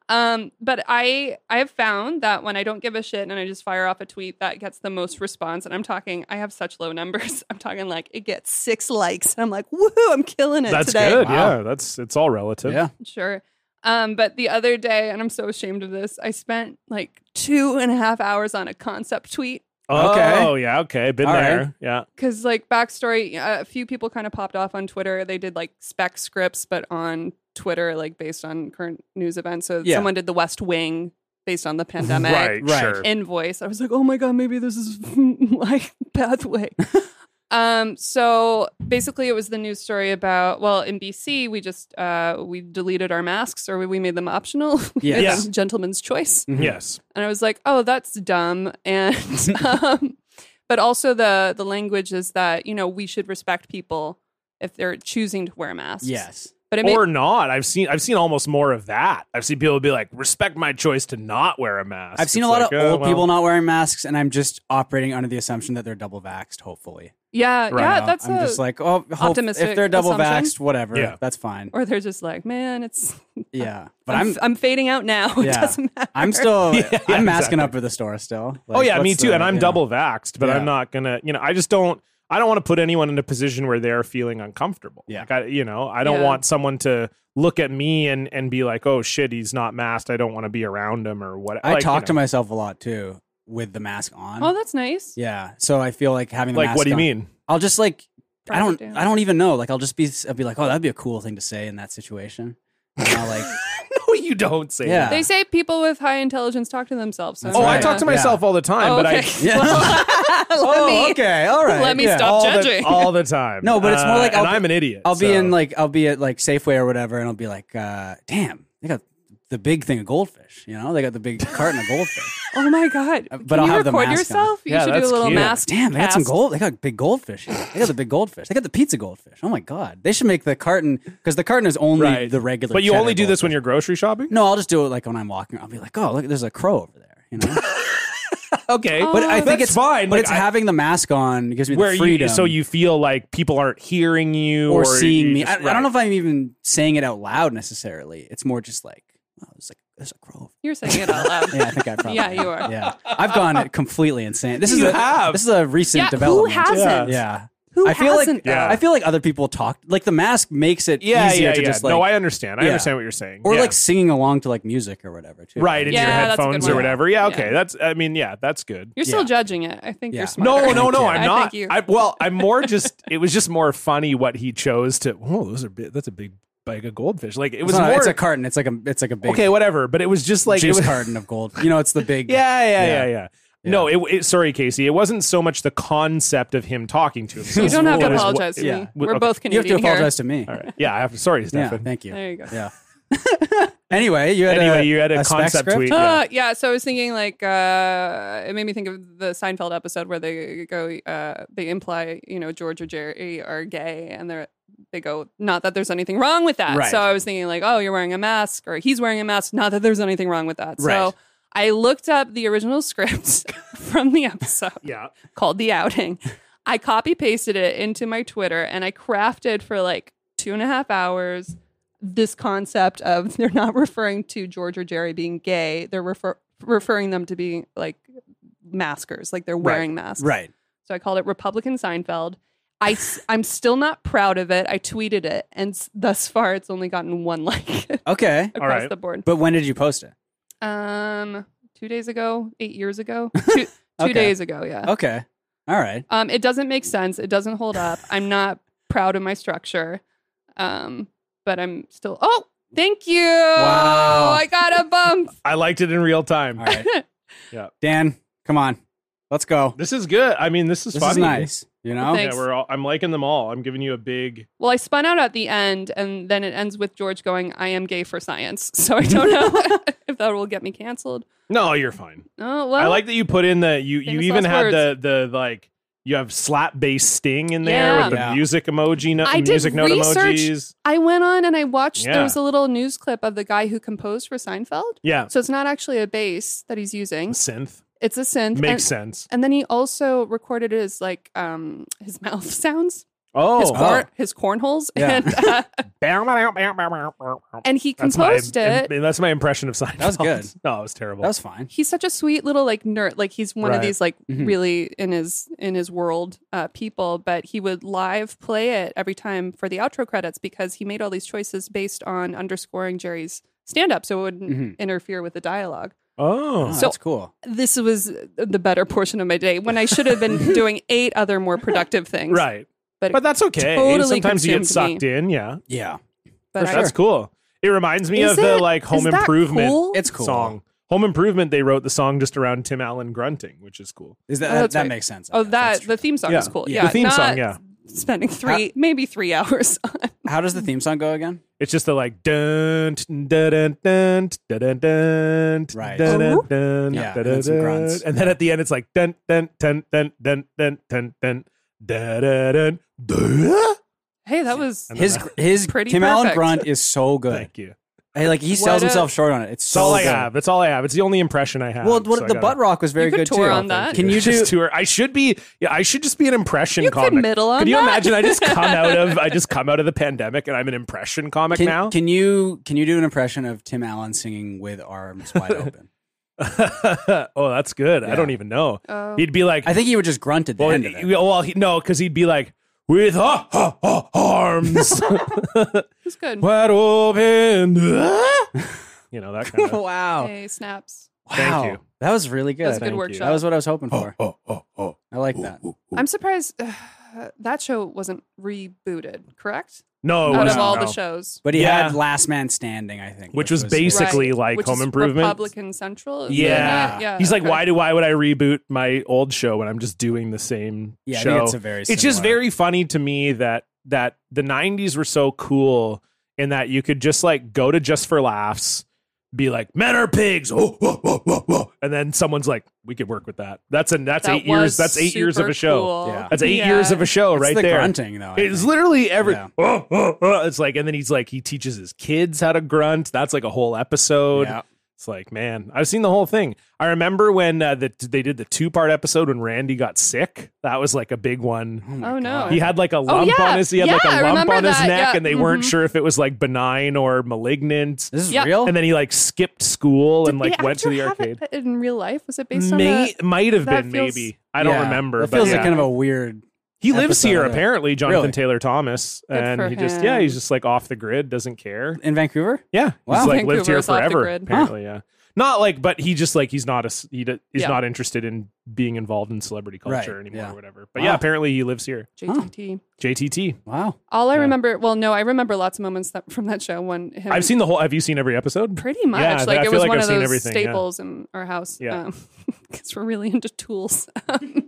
[SPEAKER 4] um, but I I have found that when I don't give a shit and I just fire off a tweet that gets the most response, and I'm talking, I have such low numbers. I'm talking like it gets six likes, and I'm like, woohoo, I'm killing it
[SPEAKER 1] that's
[SPEAKER 4] today.
[SPEAKER 1] good.
[SPEAKER 3] Wow.
[SPEAKER 1] Yeah, that's it's all relative.
[SPEAKER 3] Yeah.
[SPEAKER 4] Sure. Um, but the other day, and I'm so ashamed of this, I spent like two and a half hours on a concept tweet.
[SPEAKER 1] Oh,
[SPEAKER 3] Okay.
[SPEAKER 1] yeah. Okay. Been
[SPEAKER 3] All
[SPEAKER 1] there.
[SPEAKER 3] right.
[SPEAKER 1] Yeah.
[SPEAKER 4] Cause like backstory, uh, a few people kind of popped off on Twitter. They did like spec scripts, but on Twitter, like based on current news events. So
[SPEAKER 3] Yeah.
[SPEAKER 4] someone did The West Wing based on the pandemic
[SPEAKER 1] Right.
[SPEAKER 3] Right.
[SPEAKER 1] Sure.
[SPEAKER 4] in voice. I was like, oh my god, maybe this is my pathway. um, so basically, it was the news story about well, in BC, we just uh, we deleted our masks or we, we made them optional. We made
[SPEAKER 1] Yes.
[SPEAKER 4] them gentleman's choice.
[SPEAKER 3] Mhm.
[SPEAKER 1] Mm-hmm. Yes.
[SPEAKER 4] And I was like, oh, that's dumb. And um, but also the the language is that you know we should respect people if they're choosing to wear masks.
[SPEAKER 3] Yes.
[SPEAKER 4] but it made
[SPEAKER 1] or not. I've seen I've seen almost more of that. I've seen people be like, respect my choice to not wear a mask.
[SPEAKER 3] I've seen a
[SPEAKER 1] It's
[SPEAKER 3] lot
[SPEAKER 1] like,
[SPEAKER 3] of
[SPEAKER 1] oh,
[SPEAKER 3] old
[SPEAKER 1] well,
[SPEAKER 3] people not wearing masks, and I'm just operating under the assumption that they're double vaxxed, hopefully.
[SPEAKER 4] yeah,
[SPEAKER 1] Right
[SPEAKER 4] yeah.
[SPEAKER 3] know?
[SPEAKER 4] That's
[SPEAKER 3] I'm
[SPEAKER 4] a,
[SPEAKER 3] just like, oh, hope, if
[SPEAKER 4] optimistic
[SPEAKER 3] they're double
[SPEAKER 4] assumption.
[SPEAKER 3] vaxxed, whatever.
[SPEAKER 1] Yeah.
[SPEAKER 3] That's fine.
[SPEAKER 4] or they're just like, man, it's
[SPEAKER 3] Yeah. But
[SPEAKER 4] but I'm
[SPEAKER 3] I'm
[SPEAKER 4] I'm, fading out now. It
[SPEAKER 3] Yeah.
[SPEAKER 4] doesn't matter.
[SPEAKER 3] I'm still
[SPEAKER 1] Yeah, yeah,
[SPEAKER 3] I'm
[SPEAKER 1] exactly.
[SPEAKER 3] masking up for the store still.
[SPEAKER 1] Oh yeah, me too. and I'm
[SPEAKER 3] double.
[SPEAKER 1] double vaxxed, but I'm
[SPEAKER 3] Yeah.
[SPEAKER 1] not gonna you know, I just don't I don't want to put anyone in a position where they're feeling uncomfortable.
[SPEAKER 3] Yeah.
[SPEAKER 1] Like I you know, I don't
[SPEAKER 4] Yeah.
[SPEAKER 1] want someone to look at me and and be like, Oh shit, he's not masked. I don't want to be around him or what
[SPEAKER 3] I
[SPEAKER 1] like,
[SPEAKER 3] talk to
[SPEAKER 1] you know,
[SPEAKER 3] myself a lot too with the mask on.
[SPEAKER 4] Oh, that's nice.
[SPEAKER 3] yeah. So I feel like having the
[SPEAKER 1] like
[SPEAKER 3] mask
[SPEAKER 1] what do you
[SPEAKER 3] on-
[SPEAKER 1] mean?
[SPEAKER 3] I'll just like I
[SPEAKER 4] Drop
[SPEAKER 3] don't
[SPEAKER 4] it down.
[SPEAKER 3] I don't even know. Like I'll just be I'll be like, "Oh, that'd be a cool thing to say in that situation." And I'll like
[SPEAKER 1] No, you don't say
[SPEAKER 3] Yeah.
[SPEAKER 1] that.
[SPEAKER 4] They say people with high intelligence talk to themselves. So
[SPEAKER 3] That's
[SPEAKER 1] Oh,
[SPEAKER 3] right.
[SPEAKER 1] I talk to
[SPEAKER 3] Yeah.
[SPEAKER 1] myself all the time,
[SPEAKER 4] Oh,
[SPEAKER 1] but I
[SPEAKER 4] okay.
[SPEAKER 3] Yeah.
[SPEAKER 4] Let
[SPEAKER 3] oh,
[SPEAKER 4] me-
[SPEAKER 3] okay. All right.
[SPEAKER 4] let me
[SPEAKER 3] yeah.
[SPEAKER 4] stop
[SPEAKER 1] all
[SPEAKER 4] judging.
[SPEAKER 1] the all the time. Uh,
[SPEAKER 3] No, but it's more like
[SPEAKER 1] and
[SPEAKER 3] I'll be-
[SPEAKER 1] I'm an idiot.
[SPEAKER 3] I'll be
[SPEAKER 1] so-
[SPEAKER 3] in like I'll be at like Safeway or whatever, and I'll be like, uh, "Damn, they got the big thing of goldfish." You know, they got the big carton of goldfish.
[SPEAKER 4] Oh my god!
[SPEAKER 3] Uh, but
[SPEAKER 4] Can
[SPEAKER 3] I'll
[SPEAKER 4] you
[SPEAKER 3] have the
[SPEAKER 4] record
[SPEAKER 3] mask
[SPEAKER 4] yourself? You
[SPEAKER 1] Yeah,
[SPEAKER 4] should do a
[SPEAKER 1] that's
[SPEAKER 4] little
[SPEAKER 1] cute.
[SPEAKER 4] mask.
[SPEAKER 3] Damn, they got some
[SPEAKER 4] cast.
[SPEAKER 3] gold. They got big goldfish. here. They got the big goldfish. They got the pizza goldfish. Oh my god! They should make the carton because the carton is only
[SPEAKER 1] right.
[SPEAKER 3] the regular.
[SPEAKER 1] But you
[SPEAKER 3] cheddar
[SPEAKER 1] only do this when
[SPEAKER 3] goldfish.
[SPEAKER 1] you're grocery shopping.
[SPEAKER 3] No, I'll just do it like when I'm walking. I'll be like, "Oh, look, there's a crow over there." You know.
[SPEAKER 1] Okay,
[SPEAKER 4] Oh,
[SPEAKER 3] But I think
[SPEAKER 1] That's
[SPEAKER 3] it's
[SPEAKER 1] fine,
[SPEAKER 3] But
[SPEAKER 1] like,
[SPEAKER 3] it's
[SPEAKER 1] I-
[SPEAKER 3] having the mask on gives me
[SPEAKER 1] where
[SPEAKER 3] the freedom.
[SPEAKER 1] you so you feel like people aren't hearing you
[SPEAKER 3] or, seeing
[SPEAKER 1] you
[SPEAKER 3] me.
[SPEAKER 1] just-
[SPEAKER 3] I, I don't know
[SPEAKER 1] right.
[SPEAKER 3] if I'm even saying it out loud necessarily. It's more just like, oh, it's like there's a crow.
[SPEAKER 4] You're saying it out loud.
[SPEAKER 3] Yeah, I think I probably.
[SPEAKER 4] Yeah, you are.
[SPEAKER 3] Yeah, I've gone completely insane. This is
[SPEAKER 1] You
[SPEAKER 3] a,
[SPEAKER 1] have.
[SPEAKER 3] This is a recent
[SPEAKER 4] Yeah, who
[SPEAKER 3] development.
[SPEAKER 4] hasn't?
[SPEAKER 3] Yeah.
[SPEAKER 4] Who
[SPEAKER 3] I feel like
[SPEAKER 4] hasn't?
[SPEAKER 1] Yeah.
[SPEAKER 3] I feel like other people talk like the mask makes it
[SPEAKER 1] yeah,
[SPEAKER 3] easier
[SPEAKER 1] yeah,
[SPEAKER 3] to
[SPEAKER 1] yeah.
[SPEAKER 3] just like
[SPEAKER 1] no, I understand. I
[SPEAKER 3] Yeah.
[SPEAKER 1] understand what you're saying.
[SPEAKER 3] or
[SPEAKER 1] Yeah.
[SPEAKER 3] like singing along to like music or whatever too.
[SPEAKER 1] right in
[SPEAKER 4] Yeah,
[SPEAKER 1] your
[SPEAKER 4] that's a good
[SPEAKER 1] headphones
[SPEAKER 4] one.
[SPEAKER 1] or whatever. Yeah,
[SPEAKER 4] Yeah.
[SPEAKER 1] okay. That's. I mean, yeah, that's good.
[SPEAKER 4] You're still
[SPEAKER 3] Yeah.
[SPEAKER 4] judging it. I think
[SPEAKER 3] Yeah.
[SPEAKER 4] you're smart.
[SPEAKER 1] No, no, no.
[SPEAKER 3] you.
[SPEAKER 1] I'm
[SPEAKER 4] I
[SPEAKER 1] not.
[SPEAKER 4] thank you.
[SPEAKER 1] I well, I'm more just. It was just more funny what he chose to. Oh, those are big. That's a big bag of goldfish. Like it
[SPEAKER 3] It
[SPEAKER 1] was
[SPEAKER 3] was not,
[SPEAKER 1] more.
[SPEAKER 3] it's a carton. It's like a it's like a big
[SPEAKER 1] okay, whatever. But it was just like it
[SPEAKER 3] juice
[SPEAKER 1] was-
[SPEAKER 3] carton of gold. You know, it's the big
[SPEAKER 1] Yeah, yeah, yeah, yeah.
[SPEAKER 3] Yeah.
[SPEAKER 1] No, it, it. Sorry, Casey. It wasn't so much the concept of him talking to himself.
[SPEAKER 4] You don't have
[SPEAKER 1] It
[SPEAKER 4] to
[SPEAKER 1] was what-
[SPEAKER 4] apologize to
[SPEAKER 3] yeah.
[SPEAKER 4] me.
[SPEAKER 1] Well,
[SPEAKER 4] We're
[SPEAKER 1] okay.
[SPEAKER 4] both
[SPEAKER 3] You have
[SPEAKER 4] Canadian
[SPEAKER 3] to apologize
[SPEAKER 4] here.
[SPEAKER 3] to me.
[SPEAKER 1] All right. Yeah, I have. Sorry,
[SPEAKER 3] Yeah,
[SPEAKER 1] Stefan.
[SPEAKER 3] thank you.
[SPEAKER 4] There you go.
[SPEAKER 3] Yeah. anyway, you had
[SPEAKER 1] anyway,
[SPEAKER 3] a,
[SPEAKER 1] you had a,
[SPEAKER 3] spec
[SPEAKER 1] concept
[SPEAKER 3] script?
[SPEAKER 1] tweet. yeah.
[SPEAKER 4] Uh, yeah, so I was thinking like uh, it made me think of the Seinfeld episode where they go uh, they imply you know George or Jerry are gay and they're they go not that there's anything wrong with that.
[SPEAKER 3] Right.
[SPEAKER 4] So I was thinking like oh you're wearing a mask or he's wearing a mask not that there's anything wrong with that.
[SPEAKER 3] Right.
[SPEAKER 4] So I looked up the original script from the episode
[SPEAKER 1] yeah.
[SPEAKER 4] called The Outing. I copy pasted it into my Twitter and I crafted for like two and a half hours this concept of they're not referring to George or Jerry being gay. They're refer- referring them to being like maskers, like they're wearing masks.
[SPEAKER 3] Right.
[SPEAKER 4] So I called it Republican Seinfeld. I, am still not proud of it. I tweeted it, and s- thus far, it's only gotten one like across
[SPEAKER 3] Okay.
[SPEAKER 1] right.
[SPEAKER 4] the board.
[SPEAKER 3] But when did you post it?
[SPEAKER 4] Um, two days ago, eight years ago, two, two
[SPEAKER 3] Okay.
[SPEAKER 4] days ago, yeah.
[SPEAKER 3] Okay. All right.
[SPEAKER 4] Um, it doesn't make sense. It doesn't hold up. I'm not proud of my structure. Um, but I'm still. Oh, thank you.
[SPEAKER 3] Wow.
[SPEAKER 4] I got a bump.
[SPEAKER 1] I liked it in real time.
[SPEAKER 3] All right. Dan, come on. Let's go.
[SPEAKER 1] This is good. I mean, this is
[SPEAKER 3] This
[SPEAKER 1] funny.
[SPEAKER 3] is nice. You know?
[SPEAKER 4] Thanks.
[SPEAKER 1] Yeah, we're all, I'm liking them all. I'm giving you a big.
[SPEAKER 4] Well, I spun out at the end, and then it ends with George going, "I am gay for science." So I don't know if that will get me canceled.
[SPEAKER 1] No, you're fine.
[SPEAKER 4] Oh well.
[SPEAKER 1] I like that you put in the you. You
[SPEAKER 4] famous
[SPEAKER 1] even
[SPEAKER 4] last
[SPEAKER 1] had
[SPEAKER 4] words.
[SPEAKER 1] the the like. You have slap bass sting in there
[SPEAKER 4] Yeah.
[SPEAKER 1] with the
[SPEAKER 3] Yeah.
[SPEAKER 1] music emoji, no,
[SPEAKER 4] I did
[SPEAKER 1] music note
[SPEAKER 4] research.
[SPEAKER 1] emojis.
[SPEAKER 4] I went on and I watched.
[SPEAKER 1] Yeah.
[SPEAKER 4] There was a little news clip of the guy who composed for Seinfeld.
[SPEAKER 1] Yeah,
[SPEAKER 4] So it's not actually a bass that he's using;
[SPEAKER 1] synth
[SPEAKER 4] it's a synth.
[SPEAKER 1] makes
[SPEAKER 4] and,
[SPEAKER 1] sense.
[SPEAKER 4] and then he also recorded his like um his mouth sounds.
[SPEAKER 1] Oh,
[SPEAKER 4] his, corn, his cornholes,
[SPEAKER 3] Yeah.
[SPEAKER 4] and uh,
[SPEAKER 1] and
[SPEAKER 4] and he composed it.
[SPEAKER 1] That's my impression of Seinfeld.
[SPEAKER 3] That was good.
[SPEAKER 1] No, it was terrible.
[SPEAKER 3] That was fine.
[SPEAKER 4] he's such a sweet little like nerd. Like he's one of
[SPEAKER 1] Right. Mm-hmm.
[SPEAKER 4] these like
[SPEAKER 3] Mhm.
[SPEAKER 4] really in his in his world uh, people. But he would live play it every time for the outro credits because he made all these choices based on underscoring Jerry's stand up, so it wouldn't
[SPEAKER 1] Mm-hmm.
[SPEAKER 3] Mhm.
[SPEAKER 4] interfere with the dialogue.
[SPEAKER 3] Oh,
[SPEAKER 1] oh,
[SPEAKER 4] So-
[SPEAKER 3] that's cool.
[SPEAKER 4] This was the better portion of my day when I should have been doing eight other more productive things.
[SPEAKER 1] right.
[SPEAKER 4] but it
[SPEAKER 1] But that's okay.
[SPEAKER 4] totally
[SPEAKER 1] Sometimes you get
[SPEAKER 4] consumed me.
[SPEAKER 1] sucked in. Yeah,
[SPEAKER 3] Yeah.
[SPEAKER 4] But
[SPEAKER 1] that's cool. It reminds me
[SPEAKER 4] Is
[SPEAKER 1] of the
[SPEAKER 4] it?
[SPEAKER 1] like Home
[SPEAKER 4] Is that
[SPEAKER 1] Improvement
[SPEAKER 4] cool?
[SPEAKER 3] It's cool.
[SPEAKER 1] song. Home Improvement. They wrote the song just around Tim Allen grunting, which is cool.
[SPEAKER 3] Is that
[SPEAKER 4] Oh,
[SPEAKER 3] that,
[SPEAKER 4] that's
[SPEAKER 3] that
[SPEAKER 4] right.
[SPEAKER 3] makes sense? I
[SPEAKER 4] Oh,
[SPEAKER 3] guess.
[SPEAKER 4] that
[SPEAKER 3] That's
[SPEAKER 4] the
[SPEAKER 3] true.
[SPEAKER 4] theme song
[SPEAKER 1] Yeah.
[SPEAKER 4] is cool.
[SPEAKER 3] The
[SPEAKER 4] Yeah,
[SPEAKER 1] the theme
[SPEAKER 4] not
[SPEAKER 1] song. Yeah,
[SPEAKER 4] spending three, maybe three hours on.
[SPEAKER 3] How does the theme song go again?
[SPEAKER 1] it's just the like dun dun dun dun dun dun dun
[SPEAKER 3] Right.
[SPEAKER 1] dun dun
[SPEAKER 4] Oh.
[SPEAKER 1] dun
[SPEAKER 3] Yeah,
[SPEAKER 1] dun,
[SPEAKER 3] and then
[SPEAKER 1] dun,
[SPEAKER 3] some
[SPEAKER 1] dun.
[SPEAKER 3] grunts.
[SPEAKER 1] and then at the end it's like dun dun dun dun dun dun dun dun dun dun dun. dun.
[SPEAKER 4] Hey, that was
[SPEAKER 1] And then
[SPEAKER 3] His
[SPEAKER 1] that-
[SPEAKER 3] his
[SPEAKER 4] Pretty
[SPEAKER 3] Tim Allen
[SPEAKER 4] perfect.
[SPEAKER 3] grunt is so good.
[SPEAKER 1] Thank you.
[SPEAKER 3] Hey, like he sells
[SPEAKER 4] What a-
[SPEAKER 3] himself short on it.
[SPEAKER 1] That's
[SPEAKER 3] It's so
[SPEAKER 1] all I
[SPEAKER 3] good.
[SPEAKER 1] have. That's all I have. It's the only impression I have.
[SPEAKER 3] Well, what,
[SPEAKER 1] so I
[SPEAKER 3] the
[SPEAKER 1] gotta-
[SPEAKER 3] butt rock was very
[SPEAKER 4] You could
[SPEAKER 3] good
[SPEAKER 4] tour
[SPEAKER 3] too.
[SPEAKER 4] on that.
[SPEAKER 3] Can you do?
[SPEAKER 1] just tour? I should be. Yeah, I should just be an impression
[SPEAKER 4] You could
[SPEAKER 1] comic.
[SPEAKER 4] middle on
[SPEAKER 1] Could you
[SPEAKER 4] that.
[SPEAKER 1] imagine? I just come out of. I just come out of the pandemic, and I'm an impression comic
[SPEAKER 3] Can,
[SPEAKER 1] now.
[SPEAKER 3] can you can you do an impression of Tim Allen singing with arms wide open?
[SPEAKER 1] oh, that's good. I
[SPEAKER 3] Yeah.
[SPEAKER 1] don't even know.
[SPEAKER 4] Oh.
[SPEAKER 1] He'd be like,
[SPEAKER 3] I think he would just grunt at the
[SPEAKER 1] well,
[SPEAKER 3] end
[SPEAKER 1] he-
[SPEAKER 3] of it.
[SPEAKER 1] well, he, no, because he'd be like, with ha, ha, ha, arms
[SPEAKER 4] it was good.
[SPEAKER 1] wide open. you know that kind of.
[SPEAKER 3] Wow!
[SPEAKER 4] Hey, snaps.
[SPEAKER 1] Thank
[SPEAKER 3] wow.
[SPEAKER 1] you.
[SPEAKER 3] That was really good.
[SPEAKER 4] That was a good
[SPEAKER 1] Thank you.
[SPEAKER 4] workshop.
[SPEAKER 3] That was what I was hoping for.
[SPEAKER 1] Oh, oh, oh.
[SPEAKER 3] I like that.
[SPEAKER 4] I'm surprised uh, that show wasn't rebooted. Correct?
[SPEAKER 1] No, it
[SPEAKER 4] out
[SPEAKER 1] was
[SPEAKER 4] of all
[SPEAKER 1] Oh, no.
[SPEAKER 4] the shows.
[SPEAKER 3] But he
[SPEAKER 1] Yeah.
[SPEAKER 3] had Last Man Standing, I think, uh,
[SPEAKER 1] Which was basic- Basically, like,
[SPEAKER 4] Which
[SPEAKER 1] Home
[SPEAKER 4] is
[SPEAKER 1] Improvement.
[SPEAKER 4] Republican Central. isn't
[SPEAKER 1] Yeah.
[SPEAKER 4] it? yeah.
[SPEAKER 1] He's like,
[SPEAKER 4] okay.
[SPEAKER 1] why do why would I reboot my old show when I'm just doing the same
[SPEAKER 3] Yeah, I
[SPEAKER 1] show?
[SPEAKER 3] think it's a very.
[SPEAKER 1] it's just
[SPEAKER 3] similar-
[SPEAKER 1] very funny to me that that the 90s were so cool in that you could just like go to just for laughs be like men are pigs oh, oh, oh, oh, oh," and then someone's like we could work with that that's an that's
[SPEAKER 4] That
[SPEAKER 1] eight years
[SPEAKER 4] was
[SPEAKER 1] that's eight years of
[SPEAKER 4] super
[SPEAKER 1] a show
[SPEAKER 4] cool.
[SPEAKER 3] Yeah.
[SPEAKER 1] that's eight
[SPEAKER 4] Yeah.
[SPEAKER 1] years of a show
[SPEAKER 3] It's
[SPEAKER 1] right
[SPEAKER 3] the
[SPEAKER 1] there
[SPEAKER 3] grunting though. I
[SPEAKER 1] it's
[SPEAKER 3] think.
[SPEAKER 1] literally every
[SPEAKER 3] Yeah.
[SPEAKER 1] oh, oh, oh. it's like and then he's like he teaches his kids how to grunt that's like a whole episode
[SPEAKER 3] Yeah.
[SPEAKER 1] it's like man i've seen the whole thing i remember when uh, the, they did the two part episode when randy got sick that was like a big one
[SPEAKER 3] my
[SPEAKER 4] Oh, no.
[SPEAKER 3] God.
[SPEAKER 1] he had like a lump
[SPEAKER 4] yeah.
[SPEAKER 1] on his he had like
[SPEAKER 4] Yeah, I
[SPEAKER 1] a lump
[SPEAKER 4] remember
[SPEAKER 1] on his
[SPEAKER 4] that.
[SPEAKER 1] neck
[SPEAKER 4] Yeah.
[SPEAKER 1] and they weren't
[SPEAKER 4] Mhm.
[SPEAKER 1] sure if it was like benign or malignant.
[SPEAKER 3] This is
[SPEAKER 4] Yeah.
[SPEAKER 3] real.
[SPEAKER 1] And then he like skipped school and
[SPEAKER 4] Did
[SPEAKER 1] like
[SPEAKER 4] they
[SPEAKER 1] went to
[SPEAKER 4] actually
[SPEAKER 1] the
[SPEAKER 4] have it
[SPEAKER 1] arcade.
[SPEAKER 4] in real life? Was it based on
[SPEAKER 1] May,
[SPEAKER 4] a-
[SPEAKER 1] might have
[SPEAKER 4] that
[SPEAKER 1] been
[SPEAKER 4] feels-
[SPEAKER 1] maybe. I don't
[SPEAKER 3] Yeah.
[SPEAKER 1] remember,
[SPEAKER 3] That
[SPEAKER 1] but
[SPEAKER 3] feels
[SPEAKER 1] yeah.
[SPEAKER 3] like kind of a weird.
[SPEAKER 1] he lives
[SPEAKER 3] episode
[SPEAKER 1] here
[SPEAKER 3] of it.
[SPEAKER 1] apparently, Jonathan
[SPEAKER 3] Really?
[SPEAKER 1] Taylor Thomas,
[SPEAKER 4] Good
[SPEAKER 1] and
[SPEAKER 4] for
[SPEAKER 1] he just yeah,
[SPEAKER 4] him.
[SPEAKER 1] he's just like off the grid, doesn't care.
[SPEAKER 3] in Vancouver.
[SPEAKER 1] Yeah,
[SPEAKER 3] Wow.
[SPEAKER 1] he's like lived
[SPEAKER 4] Vancouver
[SPEAKER 1] here
[SPEAKER 4] is off the
[SPEAKER 1] forever.
[SPEAKER 4] grid. Huh.
[SPEAKER 1] Apparently, yeah. Not like, but he just like he's not a s- he d- is
[SPEAKER 4] Yeah.
[SPEAKER 1] not interested in being involved in celebrity
[SPEAKER 3] Right,
[SPEAKER 1] culture anymore
[SPEAKER 3] yeah.
[SPEAKER 1] or whatever. But
[SPEAKER 3] Wow.
[SPEAKER 1] yeah, apparently he lives here.
[SPEAKER 4] JTT?
[SPEAKER 1] JTT.
[SPEAKER 3] Wow.
[SPEAKER 4] All I
[SPEAKER 1] Yeah.
[SPEAKER 4] remember, well, no, I remember lots of moments that, from that show. One, him
[SPEAKER 1] I've seen the whole. Have you seen every episode?
[SPEAKER 4] pretty much
[SPEAKER 1] Yeah, I
[SPEAKER 4] like
[SPEAKER 1] feel
[SPEAKER 4] it was
[SPEAKER 1] like
[SPEAKER 4] one
[SPEAKER 1] I've
[SPEAKER 4] of
[SPEAKER 1] seen
[SPEAKER 4] those
[SPEAKER 1] everything, yeah.
[SPEAKER 4] staples in our house.
[SPEAKER 1] Yeah.
[SPEAKER 4] because we're really into tools.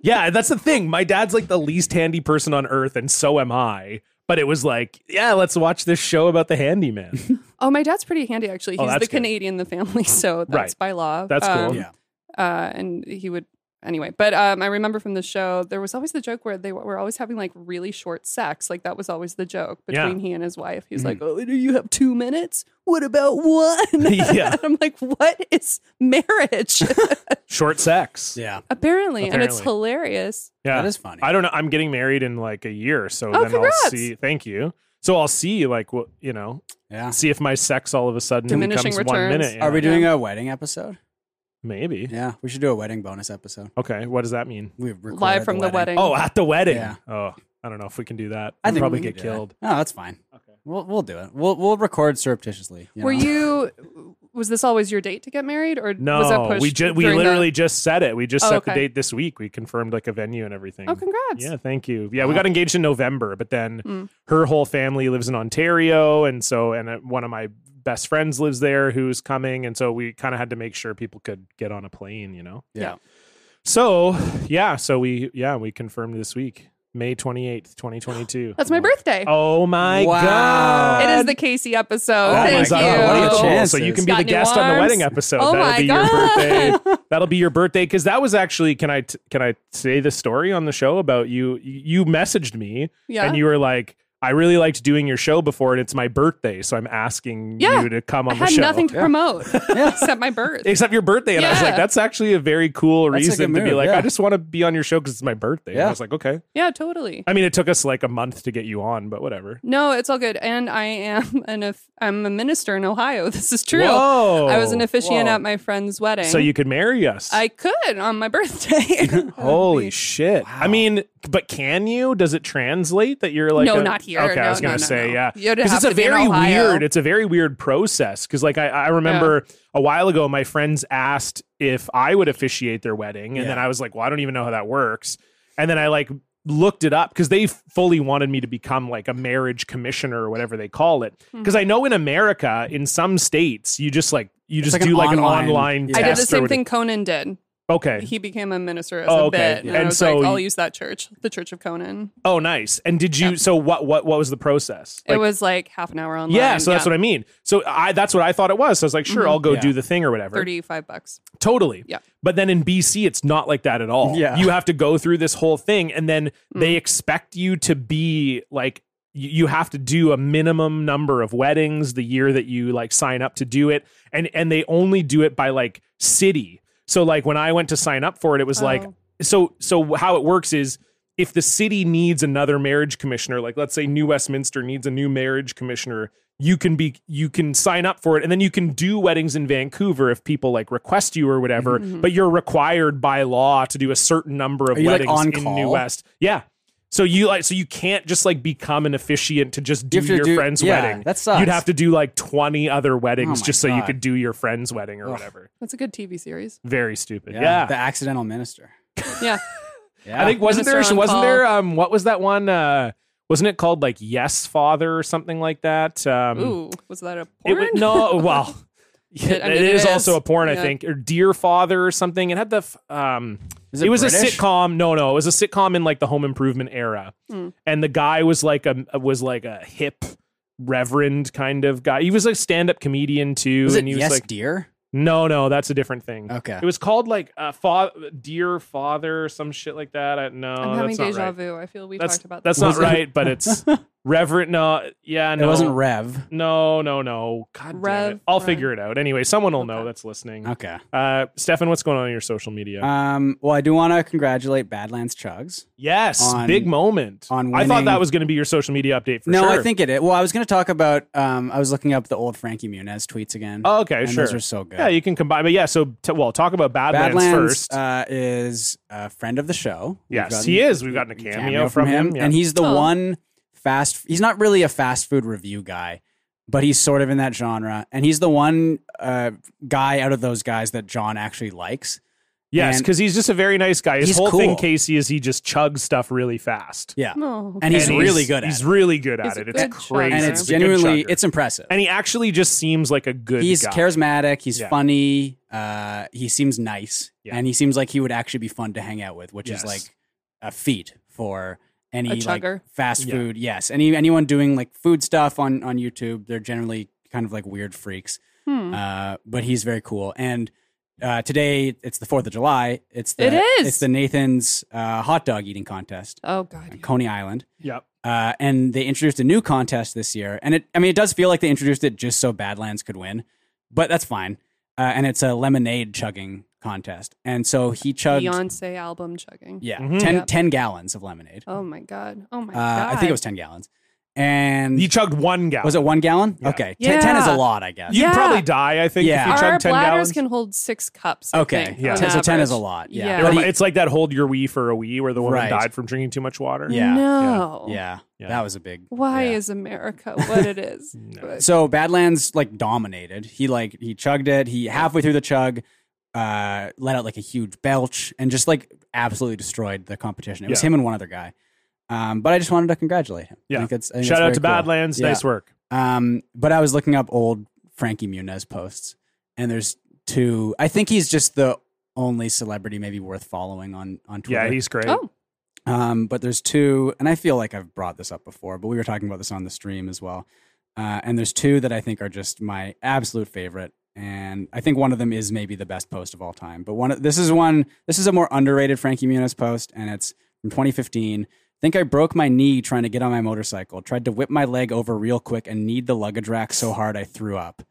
[SPEAKER 1] Yeah, that's the thing. My dad's like the least handy person on earth, and so am I. But it was like, yeah, let's watch this show about the handyman.
[SPEAKER 4] oh, my dad's pretty handy actually.
[SPEAKER 1] Oh,
[SPEAKER 4] He's the
[SPEAKER 1] that's good.
[SPEAKER 4] Canadian in the family, so that's
[SPEAKER 1] Right.
[SPEAKER 4] by law.
[SPEAKER 1] That's cool.
[SPEAKER 4] Um,
[SPEAKER 3] Yeah.
[SPEAKER 4] uh, and he would anyway. But um, I remember from the show, there was always the joke where they were always having like really short sex. Like that was always the joke
[SPEAKER 1] Yeah. Mm-hmm.
[SPEAKER 4] between he and his wife. He's like, "Oh, do you have two minutes? What about one?"
[SPEAKER 1] Yeah.
[SPEAKER 4] and I'm like, "What is marriage?"
[SPEAKER 1] Short sex.
[SPEAKER 3] Yeah.
[SPEAKER 4] Apparently, and it's
[SPEAKER 1] Apparently.
[SPEAKER 4] hilarious.
[SPEAKER 1] Yeah.
[SPEAKER 3] That is funny.
[SPEAKER 1] I don't know. I'm getting married in like a year, so
[SPEAKER 4] Oh,
[SPEAKER 1] then I'll
[SPEAKER 4] congrats.
[SPEAKER 1] see. Thank you. So I'll see, like, what you know,
[SPEAKER 3] yeah.
[SPEAKER 1] see if my sex all of a sudden
[SPEAKER 4] Diminishing
[SPEAKER 1] becomes one
[SPEAKER 4] returns.
[SPEAKER 1] minute.
[SPEAKER 3] Ah. Are we
[SPEAKER 1] yeah.
[SPEAKER 3] doing a wedding episode?
[SPEAKER 1] Maybe.
[SPEAKER 3] Yeah, we should do a wedding bonus episode.
[SPEAKER 1] Okay. What does that mean?
[SPEAKER 3] We recorded
[SPEAKER 4] Live from the wedding.
[SPEAKER 1] Oh, at the wedding.
[SPEAKER 3] Yeah.
[SPEAKER 1] Oh, I don't know if we can do that.
[SPEAKER 3] I
[SPEAKER 1] We'll
[SPEAKER 3] think
[SPEAKER 1] probably
[SPEAKER 3] we can
[SPEAKER 1] get
[SPEAKER 3] do that.
[SPEAKER 1] killed.
[SPEAKER 3] No, that's fine. Okay, we'll we'll do it. We'll we'll record surreptitiously.
[SPEAKER 4] Were
[SPEAKER 3] know?
[SPEAKER 4] you? Was this always your date to get married, or was that
[SPEAKER 1] No,
[SPEAKER 4] pushed
[SPEAKER 1] we just we
[SPEAKER 4] during the-
[SPEAKER 1] literally just said it. We just
[SPEAKER 4] Oh,
[SPEAKER 1] set the
[SPEAKER 4] okay.
[SPEAKER 1] date this week. We confirmed like a venue and everything.
[SPEAKER 4] oh, congrats!
[SPEAKER 1] Yeah, thank you. Yeah, we got engaged in November, but then
[SPEAKER 4] Mm.
[SPEAKER 1] her whole family lives in Ontario, and so and uh, one of my best friends lives there who's coming, and so we kind of had to make sure people could get on a plane, you know.
[SPEAKER 3] Yeah.
[SPEAKER 1] So yeah, so we yeah we confirmed this week, May twenty eighth, twenty twenty two.
[SPEAKER 4] That's my birthday.
[SPEAKER 1] Oh my
[SPEAKER 3] Wow.
[SPEAKER 1] god!
[SPEAKER 4] It is the Casey episode.
[SPEAKER 1] Oh,
[SPEAKER 3] my
[SPEAKER 4] Thank
[SPEAKER 3] God,
[SPEAKER 4] you.
[SPEAKER 3] what a
[SPEAKER 1] Cool.
[SPEAKER 3] chance.
[SPEAKER 1] So you can be
[SPEAKER 4] Got
[SPEAKER 1] the
[SPEAKER 4] new
[SPEAKER 1] guest on the
[SPEAKER 4] arms.
[SPEAKER 1] wedding episode.
[SPEAKER 4] Oh
[SPEAKER 1] That'll
[SPEAKER 4] my
[SPEAKER 1] be your birthday. That'll be your birthday because that was actually. Can I t- can I say the story on the show about you? You messaged me
[SPEAKER 4] Yeah.
[SPEAKER 1] and you were like, "I really liked doing your show before, and it's my birthday, so I'm asking
[SPEAKER 4] Yeah.
[SPEAKER 1] you to come on
[SPEAKER 4] I
[SPEAKER 1] the
[SPEAKER 4] had
[SPEAKER 1] show."
[SPEAKER 4] nothing to promote except my birth.
[SPEAKER 1] Except your birthday, and I was
[SPEAKER 4] Yeah.
[SPEAKER 1] like, "That's actually a very cool
[SPEAKER 3] That's a
[SPEAKER 1] reason
[SPEAKER 3] good
[SPEAKER 1] to be
[SPEAKER 3] move,
[SPEAKER 1] like,
[SPEAKER 3] yeah.
[SPEAKER 1] I just want to be on your show because it's my birthday." And I
[SPEAKER 3] Yeah.
[SPEAKER 1] was like, "Okay."
[SPEAKER 4] yeah, totally.
[SPEAKER 1] I mean, it took us like a month to get you on, but whatever.
[SPEAKER 4] no, it's all good. And I am an if I'm a minister in Ohio. This is true.
[SPEAKER 1] Whoa.
[SPEAKER 4] I was an officiant
[SPEAKER 3] Whoa.
[SPEAKER 4] at my friend's wedding.
[SPEAKER 1] so you could marry us.
[SPEAKER 4] Mm-hmm. I could on my birthday. That would
[SPEAKER 1] Holy
[SPEAKER 4] be-
[SPEAKER 1] shit! I mean, but can you? Does it translate that you're like
[SPEAKER 4] No,
[SPEAKER 1] a-
[SPEAKER 4] not here.
[SPEAKER 1] Okay, I
[SPEAKER 4] No,
[SPEAKER 1] was
[SPEAKER 4] no,
[SPEAKER 1] gonna
[SPEAKER 4] no,
[SPEAKER 1] say
[SPEAKER 4] no.
[SPEAKER 1] yeah,
[SPEAKER 4] You'd have
[SPEAKER 1] it's a
[SPEAKER 4] to be in
[SPEAKER 1] very
[SPEAKER 4] Ohio.
[SPEAKER 1] weird. It's a very weird process because like I, I remember a while ago my friends asked if I would officiate their wedding, and
[SPEAKER 3] Yeah.
[SPEAKER 1] then I was like, well, I don't even know how that works, and then I like looked it up because they fully wanted me to become like a marriage commissioner or whatever they call it
[SPEAKER 4] Hmm.
[SPEAKER 1] because I know in America in some states you just like you just
[SPEAKER 3] like an
[SPEAKER 1] do like
[SPEAKER 3] online-
[SPEAKER 1] an online.
[SPEAKER 3] Yeah.
[SPEAKER 4] I did the
[SPEAKER 1] test or
[SPEAKER 4] same
[SPEAKER 1] what-
[SPEAKER 4] thing Conan did.
[SPEAKER 1] Okay,
[SPEAKER 4] He became a minister as
[SPEAKER 1] Oh,
[SPEAKER 4] a
[SPEAKER 1] okay.
[SPEAKER 4] bit. And,
[SPEAKER 1] Yeah.
[SPEAKER 4] I
[SPEAKER 1] And
[SPEAKER 4] was
[SPEAKER 1] so
[SPEAKER 4] like, I'll
[SPEAKER 1] you-
[SPEAKER 4] use that church, the Church of Conan.
[SPEAKER 1] Oh, nice. And did you? So what? What? What was the process?
[SPEAKER 4] it
[SPEAKER 1] Like-
[SPEAKER 4] was like half an hour online.
[SPEAKER 1] Yeah. So that's what I mean. So I that's what I thought it was. So I was like, sure, I'll go
[SPEAKER 3] Yeah.
[SPEAKER 1] do the thing or whatever.
[SPEAKER 4] 35 bucks.
[SPEAKER 1] Totally.
[SPEAKER 4] Mm-hmm. Yeah.
[SPEAKER 1] But then in BC, it's not like that at all.
[SPEAKER 3] Yeah.
[SPEAKER 1] You have to go through this whole thing, and then
[SPEAKER 4] Mm-hmm.
[SPEAKER 1] they expect you to be like. You you have to do a minimum number of weddings the year that you like sign up to do it, and and they only do it by like city. So like when I went to sign up for it, it was like
[SPEAKER 4] Oh.
[SPEAKER 1] so so how it works is if the city needs another marriage commissioner like let's say new westminster needs a new marriage commissioner you can be you can sign up for it and then you can do weddings in vancouver if people like request you or whatever but you're required by law to do a certain number of
[SPEAKER 3] Mm-hmm. Are you, like,
[SPEAKER 1] weddings
[SPEAKER 3] on
[SPEAKER 1] in new
[SPEAKER 3] call?
[SPEAKER 1] west yeah so you like so you can't just like become an officiant to just do
[SPEAKER 3] You have to
[SPEAKER 1] your
[SPEAKER 3] do-
[SPEAKER 1] friend's
[SPEAKER 3] yeah,
[SPEAKER 1] wedding
[SPEAKER 3] that sucks.
[SPEAKER 1] you'd have to do like 20 other weddings
[SPEAKER 3] Oh my
[SPEAKER 1] just so you
[SPEAKER 3] God.
[SPEAKER 1] could do your friend's wedding or
[SPEAKER 3] Ugh.
[SPEAKER 1] whatever
[SPEAKER 4] That's a good TV series.
[SPEAKER 1] very stupid yeah,
[SPEAKER 3] the accidental minister.
[SPEAKER 4] Yeah.
[SPEAKER 3] Yeah,
[SPEAKER 1] I think wasn't
[SPEAKER 4] Minister
[SPEAKER 1] there
[SPEAKER 4] on
[SPEAKER 1] wasn't
[SPEAKER 4] call.
[SPEAKER 1] there um what was that one uh wasn't it called like Yes Father or something like that? Um,
[SPEAKER 4] Ooh, was that a
[SPEAKER 1] It
[SPEAKER 4] porn?
[SPEAKER 1] was, no, well,
[SPEAKER 4] It- I mean,
[SPEAKER 1] it
[SPEAKER 4] it
[SPEAKER 1] is,
[SPEAKER 4] is.
[SPEAKER 1] also a porn, I
[SPEAKER 4] Yeah.
[SPEAKER 1] think, or Dear Father or something. It had the f- um,
[SPEAKER 3] Is
[SPEAKER 1] it, was a
[SPEAKER 3] British?
[SPEAKER 1] sitcom. No, no, it was a sitcom in like the Home Improvement era,
[SPEAKER 4] Hmm.
[SPEAKER 1] and the guy was like a was like a hip reverend kind of guy. He was a stand up comedian too,
[SPEAKER 3] Was it
[SPEAKER 1] and he was
[SPEAKER 3] yes,
[SPEAKER 1] like,
[SPEAKER 3] dear?
[SPEAKER 1] no, no, that's a different thing.
[SPEAKER 3] Okay.
[SPEAKER 1] It was called like uh, fa- Dear Father or some shit like that. I, no,
[SPEAKER 4] I'm having
[SPEAKER 1] that's not
[SPEAKER 4] deja
[SPEAKER 1] right.
[SPEAKER 4] vu. I feel we
[SPEAKER 1] That's
[SPEAKER 4] talked about
[SPEAKER 1] that's
[SPEAKER 4] this.
[SPEAKER 1] not
[SPEAKER 3] Was it-
[SPEAKER 1] right, but it's Reverend. No, yeah, no,
[SPEAKER 3] It wasn't Rev.
[SPEAKER 1] no, no, no. God damn it.
[SPEAKER 4] Rev-
[SPEAKER 1] I'll
[SPEAKER 4] Rev.
[SPEAKER 1] figure it out. Anyway, someone will know
[SPEAKER 4] Okay.
[SPEAKER 1] that's listening.
[SPEAKER 3] Okay.
[SPEAKER 1] Uh, Stefan, what's going on in your social media?
[SPEAKER 3] Um, well, I do want to congratulate Badlands Chugs.
[SPEAKER 1] yes,
[SPEAKER 3] on-
[SPEAKER 1] big moment.
[SPEAKER 3] on
[SPEAKER 1] I thought
[SPEAKER 3] winning-
[SPEAKER 1] that was going to be your social media update for
[SPEAKER 3] no,
[SPEAKER 1] sure.
[SPEAKER 3] I think it is. Well, I was going to talk about. Um, I was looking up the old Frankie Muniz tweets again.
[SPEAKER 1] Oh, okay,
[SPEAKER 3] and
[SPEAKER 1] sure.
[SPEAKER 3] Those are so good.
[SPEAKER 1] yeah, you can combine. But yeah, so t- well, talk about Badlands,
[SPEAKER 3] Badlands
[SPEAKER 1] first.
[SPEAKER 3] Uh, is a friend of the show. We've
[SPEAKER 1] yes,
[SPEAKER 3] gotten
[SPEAKER 1] he is. We've gotten a cameo, from him, Yeah.
[SPEAKER 3] and he's the
[SPEAKER 4] Oh.
[SPEAKER 3] one fast. He's not really a fast food review guy, but he's sort of in that genre, and he's the one uh, guy out of those guys that John actually likes.
[SPEAKER 1] yes,
[SPEAKER 3] and-
[SPEAKER 1] because he's just a very nice guy. His
[SPEAKER 3] He's
[SPEAKER 1] whole thing,
[SPEAKER 3] cool.
[SPEAKER 1] Casey, is he just chugs stuff really fast.
[SPEAKER 3] Yeah,
[SPEAKER 4] Oh,
[SPEAKER 3] and he's
[SPEAKER 4] okay.
[SPEAKER 1] And
[SPEAKER 3] really good at
[SPEAKER 1] He's
[SPEAKER 3] it.
[SPEAKER 1] really good at
[SPEAKER 4] He's a
[SPEAKER 1] it. It's
[SPEAKER 4] good chugger.
[SPEAKER 1] crazy.
[SPEAKER 3] and
[SPEAKER 4] He's
[SPEAKER 3] it's
[SPEAKER 4] a
[SPEAKER 1] good
[SPEAKER 3] genuinely
[SPEAKER 1] chugger.
[SPEAKER 3] it's impressive.
[SPEAKER 1] and he actually just seems like a good
[SPEAKER 3] he's
[SPEAKER 1] guy.
[SPEAKER 3] charismatic. He's
[SPEAKER 1] Yeah.
[SPEAKER 3] funny. Uh, he seems nice,
[SPEAKER 1] Yeah.
[SPEAKER 3] and he seems like he would actually be fun to hang out with, which
[SPEAKER 1] Yes.
[SPEAKER 3] is like a feat for any
[SPEAKER 4] A
[SPEAKER 3] like
[SPEAKER 4] chugger.
[SPEAKER 3] fast
[SPEAKER 1] Yeah.
[SPEAKER 3] food. Yes, any anyone doing like food stuff on on YouTube, they're generally kind of like weird freaks.
[SPEAKER 4] Hmm.
[SPEAKER 3] Uh, but he's very cool. And uh, today it's the Fourth of July. It's the,
[SPEAKER 4] It is!
[SPEAKER 3] It's the Nathan's uh, hot dog eating contest
[SPEAKER 4] Oh god.
[SPEAKER 3] on Coney Island.
[SPEAKER 1] yep.
[SPEAKER 3] Uh, and they introduced a new contest this year. And it, I mean, it does feel like they introduced it just so Badlands could win, but that's fine. Uh, and it's a lemonade chugging contest. And so he chugged,
[SPEAKER 4] Beyonce album chugging.
[SPEAKER 3] yeah,
[SPEAKER 1] Mhm.
[SPEAKER 3] 10,
[SPEAKER 4] Yep.
[SPEAKER 3] 10 gallons of lemonade.
[SPEAKER 4] Oh my god. Oh my
[SPEAKER 3] uh, I
[SPEAKER 4] god.
[SPEAKER 3] think it was 10 gallons. And
[SPEAKER 1] He chugged one gallon.
[SPEAKER 3] was it one gallon?
[SPEAKER 1] Yeah.
[SPEAKER 3] Okay. ten ten is a
[SPEAKER 4] Yeah.
[SPEAKER 3] lot, I guess.
[SPEAKER 1] You'd
[SPEAKER 4] Yeah.
[SPEAKER 1] probably die, I think,
[SPEAKER 3] Yeah.
[SPEAKER 1] if you
[SPEAKER 4] Our
[SPEAKER 1] chug 10
[SPEAKER 4] bladders
[SPEAKER 1] gallons.
[SPEAKER 4] can hold six cups. I
[SPEAKER 3] Okay.
[SPEAKER 4] think,
[SPEAKER 1] Yeah.
[SPEAKER 4] on
[SPEAKER 1] So-
[SPEAKER 3] so 10 is a
[SPEAKER 4] average.
[SPEAKER 3] lot, yeah.
[SPEAKER 1] It
[SPEAKER 3] But
[SPEAKER 1] remi-
[SPEAKER 3] he-
[SPEAKER 1] it's like that hold your wee for a wee where the woman
[SPEAKER 3] Right.
[SPEAKER 1] died from drinking too much water.
[SPEAKER 3] Yeah.
[SPEAKER 4] No.
[SPEAKER 3] Yeah,
[SPEAKER 1] Yeah.
[SPEAKER 3] That was a big.
[SPEAKER 4] Why
[SPEAKER 3] yeah.
[SPEAKER 4] is America what it is? But-
[SPEAKER 3] So Badlands like dominated. He like he chugged it. He halfway through the chug, uh, let out like a huge belch and just like absolutely destroyed the competition. It was
[SPEAKER 1] Yeah.
[SPEAKER 3] him and one other guy. Um, but I just wanted to congratulate him.
[SPEAKER 1] Yeah.
[SPEAKER 3] I think that's, I think
[SPEAKER 1] Shout
[SPEAKER 3] that's
[SPEAKER 1] out
[SPEAKER 3] very
[SPEAKER 1] to
[SPEAKER 3] cool.
[SPEAKER 1] Badlands.
[SPEAKER 3] Yeah.
[SPEAKER 1] Nice work.
[SPEAKER 3] Um, but I was looking up old Frankie Muniz posts, and there's two. I think he's just the only celebrity maybe worth following on on Twitter.
[SPEAKER 1] Yeah, he's great.
[SPEAKER 4] oh,
[SPEAKER 3] Um, but there's two, and I feel like I've brought this up before, but we were talking about this on the stream as well. Uh, and there's two that I think are just my absolute favorite, and I think one of them is maybe the best post of all time. But one, this is one, this is a more underrated Frankie Muniz post, and it's from 2015. Think I broke my knee trying to get on my motorcycle. Tried to whip my leg over real quick and kneed the luggage rack so hard I threw up.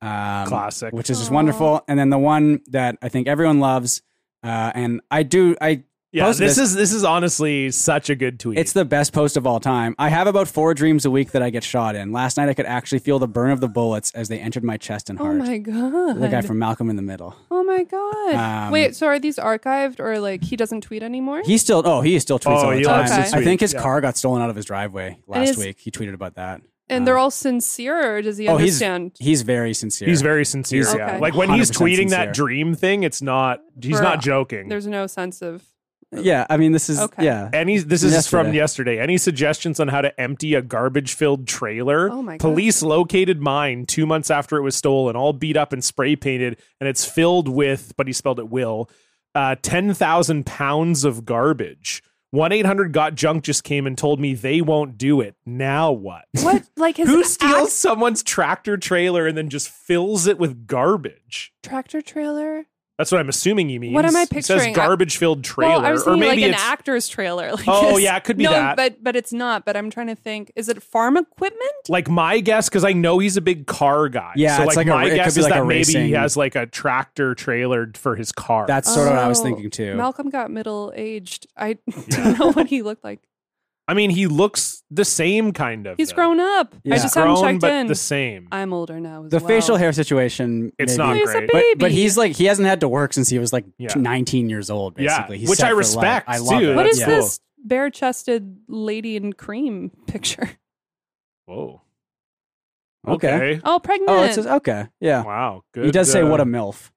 [SPEAKER 3] Um,
[SPEAKER 1] Classic.
[SPEAKER 3] which is just
[SPEAKER 4] Aw.
[SPEAKER 3] wonderful. And then the one that I think everyone loves, uh, and I do, I
[SPEAKER 1] Yeah,
[SPEAKER 3] posted
[SPEAKER 1] this
[SPEAKER 3] this-
[SPEAKER 1] is this is honestly such a good tweet.
[SPEAKER 3] it's the best post of all time. I have about four dreams a week that I get shot in. Last night, I could actually feel the burn of the bullets as they entered my chest and
[SPEAKER 4] oh
[SPEAKER 3] heart.
[SPEAKER 4] my god.
[SPEAKER 3] the guy from Malcolm in the Middle.
[SPEAKER 4] oh my god.
[SPEAKER 3] Um,
[SPEAKER 4] Wait, so are these archived or like he doesn't tweet anymore?
[SPEAKER 3] He still, oh, he still tweets
[SPEAKER 1] Oh,
[SPEAKER 3] all
[SPEAKER 1] he
[SPEAKER 3] the time.
[SPEAKER 4] loves to
[SPEAKER 3] I think
[SPEAKER 1] tweet,
[SPEAKER 3] his
[SPEAKER 1] yeah.
[SPEAKER 3] car got stolen out of his driveway last
[SPEAKER 4] his-
[SPEAKER 3] week. He tweeted about that.
[SPEAKER 4] and they're all sincere, or does he
[SPEAKER 3] Oh, he's
[SPEAKER 4] understand?
[SPEAKER 3] he's very sincere.
[SPEAKER 1] he's very sincere.
[SPEAKER 4] He's-
[SPEAKER 1] yeah.
[SPEAKER 4] Okay.
[SPEAKER 1] Like when he's
[SPEAKER 3] 100%
[SPEAKER 1] tweeting that
[SPEAKER 3] sincere.
[SPEAKER 1] dream thing, it's not he's
[SPEAKER 4] For-
[SPEAKER 1] not joking.
[SPEAKER 4] There's no sense of.
[SPEAKER 3] yeah. I mean, this is
[SPEAKER 4] Okay.
[SPEAKER 3] yeah.
[SPEAKER 1] Any this is from
[SPEAKER 3] Yesterday.
[SPEAKER 1] yesterday. Any suggestions on how to empty a garbage filled trailer?
[SPEAKER 4] Oh my God.
[SPEAKER 1] Police located mine two months after it was stolen, all beat up and spray painted, and it's filled with, but he spelled it will, uh, ten thousand pounds of garbage. One eight hundred got junk just came and told me they won't do it. Now what?
[SPEAKER 4] What like his
[SPEAKER 1] Who
[SPEAKER 4] act-
[SPEAKER 1] steals someone's tractor trailer and then just fills it with garbage?
[SPEAKER 4] tractor trailer?
[SPEAKER 1] That's what I'm assuming he means.
[SPEAKER 4] What am I
[SPEAKER 1] He says
[SPEAKER 4] picturing? I-
[SPEAKER 1] garbage filled trailer,
[SPEAKER 4] well, I was
[SPEAKER 1] or
[SPEAKER 4] thinking
[SPEAKER 1] maybe
[SPEAKER 4] like an
[SPEAKER 1] it's
[SPEAKER 4] actor's trailer. Like
[SPEAKER 1] Oh,
[SPEAKER 4] this.
[SPEAKER 1] yeah, it could be
[SPEAKER 4] no,
[SPEAKER 1] that.
[SPEAKER 4] but but it's not. But I'm trying to think. Is it farm equipment?
[SPEAKER 1] like my guess because I know he's a big car guy.
[SPEAKER 3] Yeah,
[SPEAKER 1] so
[SPEAKER 3] it's
[SPEAKER 1] like,
[SPEAKER 3] like a-
[SPEAKER 1] my
[SPEAKER 3] it could
[SPEAKER 1] guess
[SPEAKER 3] be
[SPEAKER 1] is
[SPEAKER 3] like
[SPEAKER 1] that
[SPEAKER 3] a
[SPEAKER 1] maybe he
[SPEAKER 3] racing-
[SPEAKER 1] has like a tractor trailer for his car.
[SPEAKER 3] That's sort of what I was
[SPEAKER 4] Oh,
[SPEAKER 3] thinking too.
[SPEAKER 4] Malcolm got middle aged. I don't know what he looked like.
[SPEAKER 1] I mean, he looks the same kind of.
[SPEAKER 4] He's
[SPEAKER 1] though.
[SPEAKER 4] grown up.
[SPEAKER 3] Yeah.
[SPEAKER 4] I
[SPEAKER 1] He's
[SPEAKER 4] just
[SPEAKER 1] grown,
[SPEAKER 4] haven't checked
[SPEAKER 1] but
[SPEAKER 4] in.
[SPEAKER 1] the same.
[SPEAKER 4] I'm older now. As
[SPEAKER 3] the
[SPEAKER 4] well.
[SPEAKER 3] facial hair situation.
[SPEAKER 1] It's
[SPEAKER 3] maybe-
[SPEAKER 1] not
[SPEAKER 4] He's a
[SPEAKER 1] great.
[SPEAKER 4] baby.
[SPEAKER 3] But, but he's like he hasn't had to work since he was like
[SPEAKER 1] Yeah.
[SPEAKER 3] 19 years old
[SPEAKER 1] Yeah,
[SPEAKER 3] basically. He's
[SPEAKER 1] which
[SPEAKER 3] set
[SPEAKER 1] I
[SPEAKER 3] for life.
[SPEAKER 1] respect,
[SPEAKER 3] I love
[SPEAKER 1] too.
[SPEAKER 3] it.
[SPEAKER 4] what is
[SPEAKER 1] Yeah.
[SPEAKER 4] this bare chested lady in cream picture?
[SPEAKER 1] Whoa.
[SPEAKER 3] Okay.
[SPEAKER 4] Oh, pregnant.
[SPEAKER 3] Oh, it's just, okay. Yeah.
[SPEAKER 1] Wow. Good.
[SPEAKER 3] he does say
[SPEAKER 1] uh,
[SPEAKER 3] what a milf.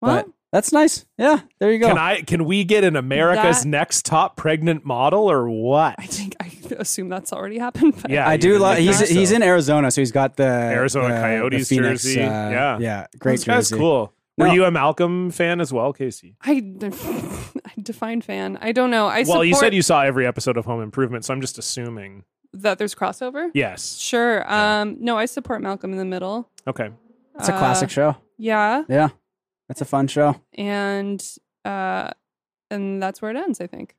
[SPEAKER 4] Well,
[SPEAKER 3] But that's nice. Yeah, there you go.
[SPEAKER 1] Can I? Can we get an America's
[SPEAKER 4] That-
[SPEAKER 1] Next Top Pregnant Model or what?
[SPEAKER 4] I think I assume that's already happened. But
[SPEAKER 1] Yeah,
[SPEAKER 3] I
[SPEAKER 1] you
[SPEAKER 3] do
[SPEAKER 1] would
[SPEAKER 3] love.
[SPEAKER 1] think
[SPEAKER 3] He's
[SPEAKER 1] so.
[SPEAKER 3] he's in Arizona, so he's got the
[SPEAKER 1] Arizona
[SPEAKER 3] the- the
[SPEAKER 1] Coyotes
[SPEAKER 3] Phoenix,
[SPEAKER 1] jersey.
[SPEAKER 3] uh,
[SPEAKER 1] Yeah.
[SPEAKER 3] yeah, great
[SPEAKER 1] That's- That's
[SPEAKER 3] jersey.
[SPEAKER 1] cool. Were
[SPEAKER 3] No.
[SPEAKER 1] you a Malcolm fan as well, Casey?
[SPEAKER 4] I, I define fan. I don't know. I
[SPEAKER 1] well,
[SPEAKER 4] support
[SPEAKER 1] you said you saw every episode of Home Improvement, so I'm just assuming.
[SPEAKER 4] that there's crossover.
[SPEAKER 1] Yes.
[SPEAKER 4] Sure. Um, no, I support Malcolm in the Middle.
[SPEAKER 1] Okay.
[SPEAKER 3] It's a classic show.
[SPEAKER 4] Yeah,
[SPEAKER 3] Yeah, that's a fun show.
[SPEAKER 4] and uh, and that's where it ends. I think.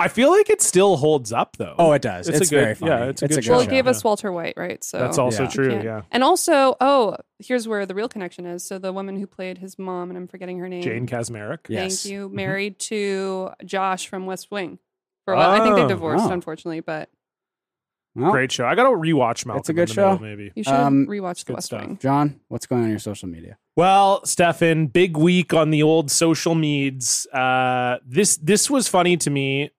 [SPEAKER 1] I feel like it still holds up though.
[SPEAKER 3] Oh, it does.
[SPEAKER 1] It's a
[SPEAKER 3] It's,
[SPEAKER 1] good-
[SPEAKER 3] very funny.
[SPEAKER 1] yeah, it's a good show.
[SPEAKER 4] Well,
[SPEAKER 1] Yeah.
[SPEAKER 4] it gave us
[SPEAKER 1] Yeah.
[SPEAKER 4] Walter White, right? So
[SPEAKER 1] that's also
[SPEAKER 3] Yeah.
[SPEAKER 1] true.
[SPEAKER 4] can't-
[SPEAKER 1] Yeah.
[SPEAKER 4] And also, oh, here's where the real connection is. So the woman who played his mom, and I'm forgetting her name.
[SPEAKER 1] Jane Mm-hmm. Kasmerick.
[SPEAKER 4] Thank
[SPEAKER 3] Yes.
[SPEAKER 4] you. Married to Josh from West Wing. For a while. I think
[SPEAKER 1] Oh,
[SPEAKER 4] they divorced,
[SPEAKER 3] wow.
[SPEAKER 4] unfortunately, but
[SPEAKER 3] Well,
[SPEAKER 1] Great show. I gotta rewatch Malcolm.
[SPEAKER 3] a good
[SPEAKER 1] in the Middle,
[SPEAKER 3] show.
[SPEAKER 1] maybe.
[SPEAKER 4] you should
[SPEAKER 3] Um,
[SPEAKER 4] rewatch the
[SPEAKER 1] good
[SPEAKER 4] West
[SPEAKER 1] stuff.
[SPEAKER 4] Wing.
[SPEAKER 3] John, what's going on in your social media?
[SPEAKER 1] Well, Stefan, big week on the old social meds. Uh, this this was funny to me.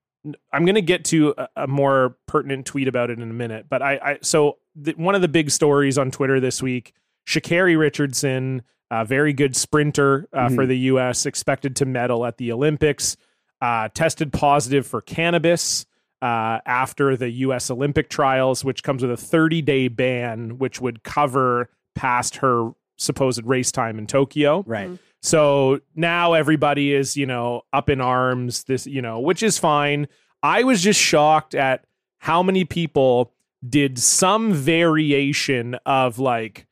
[SPEAKER 1] I'm going to get to a, a more pertinent tweet about it in a minute, but I, I so th- one of the big stories on Twitter this week: Shakari Richardson, a very good sprinter uh, for the U.S., expected to medal at the Olympics, uh, tested positive for cannabis. Uh, after the U.S. Olympic trials, which comes with a 30 day ban, which would cover past her supposed race time in Tokyo.
[SPEAKER 3] Right.
[SPEAKER 1] So now everybody is, you know, up in arms, this, you know, which is fine. I was just shocked at how many people did some variation of like,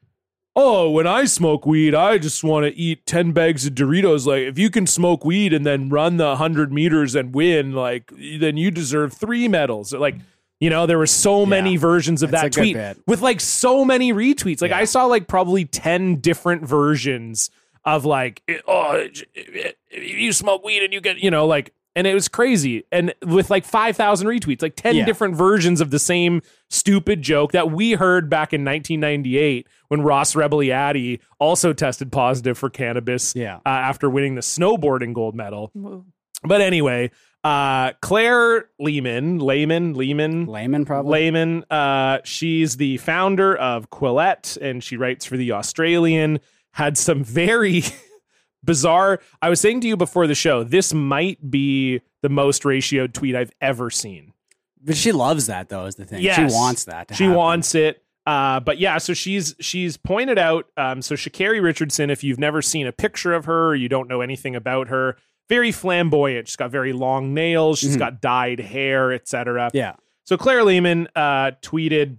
[SPEAKER 1] oh, when I smoke weed, I just want to eat 10 bags of Doritos. Like, if you can smoke weed and then run the 100 meters and win, like, then you deserve three medals. Like, you know, there were so many versions of
[SPEAKER 3] That's
[SPEAKER 1] that
[SPEAKER 3] a good
[SPEAKER 1] tweet
[SPEAKER 3] bit.
[SPEAKER 1] with like so many retweets. Like, I saw like probably 10 different versions of like, it- oh, it- it- if you smoke weed and you get, you know, like, and it was crazy. And with like 5,000 retweets, like 10
[SPEAKER 3] Yeah.
[SPEAKER 1] different versions of the same stupid joke that we heard back in 1998 when Ross Rebeliati also tested positive for cannabis
[SPEAKER 3] Yeah.
[SPEAKER 1] uh, after winning the snowboarding gold medal. But anyway, uh, Claire Lehman, Lehman, Lehman,
[SPEAKER 3] Layman probably.
[SPEAKER 1] Lehman. Uh, she's the founder of Quillette, and she writes for the Australian. Had some very bizarre. I was saying to you before the show, this might be the most ratioed tweet I've ever seen.
[SPEAKER 3] But she loves that though. Is the thing.
[SPEAKER 1] Yes.
[SPEAKER 3] She wants that. To
[SPEAKER 1] she
[SPEAKER 3] happen.
[SPEAKER 1] wants it. Uh, but yeah, so she's she's pointed out. Um, so Shakari Richardson, if you've never seen a picture of her, or you don't know anything about her. Very flamboyant. She's got very long nails. She's
[SPEAKER 3] Mhm.
[SPEAKER 1] got dyed hair, etc.
[SPEAKER 3] Yeah.
[SPEAKER 1] So Claire Lehman uh, tweeted,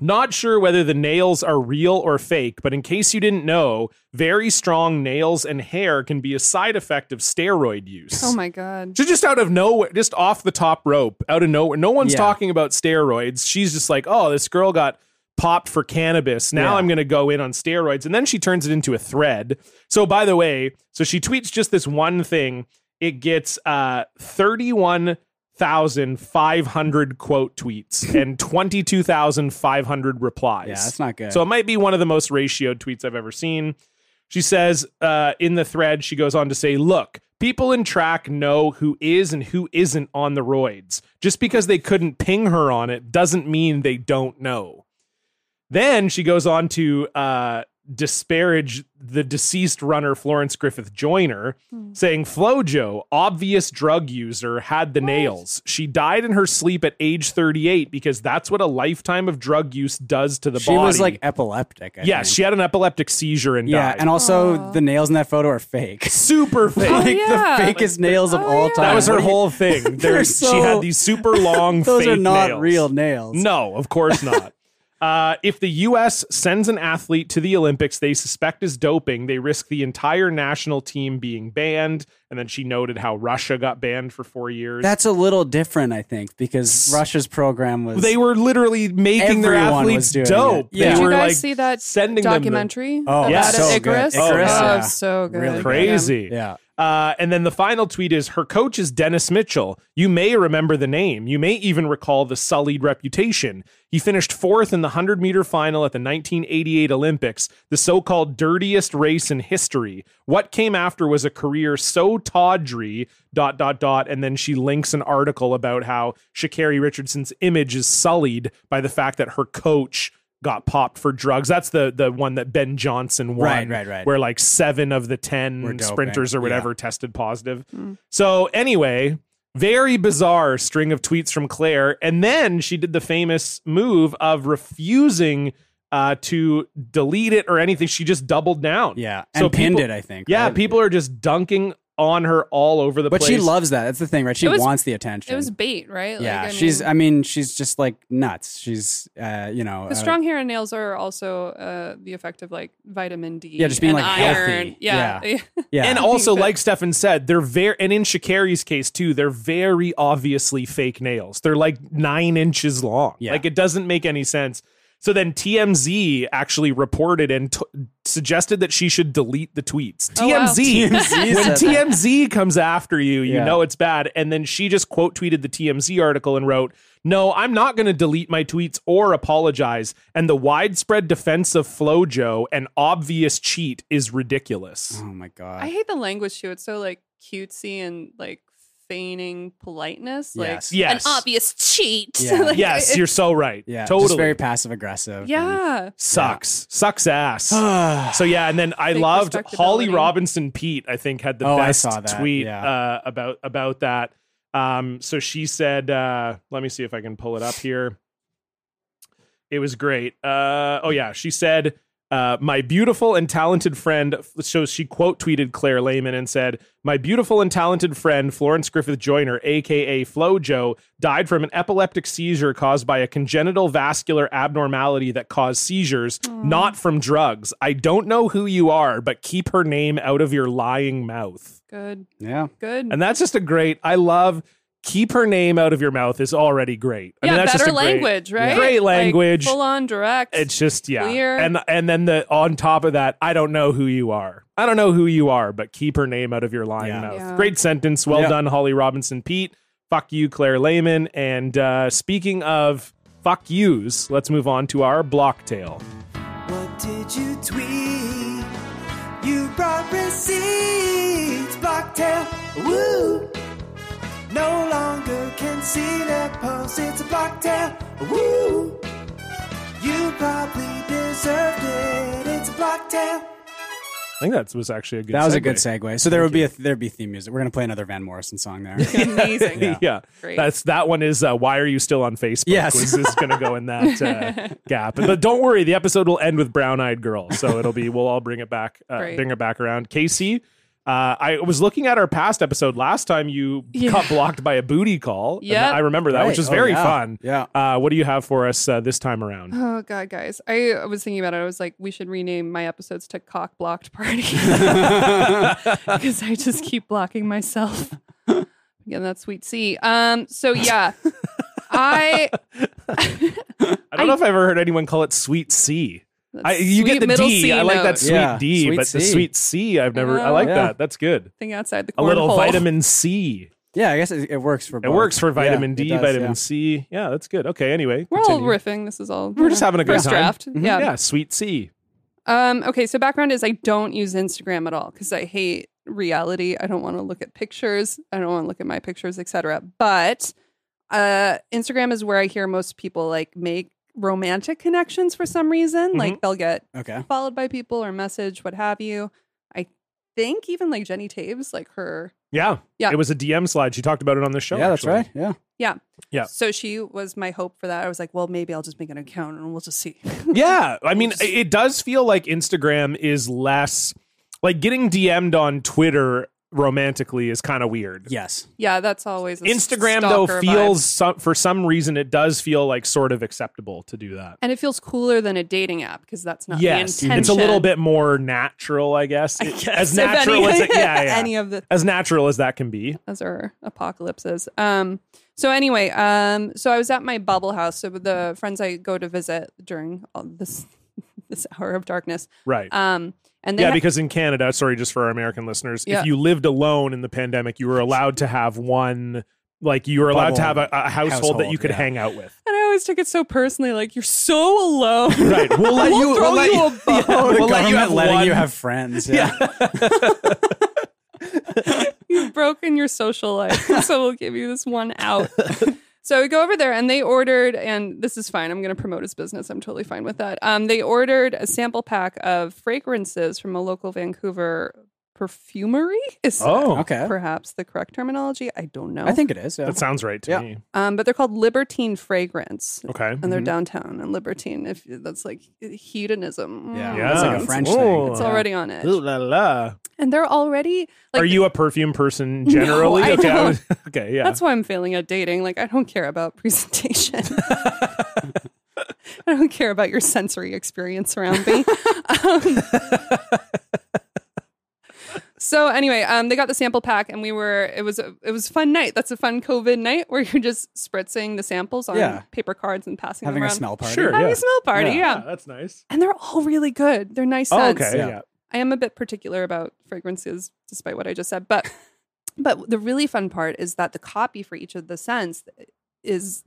[SPEAKER 1] not sure whether the nails are real or fake, but in case you didn't know, very strong nails and hair can be a side effect of steroid use.
[SPEAKER 4] Oh my God.
[SPEAKER 1] She's just out of nowhere, just off the top rope, out of nowhere. No one's
[SPEAKER 3] Yeah.
[SPEAKER 1] talking about steroids. She's just like, oh, this girl got popped for cannabis. Now
[SPEAKER 3] Yeah.
[SPEAKER 1] I'm going to go in on steroids. And then she turns it into a thread. So, by the way, so she tweets just this one thing. It gets uh, 31,500 quote tweets and 22,500 replies.
[SPEAKER 3] Yeah, that's not good.
[SPEAKER 1] So it might be one of the most ratioed tweets I've ever seen. She says uh, in the thread, she goes on to say, Look, people in track know who is and who isn't on the roids. Just because they couldn't ping her on it doesn't mean they don't know. Then she goes on to uh, disparage the deceased runner Florence Griffith Joyner, saying Flojo, obvious drug user, had the nails. She died in her sleep at age 38 because that's what a lifetime of drug use does to the
[SPEAKER 3] she
[SPEAKER 1] body.
[SPEAKER 3] was like epileptic. I
[SPEAKER 1] yeah,
[SPEAKER 3] think.
[SPEAKER 1] she had an epileptic seizure and
[SPEAKER 3] yeah,
[SPEAKER 1] died.
[SPEAKER 3] and also the nails in that photo are fake.
[SPEAKER 1] super fake.
[SPEAKER 4] Oh,
[SPEAKER 3] like
[SPEAKER 4] yeah.
[SPEAKER 3] the fakest nails of
[SPEAKER 4] Oh,
[SPEAKER 3] all
[SPEAKER 4] yeah.
[SPEAKER 3] time.
[SPEAKER 1] That was her
[SPEAKER 3] What do you-
[SPEAKER 1] whole thing. There,
[SPEAKER 3] They're
[SPEAKER 1] she
[SPEAKER 3] so-
[SPEAKER 1] had these super long.
[SPEAKER 3] Those are
[SPEAKER 1] fake
[SPEAKER 3] not
[SPEAKER 1] nails.
[SPEAKER 3] real nails.
[SPEAKER 1] No, of course not. uh, if the U.S. sends an athlete to the Olympics they suspect is doping, they risk the entire national team being banned. And then she noted how Russia got banned for four years.
[SPEAKER 3] That's a little different, I think, because Russia's program was
[SPEAKER 1] they were literally making their
[SPEAKER 3] Everyone was
[SPEAKER 1] athletes
[SPEAKER 3] doing it.
[SPEAKER 1] dope.
[SPEAKER 3] Yeah.
[SPEAKER 1] They
[SPEAKER 4] Did you
[SPEAKER 1] were
[SPEAKER 4] guys
[SPEAKER 1] like
[SPEAKER 4] see that
[SPEAKER 1] sending them the-
[SPEAKER 4] documentary
[SPEAKER 3] Oh,
[SPEAKER 4] about
[SPEAKER 1] yes. So
[SPEAKER 4] it?
[SPEAKER 3] good.
[SPEAKER 4] Icarus?
[SPEAKER 3] Icarus,
[SPEAKER 4] oh,
[SPEAKER 3] yeah.
[SPEAKER 4] so good.
[SPEAKER 3] Really good.
[SPEAKER 1] crazy.
[SPEAKER 3] Yeah.
[SPEAKER 1] Uh, and then the final tweet is her coach is Dennis Mitchell. You may remember the name. You may even recall the sullied reputation. He finished fourth in the 100 meter final at the 1988 Olympics, the so called dirtiest race in history. What came after was a career so tawdry, dot, dot, dot. And then she links an article about how Shakari Richardson's image is sullied by the fact that her coach got popped for drugs. That's the the one that Ben Johnson won.
[SPEAKER 3] Right, right, right.
[SPEAKER 1] Where like seven of the ten
[SPEAKER 3] Were doping.
[SPEAKER 1] sprinters or
[SPEAKER 3] Yeah.
[SPEAKER 1] whatever tested positive. So anyway, Very bizarre string of tweets from Claire. And then she did the famous move of refusing uh, to delete it or anything. She just doubled down.
[SPEAKER 3] Yeah, and
[SPEAKER 1] So
[SPEAKER 3] pinned
[SPEAKER 1] people-
[SPEAKER 3] it. I think.
[SPEAKER 1] Yeah,
[SPEAKER 3] right?
[SPEAKER 1] people are just dunking on her all over the
[SPEAKER 3] But
[SPEAKER 1] place.
[SPEAKER 3] she loves that. That's the thing, right? She
[SPEAKER 4] It was-
[SPEAKER 3] wants the attention.
[SPEAKER 4] It was bait, right? Like,
[SPEAKER 3] yeah,
[SPEAKER 4] I
[SPEAKER 3] she's.
[SPEAKER 4] mean-
[SPEAKER 3] I mean, she's just like nuts. She's, uh, you know, uh,
[SPEAKER 4] The strong hair and nails are also uh, the effect of like vitamin D.
[SPEAKER 3] Yeah, just being,
[SPEAKER 4] and
[SPEAKER 3] like,
[SPEAKER 4] iron.
[SPEAKER 3] healthy.
[SPEAKER 4] Yeah.
[SPEAKER 3] yeah,
[SPEAKER 1] And also,
[SPEAKER 4] that-
[SPEAKER 1] like Stefan said, they're very, and in Shakari's case too, they're very obviously fake nails. They're like nine inches long.
[SPEAKER 3] Yeah.
[SPEAKER 1] Like it doesn't make any sense. So then TMZ actually reported and t- suggested that she should delete the tweets.
[SPEAKER 4] Oh, wow.
[SPEAKER 1] TMZ,
[SPEAKER 3] TMZ
[SPEAKER 1] when
[SPEAKER 3] said that.
[SPEAKER 1] TMZ comes after you, you
[SPEAKER 3] Yeah.
[SPEAKER 1] know it's bad. And then she just quote tweeted the TMZ article and wrote, No, I'm not going to delete my tweets or apologize. And the widespread defense of Flojo, an obvious cheat, is ridiculous.
[SPEAKER 3] oh my god.
[SPEAKER 4] I hate the language too. It's so like cutesy and like feigning politeness. Like
[SPEAKER 3] Yes.
[SPEAKER 1] Yes.
[SPEAKER 4] an obvious cheat.
[SPEAKER 3] Yeah.
[SPEAKER 4] Like,
[SPEAKER 1] yes,
[SPEAKER 4] it-
[SPEAKER 1] you're so right.
[SPEAKER 3] yeah,
[SPEAKER 1] totally.
[SPEAKER 3] Just very passive aggressive.
[SPEAKER 4] Yeah.
[SPEAKER 1] Sucks. Sucks ass.
[SPEAKER 3] and-
[SPEAKER 1] so yeah, and then I
[SPEAKER 4] Big
[SPEAKER 1] loved Holly
[SPEAKER 4] respectability.
[SPEAKER 1] Robinson Pete. I think had the
[SPEAKER 3] Oh, I
[SPEAKER 1] best
[SPEAKER 3] saw that,
[SPEAKER 1] tweet
[SPEAKER 3] yeah.
[SPEAKER 1] uh, about about that. Um, so she said, uh, "Let me see if I can pull it up here." It was great. Uh, oh yeah, she said, uh, "My beautiful and talented friend." So she quote tweeted Claire Lehman and said, "My beautiful and talented friend Florence Griffith Joyner, aka FloJo, died from an epileptic seizure caused by a congenital vascular abnormality that caused seizures, not from drugs. I don't know who you are, but keep her name out of your lying mouth."
[SPEAKER 4] Good.
[SPEAKER 3] yeah.
[SPEAKER 4] Good.
[SPEAKER 1] And that's just a great. I love. Keep her name out of your mouth is already great. I
[SPEAKER 4] yeah,
[SPEAKER 1] mean, that's
[SPEAKER 4] better
[SPEAKER 1] just a great-
[SPEAKER 4] language, right?
[SPEAKER 1] Great language.
[SPEAKER 4] Full on direct.
[SPEAKER 1] it's just yeah,
[SPEAKER 4] Clear.
[SPEAKER 1] and and then the on top of that, I don't know who you are. I don't know who you are, but keep her name out of your lying
[SPEAKER 3] Yeah.
[SPEAKER 1] mouth.
[SPEAKER 4] Yeah.
[SPEAKER 1] Great sentence. Well
[SPEAKER 3] Yeah.
[SPEAKER 1] done, Holly Robinson Pete. Fuck you, Claire Lehman. And uh, speaking of fuck yous, let's move on to our block tale.
[SPEAKER 7] What did you tweet? You brought receipts, Blocktail. Woo! No longer can see their posts. It's a Blocktail. Woo! You probably deserved it. It's a Blocktail.
[SPEAKER 1] I think that was actually a good.
[SPEAKER 3] That was a
[SPEAKER 1] segue.
[SPEAKER 3] good segue. So there would be a there'd be theme music. We're gonna play another Van Morrison song there.
[SPEAKER 4] amazing.
[SPEAKER 1] Yeah,
[SPEAKER 4] Great.
[SPEAKER 1] that's that one is uh, why are you still on Facebook?
[SPEAKER 3] Yes.
[SPEAKER 1] was, is going to go in that uh, gap. But don't worry, the episode will end with Brown Eyed Girl, so it'll be we'll all bring it back, uh,
[SPEAKER 4] Great.
[SPEAKER 1] bring it back around. Casey, uh, I was looking at our past episode last time you
[SPEAKER 4] Yeah.
[SPEAKER 1] got blocked by a booty call. and
[SPEAKER 4] Yep.
[SPEAKER 1] I remember that,
[SPEAKER 3] Right.
[SPEAKER 1] which was
[SPEAKER 3] Oh,
[SPEAKER 1] very
[SPEAKER 3] yeah.
[SPEAKER 1] fun.
[SPEAKER 3] Yeah.
[SPEAKER 1] Uh, what do you have for us uh, this time around?
[SPEAKER 4] Oh god, guys! I was thinking about it. I was like, we should rename my episodes to "Cock Blocked Party" because I just keep blocking myself. Again, that's sweet C. Um. So yeah, I.
[SPEAKER 1] I don't
[SPEAKER 4] I-
[SPEAKER 1] know if I've ever heard anyone call it Sweet C. I, you
[SPEAKER 4] sweet
[SPEAKER 1] get the
[SPEAKER 4] middle
[SPEAKER 1] D. I
[SPEAKER 4] C
[SPEAKER 1] like that
[SPEAKER 4] note.
[SPEAKER 1] sweet
[SPEAKER 3] Yeah,
[SPEAKER 1] D,
[SPEAKER 3] sweet
[SPEAKER 1] but the
[SPEAKER 3] C.
[SPEAKER 1] sweet C, I've never. I
[SPEAKER 4] Oh.
[SPEAKER 1] like
[SPEAKER 3] Yeah.
[SPEAKER 1] that. That's good.
[SPEAKER 4] thing outside the
[SPEAKER 1] A little
[SPEAKER 4] cornhole.
[SPEAKER 1] vitamin C.
[SPEAKER 3] yeah, I guess it, it works for.
[SPEAKER 1] It
[SPEAKER 3] both.
[SPEAKER 1] works for
[SPEAKER 3] Yeah,
[SPEAKER 1] vitamin
[SPEAKER 3] it
[SPEAKER 1] D,
[SPEAKER 3] does,
[SPEAKER 1] vitamin
[SPEAKER 3] yeah.
[SPEAKER 1] C. Yeah, that's good. Okay, anyway.
[SPEAKER 4] We're all
[SPEAKER 1] continue.
[SPEAKER 4] riffing. This is all.
[SPEAKER 1] We're just having a good
[SPEAKER 4] first
[SPEAKER 1] time.
[SPEAKER 4] draft.
[SPEAKER 1] Mhm.
[SPEAKER 4] Yeah.
[SPEAKER 1] sweet C.
[SPEAKER 4] Um, okay, so background is I don't use Instagram at all because I hate reality. I don't want to look at pictures. I don't want to look at my pictures, etc. But uh, Instagram is where I hear most people like make romantic connections for some reason.
[SPEAKER 1] Mm-hmm.
[SPEAKER 4] Like they'll get
[SPEAKER 3] Okay.
[SPEAKER 4] followed by people or message, what have you. I think even like Jenny Taves, like her
[SPEAKER 1] Yeah.
[SPEAKER 4] Yeah.
[SPEAKER 1] It was a DM slide. She talked about it on the show.
[SPEAKER 3] Yeah, that's
[SPEAKER 1] actually.
[SPEAKER 3] right. Yeah.
[SPEAKER 1] Yeah.
[SPEAKER 4] So she was my hope for that. I was like, well, maybe I'll just make an account and we'll just see.
[SPEAKER 1] Yeah. I mean, it- it does feel like Instagram is less like getting DM'd on Twitter romantically is kind of weird.
[SPEAKER 3] Yes.
[SPEAKER 4] yeah, that's always a
[SPEAKER 1] Instagram though
[SPEAKER 4] stalker vibe.
[SPEAKER 1] feels some, for some reason it does feel like sort of acceptable to do that.
[SPEAKER 4] And it feels cooler than a dating app because that's not
[SPEAKER 1] yes,
[SPEAKER 4] the intention.
[SPEAKER 1] it's a little bit more natural, I guess. It- as
[SPEAKER 4] If
[SPEAKER 1] natural
[SPEAKER 4] any-
[SPEAKER 1] as it, yeah, yeah.
[SPEAKER 4] any of the
[SPEAKER 1] as natural as that can be.
[SPEAKER 4] as our apocalypses. Um, so anyway, um, so I was at my bubble house. So the friends I go to visit during all this this hour of darkness.
[SPEAKER 1] Right.
[SPEAKER 4] Um, and they
[SPEAKER 1] yeah,
[SPEAKER 4] ha-
[SPEAKER 1] because in Canada, sorry, just for our American listeners,
[SPEAKER 4] Yeah.
[SPEAKER 1] if you lived alone in the pandemic, you were allowed to have one, like you were allowed to have
[SPEAKER 3] Bubble.
[SPEAKER 1] a, a household, that
[SPEAKER 3] Household,
[SPEAKER 1] you could
[SPEAKER 3] yeah.
[SPEAKER 1] hang out with.
[SPEAKER 4] and I always took it so personally. Like you're so alone.
[SPEAKER 1] Right. We'll let
[SPEAKER 4] We'll
[SPEAKER 1] you.
[SPEAKER 4] throw
[SPEAKER 1] We'll let
[SPEAKER 4] you
[SPEAKER 1] you.
[SPEAKER 4] a bone.
[SPEAKER 1] Yeah,
[SPEAKER 3] The
[SPEAKER 1] we'll let you
[SPEAKER 3] government
[SPEAKER 1] have
[SPEAKER 3] letting
[SPEAKER 1] one.
[SPEAKER 3] you have friends. Yeah.
[SPEAKER 4] You've broken your social life, so we'll give you this one out. So we go over there and they ordered, and this is fine. I'm going to promote his business. I'm totally fine with that. Um, they ordered a sample pack of fragrances from a local Vancouver perfumery is
[SPEAKER 1] Oh,
[SPEAKER 3] Okay.
[SPEAKER 4] perhaps the correct terminology. I don't know.
[SPEAKER 3] I think it is. Yeah.
[SPEAKER 1] that sounds right to
[SPEAKER 3] Yeah.
[SPEAKER 1] me.
[SPEAKER 4] um, but they're called Libertine Fragrance,
[SPEAKER 1] Okay.
[SPEAKER 4] and they're
[SPEAKER 3] Mhm.
[SPEAKER 4] downtown and Libertine. If that's like hedonism, Mm,
[SPEAKER 3] yeah.
[SPEAKER 1] Yeah.
[SPEAKER 3] That's like
[SPEAKER 4] It's-
[SPEAKER 3] a French
[SPEAKER 1] Whoa.
[SPEAKER 3] thing.
[SPEAKER 4] It's
[SPEAKER 1] Yeah.
[SPEAKER 4] already on it,
[SPEAKER 1] Ooh la la.
[SPEAKER 4] and they're already. Like,
[SPEAKER 1] Are you a perfume person generally?
[SPEAKER 4] I
[SPEAKER 1] okay, I
[SPEAKER 4] don't.
[SPEAKER 1] was- okay, yeah.
[SPEAKER 4] That's why I'm failing at dating. Like, I don't care about presentation. I don't care about your sensory experience around me. um, so anyway, um, they got the sample pack, and we were. It was a, it was a fun night. That's a fun COVID night where you're just spritzing the samples on
[SPEAKER 3] Yeah.
[SPEAKER 4] paper cards and passing
[SPEAKER 3] Having
[SPEAKER 4] them
[SPEAKER 3] a
[SPEAKER 4] around.
[SPEAKER 3] smell party.
[SPEAKER 1] Sure.
[SPEAKER 4] Having
[SPEAKER 1] Yeah.
[SPEAKER 4] a smell party,
[SPEAKER 3] Yeah.
[SPEAKER 4] yeah.
[SPEAKER 1] yeah, that's nice.
[SPEAKER 4] And they're all really good. They're nice
[SPEAKER 1] Oh,
[SPEAKER 4] scents.
[SPEAKER 1] okay, yeah.
[SPEAKER 3] Yeah.
[SPEAKER 4] I am a bit particular about fragrances, despite what I just said. But but the really fun part is that the copy for each of the scents is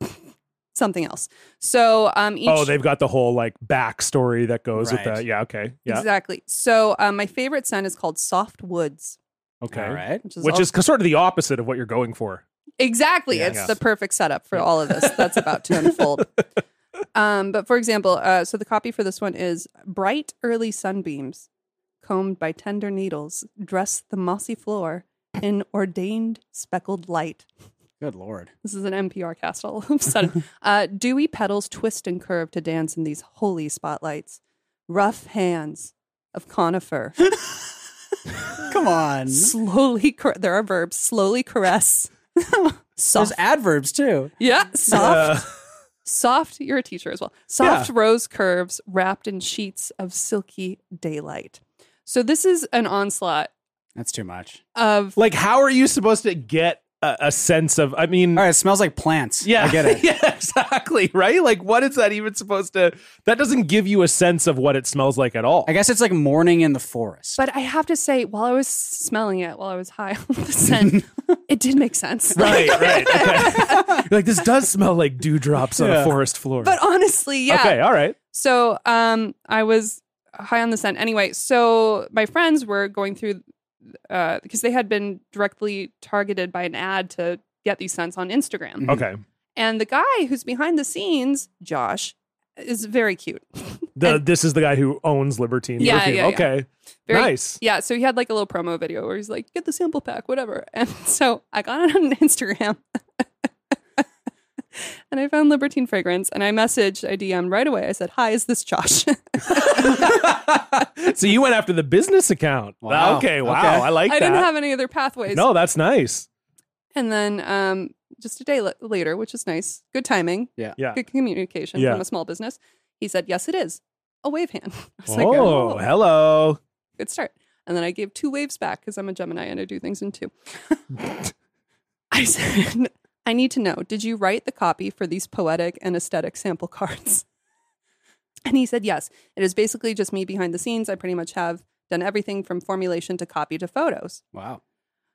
[SPEAKER 4] something else. So um, each
[SPEAKER 1] Oh, they've got the whole like backstory that goes with
[SPEAKER 3] Right.
[SPEAKER 1] that. Yeah, okay, yeah,
[SPEAKER 4] exactly. So um, my favorite scent is called Soft Woods,
[SPEAKER 1] okay.
[SPEAKER 3] All right.
[SPEAKER 4] which is
[SPEAKER 1] Which
[SPEAKER 4] all-
[SPEAKER 1] is sort of the opposite of what you're going for.
[SPEAKER 4] Exactly.
[SPEAKER 1] Yeah.
[SPEAKER 4] it's
[SPEAKER 1] Yes.
[SPEAKER 4] the perfect setup for all of this that's about to unfold. Um, but for example, uh, so the copy for this one is bright early sunbeams, combed by tender needles, dress the mossy floor in ordained speckled light.
[SPEAKER 3] Good lord.
[SPEAKER 4] This is an NPR cast all of a sudden. uh, dewy petals twist and curve to dance in these holy spotlights. Rough hands of conifer
[SPEAKER 3] Come on.
[SPEAKER 4] slowly, car- there are verbs, slowly caress.
[SPEAKER 3] There's
[SPEAKER 4] soft
[SPEAKER 3] adverbs too.
[SPEAKER 4] Yeah, soft,
[SPEAKER 1] Uh,
[SPEAKER 4] soft. You're a teacher as well. Soft rose curves wrapped in sheets of silky daylight. So this is an onslaught
[SPEAKER 3] That's too much.
[SPEAKER 4] of
[SPEAKER 1] like, how are you supposed to get a, a sense of? I mean,
[SPEAKER 3] All right. It smells like plants.
[SPEAKER 1] yeah,
[SPEAKER 3] I get it.
[SPEAKER 1] yeah, exactly. Right. Like, what is that even supposed to? That doesn't give you a sense of what it smells like at all.
[SPEAKER 3] I guess it's like morning in the forest.
[SPEAKER 4] but I have to say, while I was smelling it, while I was high on the scent, it did make sense.
[SPEAKER 1] Right, right. Okay. You're like, this does smell like dewdrops on a
[SPEAKER 3] Yeah.
[SPEAKER 1] forest floor.
[SPEAKER 4] But honestly, yeah.
[SPEAKER 1] Okay, all right.
[SPEAKER 4] So um, I was high on the scent. Anyway, so my friends were going through uh, because they had been directly targeted by an ad to get these scents on Instagram.
[SPEAKER 3] Mhm.
[SPEAKER 1] Okay.
[SPEAKER 4] And the guy who's behind the scenes, Josh, is very cute.
[SPEAKER 1] The
[SPEAKER 4] And-
[SPEAKER 1] this is the guy who owns Libertine
[SPEAKER 4] Yeah,
[SPEAKER 1] perfume.
[SPEAKER 4] yeah, yeah.
[SPEAKER 1] Okay.
[SPEAKER 4] Very,
[SPEAKER 1] nice.
[SPEAKER 4] Yeah. So he had like a little promo video where he's like, get the sample pack, whatever. And so I got it on Instagram and I found Libertine Fragrance and I messaged, I DM'd right away. I said, hi, is this Josh?
[SPEAKER 1] so you went after the business account.
[SPEAKER 3] Wow.
[SPEAKER 1] Okay, wow.
[SPEAKER 3] Okay.
[SPEAKER 1] I like
[SPEAKER 4] I
[SPEAKER 1] that.
[SPEAKER 4] didn't have any other pathways.
[SPEAKER 1] no, that's nice.
[SPEAKER 4] And then um, just a day la- later, which is nice, good timing.
[SPEAKER 3] Yeah.
[SPEAKER 1] Yeah.
[SPEAKER 4] Good communication
[SPEAKER 1] Yeah.
[SPEAKER 4] from a small business. He said, yes, it is. A wave hand. I was
[SPEAKER 1] Oh,
[SPEAKER 4] like, oh,
[SPEAKER 1] hello.
[SPEAKER 4] good start. And then I gave two waves back because I'm a Gemini and I do things in two. I said, I need to know, did you write the copy for these poetic and aesthetic sample cards? And he said, yes. It is basically just me behind the scenes. I pretty much have done everything from formulation to copy to photos.
[SPEAKER 3] Wow.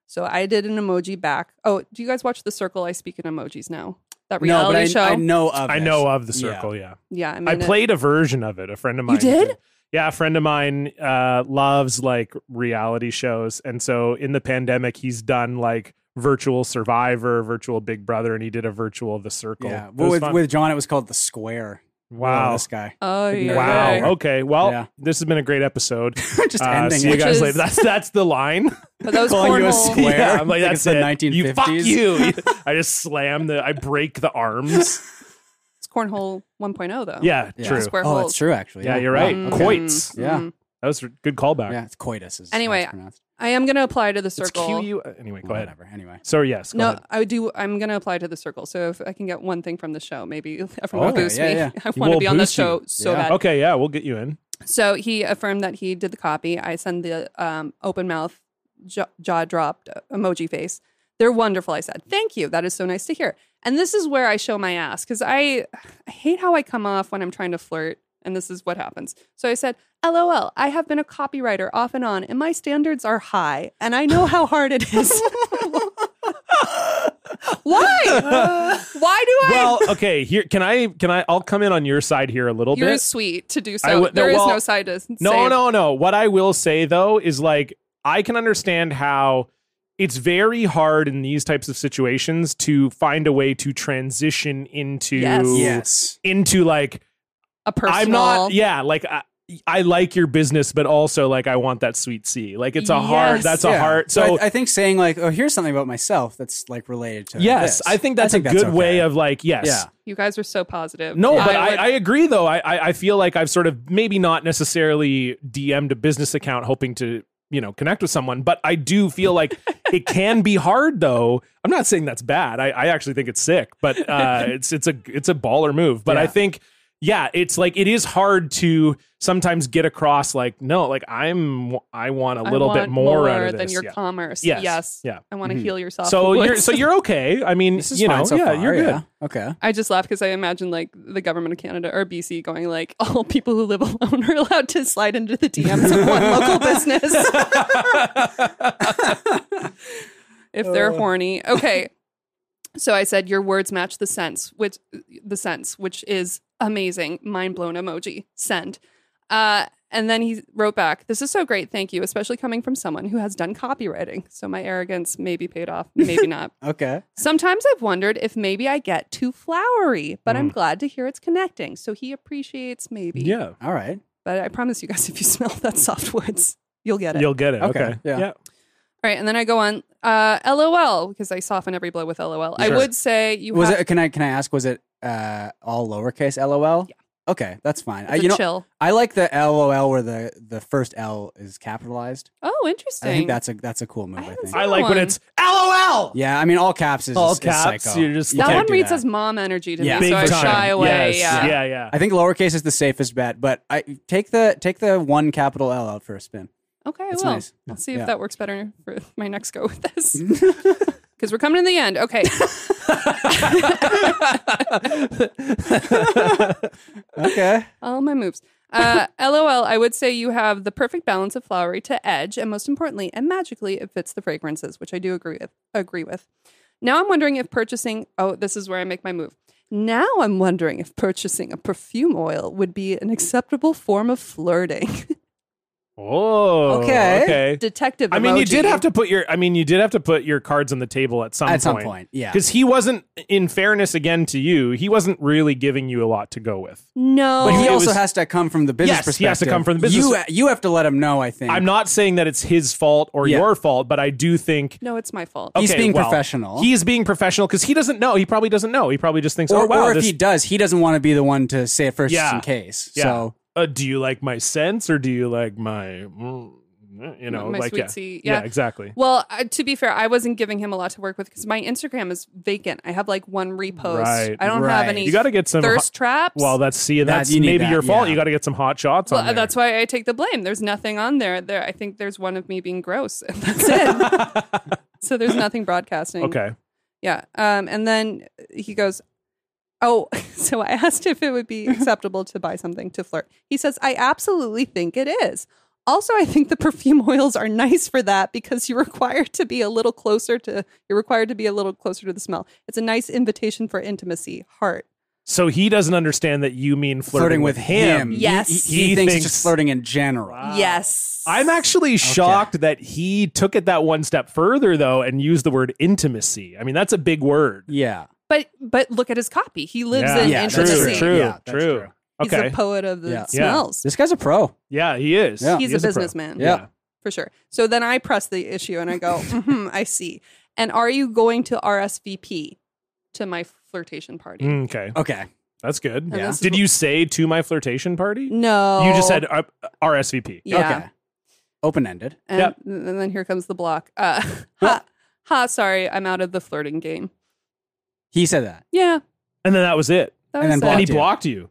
[SPEAKER 4] So I did an emoji back. Oh, do you guys watch The Circle? I speak in emojis now. That
[SPEAKER 3] No, but
[SPEAKER 4] reality
[SPEAKER 3] I,
[SPEAKER 4] show.
[SPEAKER 3] I know of.
[SPEAKER 1] I
[SPEAKER 3] it.
[SPEAKER 1] know of the
[SPEAKER 3] Yeah.
[SPEAKER 1] circle, yeah.
[SPEAKER 4] yeah, I mean,
[SPEAKER 1] I
[SPEAKER 4] it-
[SPEAKER 1] played a version of it. A friend of mine.
[SPEAKER 4] did?
[SPEAKER 1] Yeah, a friend of mine uh, loves like reality shows, and so in the pandemic, he's done like virtual Survivor, virtual Big Brother, and he did a virtual The Circle.
[SPEAKER 3] Yeah.
[SPEAKER 1] It
[SPEAKER 3] Well,
[SPEAKER 1] was
[SPEAKER 3] with,
[SPEAKER 1] fun.
[SPEAKER 3] with John, it was called the square. Oh,
[SPEAKER 1] wow,
[SPEAKER 3] This guy.
[SPEAKER 4] Oh, yeah.
[SPEAKER 1] wow.
[SPEAKER 3] Yeah.
[SPEAKER 1] Okay, well,
[SPEAKER 3] Yeah.
[SPEAKER 1] this has been a great episode.
[SPEAKER 3] Just
[SPEAKER 1] Uh,
[SPEAKER 3] ending.
[SPEAKER 1] see you
[SPEAKER 3] it.
[SPEAKER 4] Which
[SPEAKER 1] guys
[SPEAKER 4] is-
[SPEAKER 1] later. That's that's the line.
[SPEAKER 4] But those
[SPEAKER 3] Calling you a
[SPEAKER 4] cornhole-
[SPEAKER 3] square.
[SPEAKER 1] Yeah, I'm like,
[SPEAKER 3] Like
[SPEAKER 1] that's
[SPEAKER 3] it's the
[SPEAKER 1] it. You fuck
[SPEAKER 3] 1950s.
[SPEAKER 1] you. I just slam the. I break the arms.
[SPEAKER 4] It's cornhole 1.0 though.
[SPEAKER 1] Yeah,
[SPEAKER 3] Yeah.
[SPEAKER 1] true.
[SPEAKER 4] Square
[SPEAKER 3] Oh,
[SPEAKER 4] holes.
[SPEAKER 3] that's true. Actually.
[SPEAKER 1] Yeah, you're right.
[SPEAKER 4] Mm,
[SPEAKER 3] Okay.
[SPEAKER 1] Coits.
[SPEAKER 4] mm,
[SPEAKER 3] Yeah.
[SPEAKER 4] mm.
[SPEAKER 1] That was a good callback.
[SPEAKER 3] Yeah. It's coitus. Is how
[SPEAKER 4] Anyway,
[SPEAKER 3] it's pronounced.
[SPEAKER 4] I am going to apply to the
[SPEAKER 1] It's
[SPEAKER 4] circle.
[SPEAKER 1] Q U. uh, Anyway, go ahead.
[SPEAKER 3] Whatever. Anyway.
[SPEAKER 1] So yes, go
[SPEAKER 4] no,
[SPEAKER 1] ahead.
[SPEAKER 4] I do. I'm going to apply to the circle. So if I can get one thing from the show, maybe everyone will
[SPEAKER 3] Okay,
[SPEAKER 4] boost
[SPEAKER 3] yeah,
[SPEAKER 4] me.
[SPEAKER 3] yeah.
[SPEAKER 4] I want
[SPEAKER 1] We'll
[SPEAKER 4] to be on the
[SPEAKER 1] boost you.
[SPEAKER 4] show so
[SPEAKER 3] Yeah.
[SPEAKER 4] bad.
[SPEAKER 1] Okay, yeah, we'll get you in.
[SPEAKER 4] So he affirmed that he did the copy. I send the um, open mouth, jaw, jaw dropped emoji face. They're wonderful. I said, thank you. That is so nice to hear. And this is where I show my ass because I, I hate how I come off when I'm trying to flirt. And this is what happens. So I said, LOL, I have been a copywriter off and on, and my standards are high, and I know how hard it is. Why? Why do I?
[SPEAKER 1] Well, okay. Here, can I? Can I? I'll come in on your side here a little
[SPEAKER 4] You're
[SPEAKER 1] bit.
[SPEAKER 4] sweet to do
[SPEAKER 1] I
[SPEAKER 4] so.
[SPEAKER 1] would- no,
[SPEAKER 4] there is
[SPEAKER 1] well,
[SPEAKER 4] no side to
[SPEAKER 1] no,
[SPEAKER 4] save.
[SPEAKER 1] no, no. What I will say though is like I can understand how it's very hard in these types of situations to find a way to transition into
[SPEAKER 4] Yes.
[SPEAKER 3] Yes.
[SPEAKER 1] into like
[SPEAKER 4] A personal.
[SPEAKER 1] I'm not. Yeah, like I, I like your business, but also like I want that sweet C. Like it's a heart.
[SPEAKER 4] Yes.
[SPEAKER 1] That's a
[SPEAKER 3] Yeah.
[SPEAKER 1] heart.
[SPEAKER 3] So,
[SPEAKER 1] So
[SPEAKER 3] I, I think saying like, "Oh, here's something about myself that's like related to."
[SPEAKER 1] yes,
[SPEAKER 3] this.
[SPEAKER 1] I think that's a good
[SPEAKER 3] okay.
[SPEAKER 1] way of like yes.
[SPEAKER 3] Yeah.
[SPEAKER 4] You guys were so positive.
[SPEAKER 1] No, but I,
[SPEAKER 4] would-
[SPEAKER 1] I agree though. I, I I feel like I've sort of maybe not necessarily DM'd a business account hoping to you know connect with someone, but I do feel like it can be hard though. I'm not saying that's bad. I, I actually think it's sick, but uh, it's it's a it's a baller move. But I
[SPEAKER 3] Yeah.
[SPEAKER 1] think yeah, it's like it is hard to sometimes get across like no, like I'm I want a
[SPEAKER 4] I
[SPEAKER 1] little bit
[SPEAKER 4] want
[SPEAKER 1] more, out of this.
[SPEAKER 4] than your
[SPEAKER 1] yeah.
[SPEAKER 4] commerce.
[SPEAKER 1] Yes.
[SPEAKER 4] Yes.
[SPEAKER 1] Yeah. Mm-hmm.
[SPEAKER 4] I want to
[SPEAKER 3] Mhm.
[SPEAKER 4] heal yourself.
[SPEAKER 1] So you're so you're okay. I mean,
[SPEAKER 3] This is
[SPEAKER 1] you
[SPEAKER 3] fine
[SPEAKER 1] know,
[SPEAKER 3] so
[SPEAKER 1] yeah,
[SPEAKER 3] far,
[SPEAKER 1] you're good.
[SPEAKER 3] yeah. Okay.
[SPEAKER 4] I just laugh because I imagine like the government of Canada or BC going like all people who live alone are allowed to slide into the DMs of one local business if they're horny. Okay, so I said your words match the sense, which the sense, which is amazing. Mind blown emoji. Send. Uh, and then he wrote back, "This is so great. Thank you, especially coming from someone who has done copywriting. So my arrogance may be paid off, maybe not."
[SPEAKER 3] Okay.
[SPEAKER 4] Sometimes I've wondered if maybe I get too flowery, but I'm glad to hear it's connecting. So he appreciates maybe.
[SPEAKER 1] Mm. Yeah,
[SPEAKER 3] All right.
[SPEAKER 4] But I promise you guys, if you smell that softwoods, you'll get it.
[SPEAKER 1] you'll get it. Okay.
[SPEAKER 3] Okay, yeah.
[SPEAKER 1] yeah.
[SPEAKER 4] All right. And then I go on uh, LOL because I soften every blow with LOL. I
[SPEAKER 1] Sure.
[SPEAKER 4] would say you
[SPEAKER 3] Was
[SPEAKER 4] have
[SPEAKER 3] it? Can I? Can I ask? Was it uh, all lowercase? LOL. Yeah. Okay, that's fine. I,
[SPEAKER 4] it's a
[SPEAKER 3] you know,
[SPEAKER 4] chill.
[SPEAKER 3] I like the LOL where the the first L is capitalized.
[SPEAKER 4] Oh, interesting.
[SPEAKER 3] I think that's a that's a cool move.
[SPEAKER 4] I
[SPEAKER 3] I,
[SPEAKER 4] haven't
[SPEAKER 3] think.
[SPEAKER 4] seen-
[SPEAKER 1] I like when
[SPEAKER 4] one.
[SPEAKER 1] it's LOL.
[SPEAKER 3] yeah, I mean, all caps is
[SPEAKER 1] All
[SPEAKER 3] is
[SPEAKER 1] caps,
[SPEAKER 3] psycho.
[SPEAKER 1] you're just
[SPEAKER 3] You
[SPEAKER 4] that
[SPEAKER 3] can't
[SPEAKER 4] one
[SPEAKER 3] do
[SPEAKER 4] reads
[SPEAKER 3] that.
[SPEAKER 4] as mom energy to
[SPEAKER 3] Yeah.
[SPEAKER 4] me, so
[SPEAKER 1] Big
[SPEAKER 4] I
[SPEAKER 1] time.
[SPEAKER 4] shy
[SPEAKER 1] Yes.
[SPEAKER 4] away. Yeah.
[SPEAKER 1] yeah, yeah.
[SPEAKER 3] I think lowercase is the safest bet, but I take the take the one capital L out for a spin.
[SPEAKER 4] Okay, I
[SPEAKER 3] It's
[SPEAKER 4] will.
[SPEAKER 3] nice.
[SPEAKER 4] I'll see if
[SPEAKER 3] Yeah.
[SPEAKER 4] that works better for my next go with this. Because we're coming to the end. Okay.
[SPEAKER 3] Okay.
[SPEAKER 4] All my moves. Uh, LOL, I would say you have the perfect balance of flowery to edge, and most importantly, and magically, it fits the fragrances, which I do agree with. Agree with. Now I'm wondering if purchasing. Oh, this is where I make my move. Now I'm wondering if purchasing a perfume oil would be an acceptable form of flirting.
[SPEAKER 1] Oh,
[SPEAKER 3] Okay.
[SPEAKER 1] Okay.
[SPEAKER 4] Detective.
[SPEAKER 1] I mean, you
[SPEAKER 4] emoji.
[SPEAKER 1] did have to put your. I mean, you did have to put your cards on the table at some
[SPEAKER 3] At
[SPEAKER 1] point.
[SPEAKER 3] some point, yeah.
[SPEAKER 1] Because he wasn't, in fairness, again to you, he wasn't really giving you a lot to go with.
[SPEAKER 4] No.
[SPEAKER 3] But he
[SPEAKER 1] it
[SPEAKER 3] also
[SPEAKER 1] was-
[SPEAKER 3] has to come from the business
[SPEAKER 1] Yes,
[SPEAKER 3] perspective.
[SPEAKER 1] he has to come from the business-
[SPEAKER 3] You you have to let him know. I think
[SPEAKER 1] I'm not saying that it's his fault or
[SPEAKER 3] Yeah.
[SPEAKER 1] your fault, but I do think.
[SPEAKER 4] no, it's my fault.
[SPEAKER 3] He's
[SPEAKER 1] okay,
[SPEAKER 3] being
[SPEAKER 1] well,
[SPEAKER 3] professional.
[SPEAKER 1] He's being professional because he doesn't know. He probably doesn't know. He probably just thinks,
[SPEAKER 3] or,
[SPEAKER 1] "Oh wow,
[SPEAKER 3] or if
[SPEAKER 1] this,
[SPEAKER 3] he does, he doesn't want to be the one to say it first, just
[SPEAKER 1] Yeah.
[SPEAKER 3] in case.
[SPEAKER 1] yeah.
[SPEAKER 3] So
[SPEAKER 1] uh, do you like my sense or do you like my, mm, you know,
[SPEAKER 4] My
[SPEAKER 1] like
[SPEAKER 4] sweet
[SPEAKER 1] yeah.
[SPEAKER 4] C, yeah.
[SPEAKER 1] exactly.
[SPEAKER 4] Well, uh, to be fair, I wasn't giving him a lot to work with because my Instagram is vacant. I have like one repost.
[SPEAKER 1] Right,
[SPEAKER 4] I don't have
[SPEAKER 3] right.
[SPEAKER 4] any.
[SPEAKER 1] You got to get some
[SPEAKER 4] thirst traps.
[SPEAKER 1] Well, that's see,
[SPEAKER 3] That-
[SPEAKER 1] that's
[SPEAKER 3] you need
[SPEAKER 1] maybe
[SPEAKER 3] that,
[SPEAKER 1] your fault.
[SPEAKER 3] yeah.
[SPEAKER 1] You got to get some hot shots
[SPEAKER 4] Well, uh,
[SPEAKER 1] on there.
[SPEAKER 4] that's why I take the blame. There's nothing on there. There, I think there's one of me being gross, and that's it. so there's nothing broadcasting.
[SPEAKER 1] okay.
[SPEAKER 4] Yeah. Um, and then he goes, "Oh, so I asked if it would be acceptable to buy something to flirt." He says, "I absolutely think it is." Also, I think the perfume oils are nice for that because you're required to be a little closer to you're required to be a little closer to the smell. It's a nice invitation for intimacy, heart.
[SPEAKER 1] So he doesn't understand that you mean flirting,
[SPEAKER 3] flirting with him,
[SPEAKER 1] him.
[SPEAKER 3] he-
[SPEAKER 4] Yes.
[SPEAKER 3] he,
[SPEAKER 1] He
[SPEAKER 3] he thinks,
[SPEAKER 1] thinks-
[SPEAKER 3] it's just flirting in general.
[SPEAKER 4] Yes.
[SPEAKER 1] Ah. I'm actually shocked that he took it that one step further though and used the word intimacy. I mean, that's a big word.
[SPEAKER 3] Yeah,
[SPEAKER 4] But but look at his copy. He lives
[SPEAKER 1] yeah,
[SPEAKER 4] in
[SPEAKER 3] Yeah,
[SPEAKER 1] true,
[SPEAKER 4] intimacy.
[SPEAKER 1] true, true,
[SPEAKER 3] Yeah, that's true.
[SPEAKER 4] He's
[SPEAKER 1] Okay.
[SPEAKER 4] a poet of the
[SPEAKER 3] Yeah. Yeah.
[SPEAKER 4] smells.
[SPEAKER 3] this guy's a pro.
[SPEAKER 1] yeah, he is.
[SPEAKER 3] Yeah.
[SPEAKER 4] He's
[SPEAKER 1] He
[SPEAKER 4] a
[SPEAKER 1] is pro.
[SPEAKER 4] businessman.
[SPEAKER 3] Yeah.
[SPEAKER 4] for sure. So then I press the issue and I go, mm I see. And are you going to RSVP to my flirtation party?
[SPEAKER 1] Mm, okay.
[SPEAKER 3] Okay.
[SPEAKER 1] That's good.
[SPEAKER 4] this is
[SPEAKER 1] Did
[SPEAKER 4] what-
[SPEAKER 1] you say to my flirtation party?
[SPEAKER 4] No,
[SPEAKER 1] You just said uh, RSVP.
[SPEAKER 4] yeah.
[SPEAKER 3] Okay. Open ended.
[SPEAKER 4] And,
[SPEAKER 1] Yep.
[SPEAKER 4] and then here comes the block. Uh, ha, ha, sorry, I'm out of the flirting game.
[SPEAKER 3] He said that.
[SPEAKER 4] Yeah,
[SPEAKER 1] And then that was it.
[SPEAKER 4] that
[SPEAKER 3] And
[SPEAKER 4] was
[SPEAKER 1] And
[SPEAKER 3] then
[SPEAKER 4] it.
[SPEAKER 3] blocked
[SPEAKER 1] he
[SPEAKER 3] you.
[SPEAKER 1] blocked you.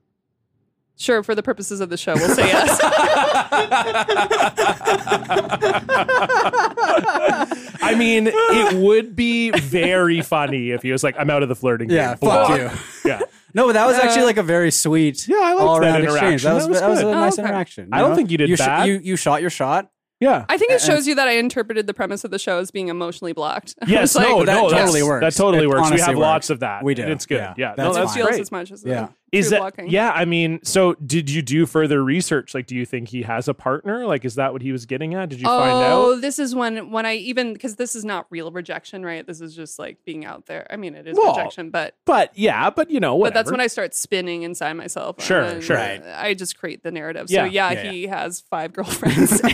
[SPEAKER 4] Sure, for the purposes of the show, we'll say yes.
[SPEAKER 1] I mean, it would be very funny if he was like, I'm out of the flirting.
[SPEAKER 3] Yeah,
[SPEAKER 1] game.
[SPEAKER 3] fuck
[SPEAKER 1] Block.
[SPEAKER 3] you.
[SPEAKER 1] Yeah.
[SPEAKER 3] No, but that was actually like a very sweet.
[SPEAKER 1] Yeah, I liked
[SPEAKER 3] all
[SPEAKER 1] that
[SPEAKER 3] around exchange.
[SPEAKER 1] interaction.
[SPEAKER 3] That was
[SPEAKER 1] That was
[SPEAKER 3] that was a
[SPEAKER 1] good.
[SPEAKER 4] Oh,
[SPEAKER 3] nice
[SPEAKER 4] okay.
[SPEAKER 3] interaction.
[SPEAKER 1] I don't think you did
[SPEAKER 3] you
[SPEAKER 1] bad.
[SPEAKER 3] you you shot your shot.
[SPEAKER 1] Yeah.
[SPEAKER 4] I think it shows you that I interpreted the premise of the show as being emotionally blocked. I
[SPEAKER 1] Yes,
[SPEAKER 4] was like,
[SPEAKER 1] no,
[SPEAKER 3] that
[SPEAKER 1] no, that's-
[SPEAKER 3] totally works.
[SPEAKER 1] That totally
[SPEAKER 3] It
[SPEAKER 1] works. We
[SPEAKER 3] honestly
[SPEAKER 1] have
[SPEAKER 3] works.
[SPEAKER 1] lots of that.
[SPEAKER 3] We do.
[SPEAKER 1] And It's good. Yeah,
[SPEAKER 3] Yeah.
[SPEAKER 1] no,
[SPEAKER 3] That's
[SPEAKER 1] that's
[SPEAKER 4] feels
[SPEAKER 1] great.
[SPEAKER 4] as much as
[SPEAKER 3] Yeah.
[SPEAKER 1] Is
[SPEAKER 4] True
[SPEAKER 1] that
[SPEAKER 4] blocking.
[SPEAKER 1] yeah? I mean, so did you do further research? Like, do you think he has a partner? Like, is that what he was getting at? Did you find
[SPEAKER 4] oh,
[SPEAKER 1] out?
[SPEAKER 4] this is when when I even because this is not real rejection, right? This is just like being out there. I mean, it is
[SPEAKER 1] Well,
[SPEAKER 4] rejection, but
[SPEAKER 1] But yeah, but you know, whatever.
[SPEAKER 4] but that's when I start spinning inside myself.
[SPEAKER 1] Sure,
[SPEAKER 4] and
[SPEAKER 1] sure.
[SPEAKER 3] Right.
[SPEAKER 4] I just create the narrative.
[SPEAKER 1] Yeah.
[SPEAKER 4] So yeah,
[SPEAKER 3] Yeah,
[SPEAKER 4] he has five girlfriends. and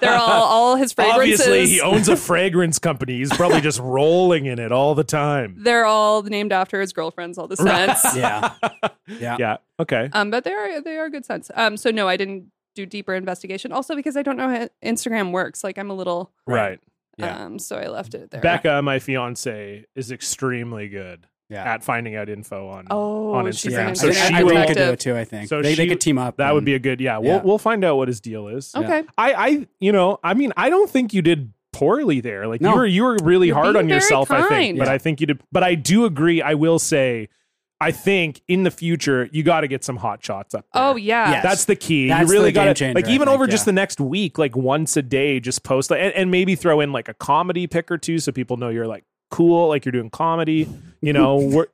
[SPEAKER 4] they're all all his fragrances.
[SPEAKER 1] Obviously, he owns a fragrance company. He's probably just rolling in it all the time.
[SPEAKER 4] they're all named after his girlfriends, all the scents.
[SPEAKER 3] Yeah. yeah.
[SPEAKER 1] Yeah. Okay.
[SPEAKER 4] Um, but they are they are good scents. Um, so no, I didn't do deeper investigation. Also because I don't know how Instagram works. Like I'm a little
[SPEAKER 1] right.
[SPEAKER 3] Yeah.
[SPEAKER 4] um, so I left it there.
[SPEAKER 1] Becca, my fiance, is extremely good
[SPEAKER 3] Yeah.
[SPEAKER 1] at finding out info on.
[SPEAKER 4] Oh,
[SPEAKER 1] on
[SPEAKER 4] she's
[SPEAKER 1] Instagram.
[SPEAKER 4] an
[SPEAKER 1] So
[SPEAKER 3] I,
[SPEAKER 1] she
[SPEAKER 4] Instagram
[SPEAKER 3] I, I think I
[SPEAKER 1] will-
[SPEAKER 3] could do
[SPEAKER 4] detective.
[SPEAKER 3] it too, I think.
[SPEAKER 1] So
[SPEAKER 3] they, they
[SPEAKER 1] she-
[SPEAKER 3] could team up.
[SPEAKER 1] That would
[SPEAKER 3] and-
[SPEAKER 1] be a good. Yeah. We'll
[SPEAKER 3] Yeah.
[SPEAKER 1] we'll find out what his deal is.
[SPEAKER 3] Yeah.
[SPEAKER 4] Okay.
[SPEAKER 1] I I you know I mean I don't think you did poorly there. Like you
[SPEAKER 3] No.
[SPEAKER 1] were you were really
[SPEAKER 4] You're
[SPEAKER 1] hard
[SPEAKER 4] being
[SPEAKER 1] on
[SPEAKER 4] very
[SPEAKER 1] yourself. I think,
[SPEAKER 4] kind.
[SPEAKER 1] but
[SPEAKER 3] Yeah.
[SPEAKER 1] I think you did. But I do agree. I will say, I think in the future you got to get some hot shots up. there.
[SPEAKER 4] Oh yeah.
[SPEAKER 3] Yeah.
[SPEAKER 1] That's the key.
[SPEAKER 3] That's
[SPEAKER 1] you really
[SPEAKER 3] the
[SPEAKER 1] got
[SPEAKER 3] game
[SPEAKER 1] to
[SPEAKER 3] changer,
[SPEAKER 1] like
[SPEAKER 3] I
[SPEAKER 1] even
[SPEAKER 3] think,
[SPEAKER 1] over just
[SPEAKER 3] yeah.
[SPEAKER 1] the next week, like once a day, just post like, and, and maybe throw in like a comedy pick or two so people know you're like cool, like you're doing comedy. You know, we're,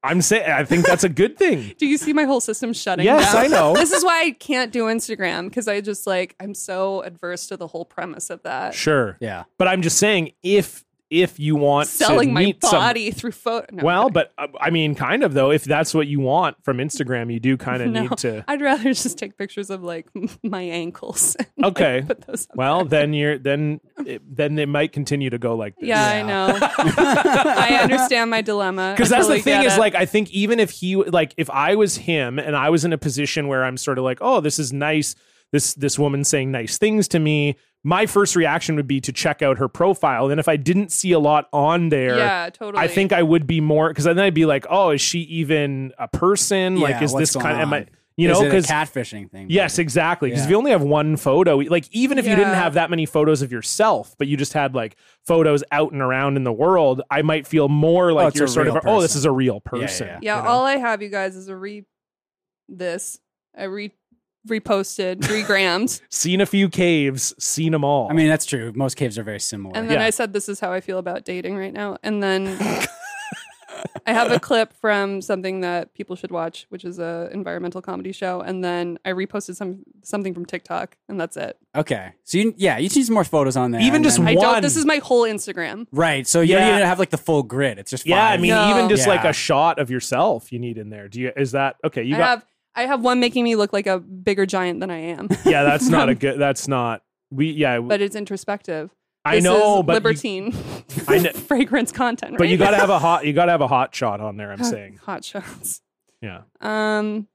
[SPEAKER 1] I'm saying I think that's a good thing.
[SPEAKER 4] Do you see my whole system shutting
[SPEAKER 1] Yes,
[SPEAKER 4] down?
[SPEAKER 1] I know.
[SPEAKER 4] This is why I can't do Instagram because I just like I'm so adverse to the whole premise of that.
[SPEAKER 1] Sure,
[SPEAKER 3] Yeah.
[SPEAKER 1] but I'm just saying if if you want
[SPEAKER 4] Selling
[SPEAKER 1] to
[SPEAKER 4] my
[SPEAKER 1] meet some-
[SPEAKER 4] body through photo. No,
[SPEAKER 1] well,
[SPEAKER 4] okay.
[SPEAKER 1] but uh, I mean, kind of though. If that's what you want from Instagram, you do kind of
[SPEAKER 4] No.
[SPEAKER 1] need to.
[SPEAKER 4] I'd rather just take pictures of like my ankles. and, like,
[SPEAKER 1] Okay.
[SPEAKER 4] put those up
[SPEAKER 1] Well, then you're then it, then it might continue to go like this.
[SPEAKER 4] Yeah, I
[SPEAKER 3] Yeah.
[SPEAKER 4] know. I understand my dilemma.
[SPEAKER 1] Because
[SPEAKER 4] I
[SPEAKER 1] that's
[SPEAKER 4] totally
[SPEAKER 1] the thing
[SPEAKER 4] get
[SPEAKER 1] is
[SPEAKER 4] it.
[SPEAKER 1] like I think even if he like if I was him and I was in a position where I'm sort of like oh this is nice this this woman saying nice things to me my first reaction would be to check out her profile and if I didn't see a lot on there
[SPEAKER 4] yeah, totally.
[SPEAKER 1] I think I would be more because then I'd be like oh is she even a person like
[SPEAKER 3] Yeah,
[SPEAKER 1] is
[SPEAKER 3] what's
[SPEAKER 1] this kind of am
[SPEAKER 3] going
[SPEAKER 1] I
[SPEAKER 3] on?
[SPEAKER 1] you
[SPEAKER 3] Is
[SPEAKER 1] know
[SPEAKER 3] it a
[SPEAKER 1] because
[SPEAKER 3] catfishing thing.
[SPEAKER 1] Yes, exactly. Because
[SPEAKER 3] Yeah.
[SPEAKER 1] if you only have one photo, e, like even if you didn't
[SPEAKER 4] Yeah.
[SPEAKER 1] have that many photos of yourself, but you just had like photos out and around in the world, I might feel more like
[SPEAKER 3] it's
[SPEAKER 1] you're
[SPEAKER 3] a
[SPEAKER 1] sort of,
[SPEAKER 3] real
[SPEAKER 1] oh, this
[SPEAKER 3] person."
[SPEAKER 1] is a real
[SPEAKER 3] yeah,
[SPEAKER 1] person.
[SPEAKER 3] yeah.
[SPEAKER 4] yeah.
[SPEAKER 1] you know?
[SPEAKER 4] All I have, you guys, is a re. This I re reposted, regrammed,
[SPEAKER 1] seen a few caves, seen them all.
[SPEAKER 3] I mean, that's true. Most caves are very similar.
[SPEAKER 4] and then
[SPEAKER 1] Yeah.
[SPEAKER 4] I said, "This is how I feel about dating right now." And then I have a clip from something that people should watch, which is a environmental comedy show. And then I reposted some something from TikTok, and that's it.
[SPEAKER 3] okay. So, you, yeah, you need some more photos on there.
[SPEAKER 1] Even
[SPEAKER 3] and
[SPEAKER 1] just
[SPEAKER 3] then-
[SPEAKER 4] I
[SPEAKER 1] One.
[SPEAKER 4] don't. This is my whole Instagram.
[SPEAKER 3] Right. So, you don't
[SPEAKER 1] Yeah.
[SPEAKER 3] even have like the full grid. It's just
[SPEAKER 1] yeah, I
[SPEAKER 3] five.
[SPEAKER 1] mean,
[SPEAKER 4] No.
[SPEAKER 1] even just like
[SPEAKER 3] Yeah.
[SPEAKER 1] a shot of yourself you need in there. Do you, is that, okay, you
[SPEAKER 4] I
[SPEAKER 1] got,
[SPEAKER 4] have I have one making me look like a bigger giant than I am,
[SPEAKER 1] yeah, that's not a good, that's not, we, yeah,
[SPEAKER 4] but it's introspective.
[SPEAKER 1] I
[SPEAKER 4] This
[SPEAKER 1] know,
[SPEAKER 4] is
[SPEAKER 1] but, you,
[SPEAKER 4] libertine
[SPEAKER 1] I know-
[SPEAKER 4] fragrance content. Right?
[SPEAKER 1] but you gotta have a hot, you gotta have a hot shot on there, I'm saying.
[SPEAKER 4] hot shots.
[SPEAKER 1] Yeah.
[SPEAKER 4] Um,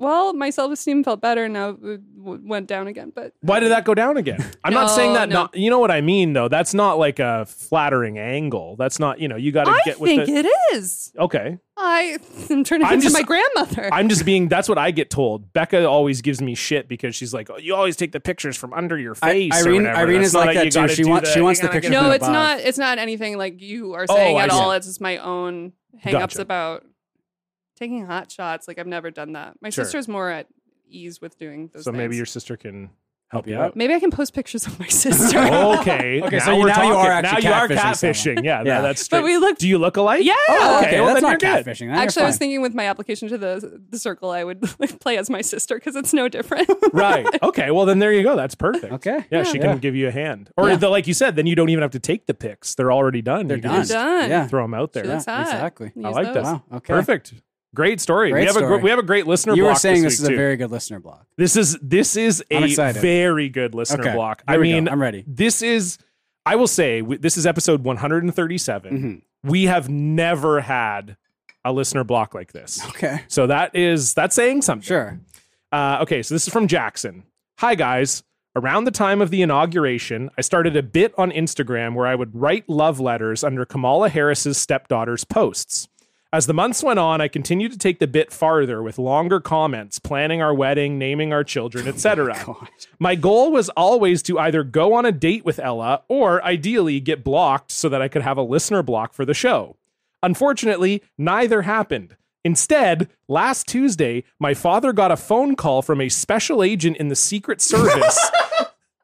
[SPEAKER 4] well, my self esteem felt better. Now it w- w- went down again, but
[SPEAKER 1] Why did that go down again? I'm not
[SPEAKER 4] No,
[SPEAKER 1] saying that.
[SPEAKER 4] no.
[SPEAKER 1] Not you know what I mean though. That's not like a flattering angle. That's not you know you got to
[SPEAKER 4] I
[SPEAKER 1] get with
[SPEAKER 4] think
[SPEAKER 1] the.
[SPEAKER 4] it is.
[SPEAKER 1] Okay,
[SPEAKER 4] I am turning
[SPEAKER 1] I'm
[SPEAKER 4] into
[SPEAKER 1] just-
[SPEAKER 4] my grandmother.
[SPEAKER 1] I'm just being. That's what I get told. Becca always gives me shit because she's like, oh, you always take the pictures from under your
[SPEAKER 3] I-
[SPEAKER 1] face. or
[SPEAKER 3] Irene-
[SPEAKER 1] whatever.
[SPEAKER 3] Irene
[SPEAKER 1] That's
[SPEAKER 3] is
[SPEAKER 1] not
[SPEAKER 3] like that,
[SPEAKER 1] you
[SPEAKER 3] too.
[SPEAKER 1] gotta
[SPEAKER 3] She
[SPEAKER 1] do
[SPEAKER 3] want-
[SPEAKER 1] the-
[SPEAKER 3] she wants
[SPEAKER 1] you
[SPEAKER 3] the
[SPEAKER 1] gotta
[SPEAKER 3] picture
[SPEAKER 1] get-
[SPEAKER 3] from
[SPEAKER 4] no, it's
[SPEAKER 3] above.
[SPEAKER 4] not. It's not anything like you are saying
[SPEAKER 1] Oh, I
[SPEAKER 4] at
[SPEAKER 1] see.
[SPEAKER 4] all. It's just my own hangups
[SPEAKER 1] Gotcha.
[SPEAKER 4] about taking hot shots. Like I've never done that. My
[SPEAKER 1] Sure.
[SPEAKER 4] sister's more at ease with doing those.
[SPEAKER 1] So maybe
[SPEAKER 4] things.
[SPEAKER 1] your sister can help
[SPEAKER 3] Help
[SPEAKER 1] you
[SPEAKER 3] you
[SPEAKER 1] out.
[SPEAKER 4] Maybe I can post pictures of my sister.
[SPEAKER 1] okay.
[SPEAKER 3] Okay, so
[SPEAKER 1] we're
[SPEAKER 3] you- now you
[SPEAKER 1] talking.
[SPEAKER 3] are
[SPEAKER 1] now
[SPEAKER 3] actually
[SPEAKER 1] you are
[SPEAKER 3] catfishing
[SPEAKER 1] catfishing.
[SPEAKER 3] someone.
[SPEAKER 1] Yeah,
[SPEAKER 3] Yeah.
[SPEAKER 1] No, that's
[SPEAKER 4] But
[SPEAKER 1] straight.
[SPEAKER 4] we looked-
[SPEAKER 1] Do you look alike?
[SPEAKER 4] Yeah.
[SPEAKER 1] Oh, okay.
[SPEAKER 3] Okay,
[SPEAKER 1] well,
[SPEAKER 3] that's
[SPEAKER 1] then
[SPEAKER 3] not
[SPEAKER 1] you're good.
[SPEAKER 3] catfishing. Then you're
[SPEAKER 4] Actually, I was
[SPEAKER 3] fine.
[SPEAKER 4] thinking with my application to the the circle, I would play as my sister because it's no different.
[SPEAKER 1] right. Okay. Well, then there you go. That's perfect.
[SPEAKER 3] Okay.
[SPEAKER 1] Yeah,
[SPEAKER 4] Yeah.
[SPEAKER 1] she can
[SPEAKER 3] Yeah.
[SPEAKER 1] give you a hand, or
[SPEAKER 3] Yeah.
[SPEAKER 1] the, like you said, then you don't even have to take the pics. They're already done.
[SPEAKER 3] They're
[SPEAKER 1] you can
[SPEAKER 3] done.
[SPEAKER 1] just
[SPEAKER 4] Done.
[SPEAKER 3] Yeah.
[SPEAKER 1] Throw them out there.
[SPEAKER 4] She looks hot.
[SPEAKER 3] exactly.
[SPEAKER 4] Use
[SPEAKER 1] I like that.
[SPEAKER 4] those.
[SPEAKER 3] Wow. Okay.
[SPEAKER 1] Perfect. Great story. we
[SPEAKER 3] Great
[SPEAKER 1] have a
[SPEAKER 3] story.
[SPEAKER 1] gr- we have a great listener.
[SPEAKER 3] You
[SPEAKER 1] block
[SPEAKER 3] were saying this
[SPEAKER 1] week,
[SPEAKER 3] is a
[SPEAKER 1] too.
[SPEAKER 3] very good listener block.
[SPEAKER 1] this is this is
[SPEAKER 3] I'm
[SPEAKER 1] a
[SPEAKER 3] excited.
[SPEAKER 1] very good listener
[SPEAKER 3] Okay.
[SPEAKER 1] block.
[SPEAKER 3] Here
[SPEAKER 1] I
[SPEAKER 3] we go.
[SPEAKER 1] mean,
[SPEAKER 3] I'm ready.
[SPEAKER 1] This is I will say w- this is episode 137.
[SPEAKER 3] Mhm.
[SPEAKER 1] We have never had a listener block like this.
[SPEAKER 3] Okay.
[SPEAKER 1] So that is that's saying something.
[SPEAKER 3] Sure.
[SPEAKER 1] Uh, okay, so this is from Jackson. Hi, guys. Around the time of the inauguration, I started a bit on Instagram where I would write love letters under Kamala Harris's stepdaughter's posts. As the months went on, I continued to take the bit farther with longer comments, planning our wedding, naming our children, etc. My goal was always to either go on a date with Ella or ideally get blocked so that I could have a listener block for the show. Unfortunately, neither happened. Instead, last Tuesday, my father got a phone call from a special agent in the Secret Service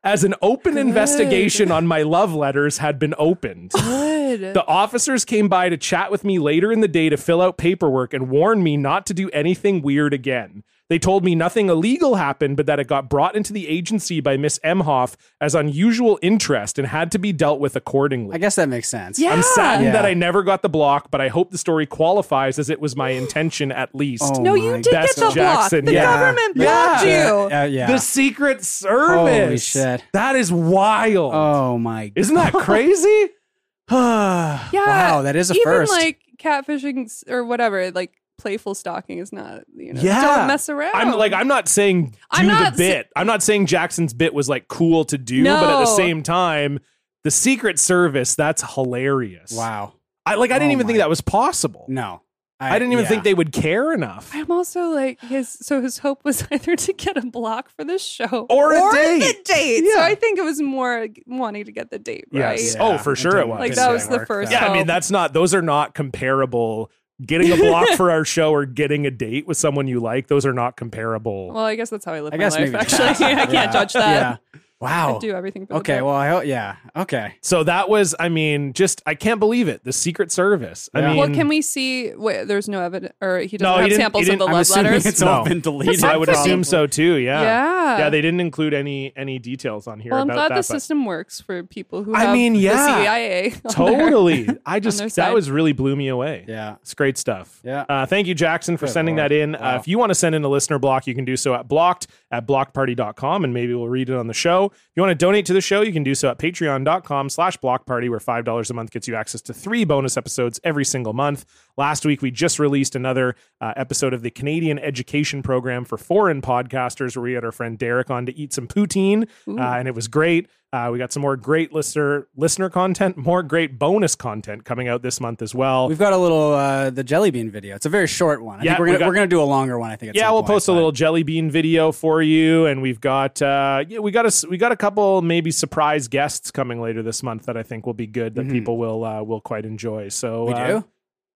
[SPEAKER 1] as an open investigation on my love letters had been opened.
[SPEAKER 4] good.
[SPEAKER 1] The officers came by to chat with me later in the day to fill out paperwork and warn me not to do anything weird again. They told me nothing illegal happened, but that it got brought into the agency by Miss Emhoff as unusual interest and had to be dealt with accordingly.
[SPEAKER 3] I guess that makes sense.
[SPEAKER 4] yeah.
[SPEAKER 1] I'm saddened
[SPEAKER 3] Yeah.
[SPEAKER 1] that I never got the block, but I hope the story qualifies as it was my intention at least.
[SPEAKER 3] Oh
[SPEAKER 4] no, you
[SPEAKER 3] my
[SPEAKER 4] did get
[SPEAKER 1] That's
[SPEAKER 4] the block.
[SPEAKER 1] Jackson,
[SPEAKER 4] The
[SPEAKER 1] yeah.
[SPEAKER 4] government
[SPEAKER 1] Yeah.
[SPEAKER 4] blocked you.
[SPEAKER 3] Yeah, Uh, yeah.
[SPEAKER 1] The Secret Service.
[SPEAKER 3] Holy shit.
[SPEAKER 1] That is wild.
[SPEAKER 3] oh my.
[SPEAKER 1] Isn't that crazy?
[SPEAKER 3] yeah.
[SPEAKER 4] Yeah.
[SPEAKER 3] Wow, that is a
[SPEAKER 4] even
[SPEAKER 3] first.
[SPEAKER 4] like catfishing s- or whatever, like playful stalking is not. You know,
[SPEAKER 1] Yeah.
[SPEAKER 4] don't mess around.
[SPEAKER 1] I'm like, I'm not saying do
[SPEAKER 4] I'm not
[SPEAKER 1] the
[SPEAKER 4] sa-
[SPEAKER 1] bit. I'm not saying Jackson's bit was like cool to do, but at the
[SPEAKER 4] No.
[SPEAKER 1] same time, the Secret Service, that's hilarious.
[SPEAKER 3] wow.
[SPEAKER 1] I like I didn't
[SPEAKER 3] Oh
[SPEAKER 1] even think
[SPEAKER 3] my-
[SPEAKER 1] that was possible.
[SPEAKER 3] No.
[SPEAKER 1] I didn't even
[SPEAKER 3] yeah.
[SPEAKER 1] think they would care enough.
[SPEAKER 4] I'm also like his. So his hope was either to get a block for this show
[SPEAKER 1] Or a date.
[SPEAKER 4] the date. So
[SPEAKER 1] Yeah.
[SPEAKER 4] I think it was more like, wanting to get the date right.
[SPEAKER 1] Yes. Oh, for
[SPEAKER 3] it
[SPEAKER 1] sure it
[SPEAKER 3] didn't-
[SPEAKER 1] was.
[SPEAKER 4] Like,
[SPEAKER 3] didn't
[SPEAKER 4] that was the
[SPEAKER 3] work,
[SPEAKER 4] first
[SPEAKER 3] though.
[SPEAKER 1] Yeah, I mean
[SPEAKER 4] So-
[SPEAKER 1] that's not those are not comparable. Getting a block for our show or getting a date with someone you like, those are not comparable.
[SPEAKER 4] Well, I guess that's how I live
[SPEAKER 3] I
[SPEAKER 4] my
[SPEAKER 3] guess
[SPEAKER 4] life.
[SPEAKER 3] maybe
[SPEAKER 4] Actually, I can't
[SPEAKER 3] Yeah.
[SPEAKER 4] judge that.
[SPEAKER 3] Yeah. Wow.
[SPEAKER 4] I do everything. For
[SPEAKER 3] Okay.
[SPEAKER 4] The
[SPEAKER 3] Well, I hope. Yeah. Okay.
[SPEAKER 1] so that was, I mean, just I can't believe it. The Secret Service. I
[SPEAKER 3] Yeah.
[SPEAKER 1] mean,
[SPEAKER 4] well, can we see? Wait, there's no evidence, or he doesn't
[SPEAKER 1] No, he
[SPEAKER 4] have
[SPEAKER 1] didn't-
[SPEAKER 4] samples
[SPEAKER 1] he
[SPEAKER 4] of the
[SPEAKER 1] didn't-
[SPEAKER 3] I'm
[SPEAKER 4] love
[SPEAKER 3] assuming
[SPEAKER 4] letters.
[SPEAKER 3] it's all been deleted.
[SPEAKER 1] I would
[SPEAKER 4] Probably.
[SPEAKER 1] assume so too. Yeah.
[SPEAKER 4] Yeah.
[SPEAKER 1] Yeah, they didn't include any any details on here
[SPEAKER 4] well, I'm
[SPEAKER 1] about
[SPEAKER 4] glad
[SPEAKER 1] that.
[SPEAKER 4] the
[SPEAKER 1] but-
[SPEAKER 4] system works for people who.
[SPEAKER 1] I
[SPEAKER 4] Have
[SPEAKER 1] mean, yeah.
[SPEAKER 4] the CIA. on
[SPEAKER 1] totally. I
[SPEAKER 4] their
[SPEAKER 1] just that
[SPEAKER 4] side.
[SPEAKER 1] was really blew me away.
[SPEAKER 3] Yeah.
[SPEAKER 1] It's great stuff.
[SPEAKER 3] Yeah.
[SPEAKER 1] Uh, thank you, Jackson, for
[SPEAKER 3] Good
[SPEAKER 1] sending
[SPEAKER 3] lord.
[SPEAKER 1] that in. Uh,
[SPEAKER 3] Wow.
[SPEAKER 1] if you want to send in a listener block, you can do so at blocked at blockparty.com and maybe we'll read it on the show. If you want to donate to the show, you can do so at patreon.com slash blockparty, where $5 a month gets you access to three bonus episodes every single month. Last week, we just released another uh, episode of the Canadian Education Program for Foreign Podcasters, where we had our friend Derek on to eat some poutine, uh, and it was great. Uh, we got some more great listener listener content, more great bonus content coming out this month as well.
[SPEAKER 3] We've got a little uh, the jelly bean video. It's a very short one. I
[SPEAKER 1] Yeah,
[SPEAKER 3] think we're
[SPEAKER 1] we
[SPEAKER 3] gonna
[SPEAKER 1] got-
[SPEAKER 3] we're gonna do a longer one. I think. At
[SPEAKER 1] yeah,
[SPEAKER 3] some
[SPEAKER 1] we'll
[SPEAKER 3] point,
[SPEAKER 1] post a
[SPEAKER 3] but-
[SPEAKER 1] little jelly bean video for you, and we've got uh, yeah, we got a s- we got a couple maybe surprise guests coming later this month that I think will be good that
[SPEAKER 3] Mhm.
[SPEAKER 1] people will uh, will quite enjoy. So
[SPEAKER 3] We
[SPEAKER 1] uh,
[SPEAKER 3] do.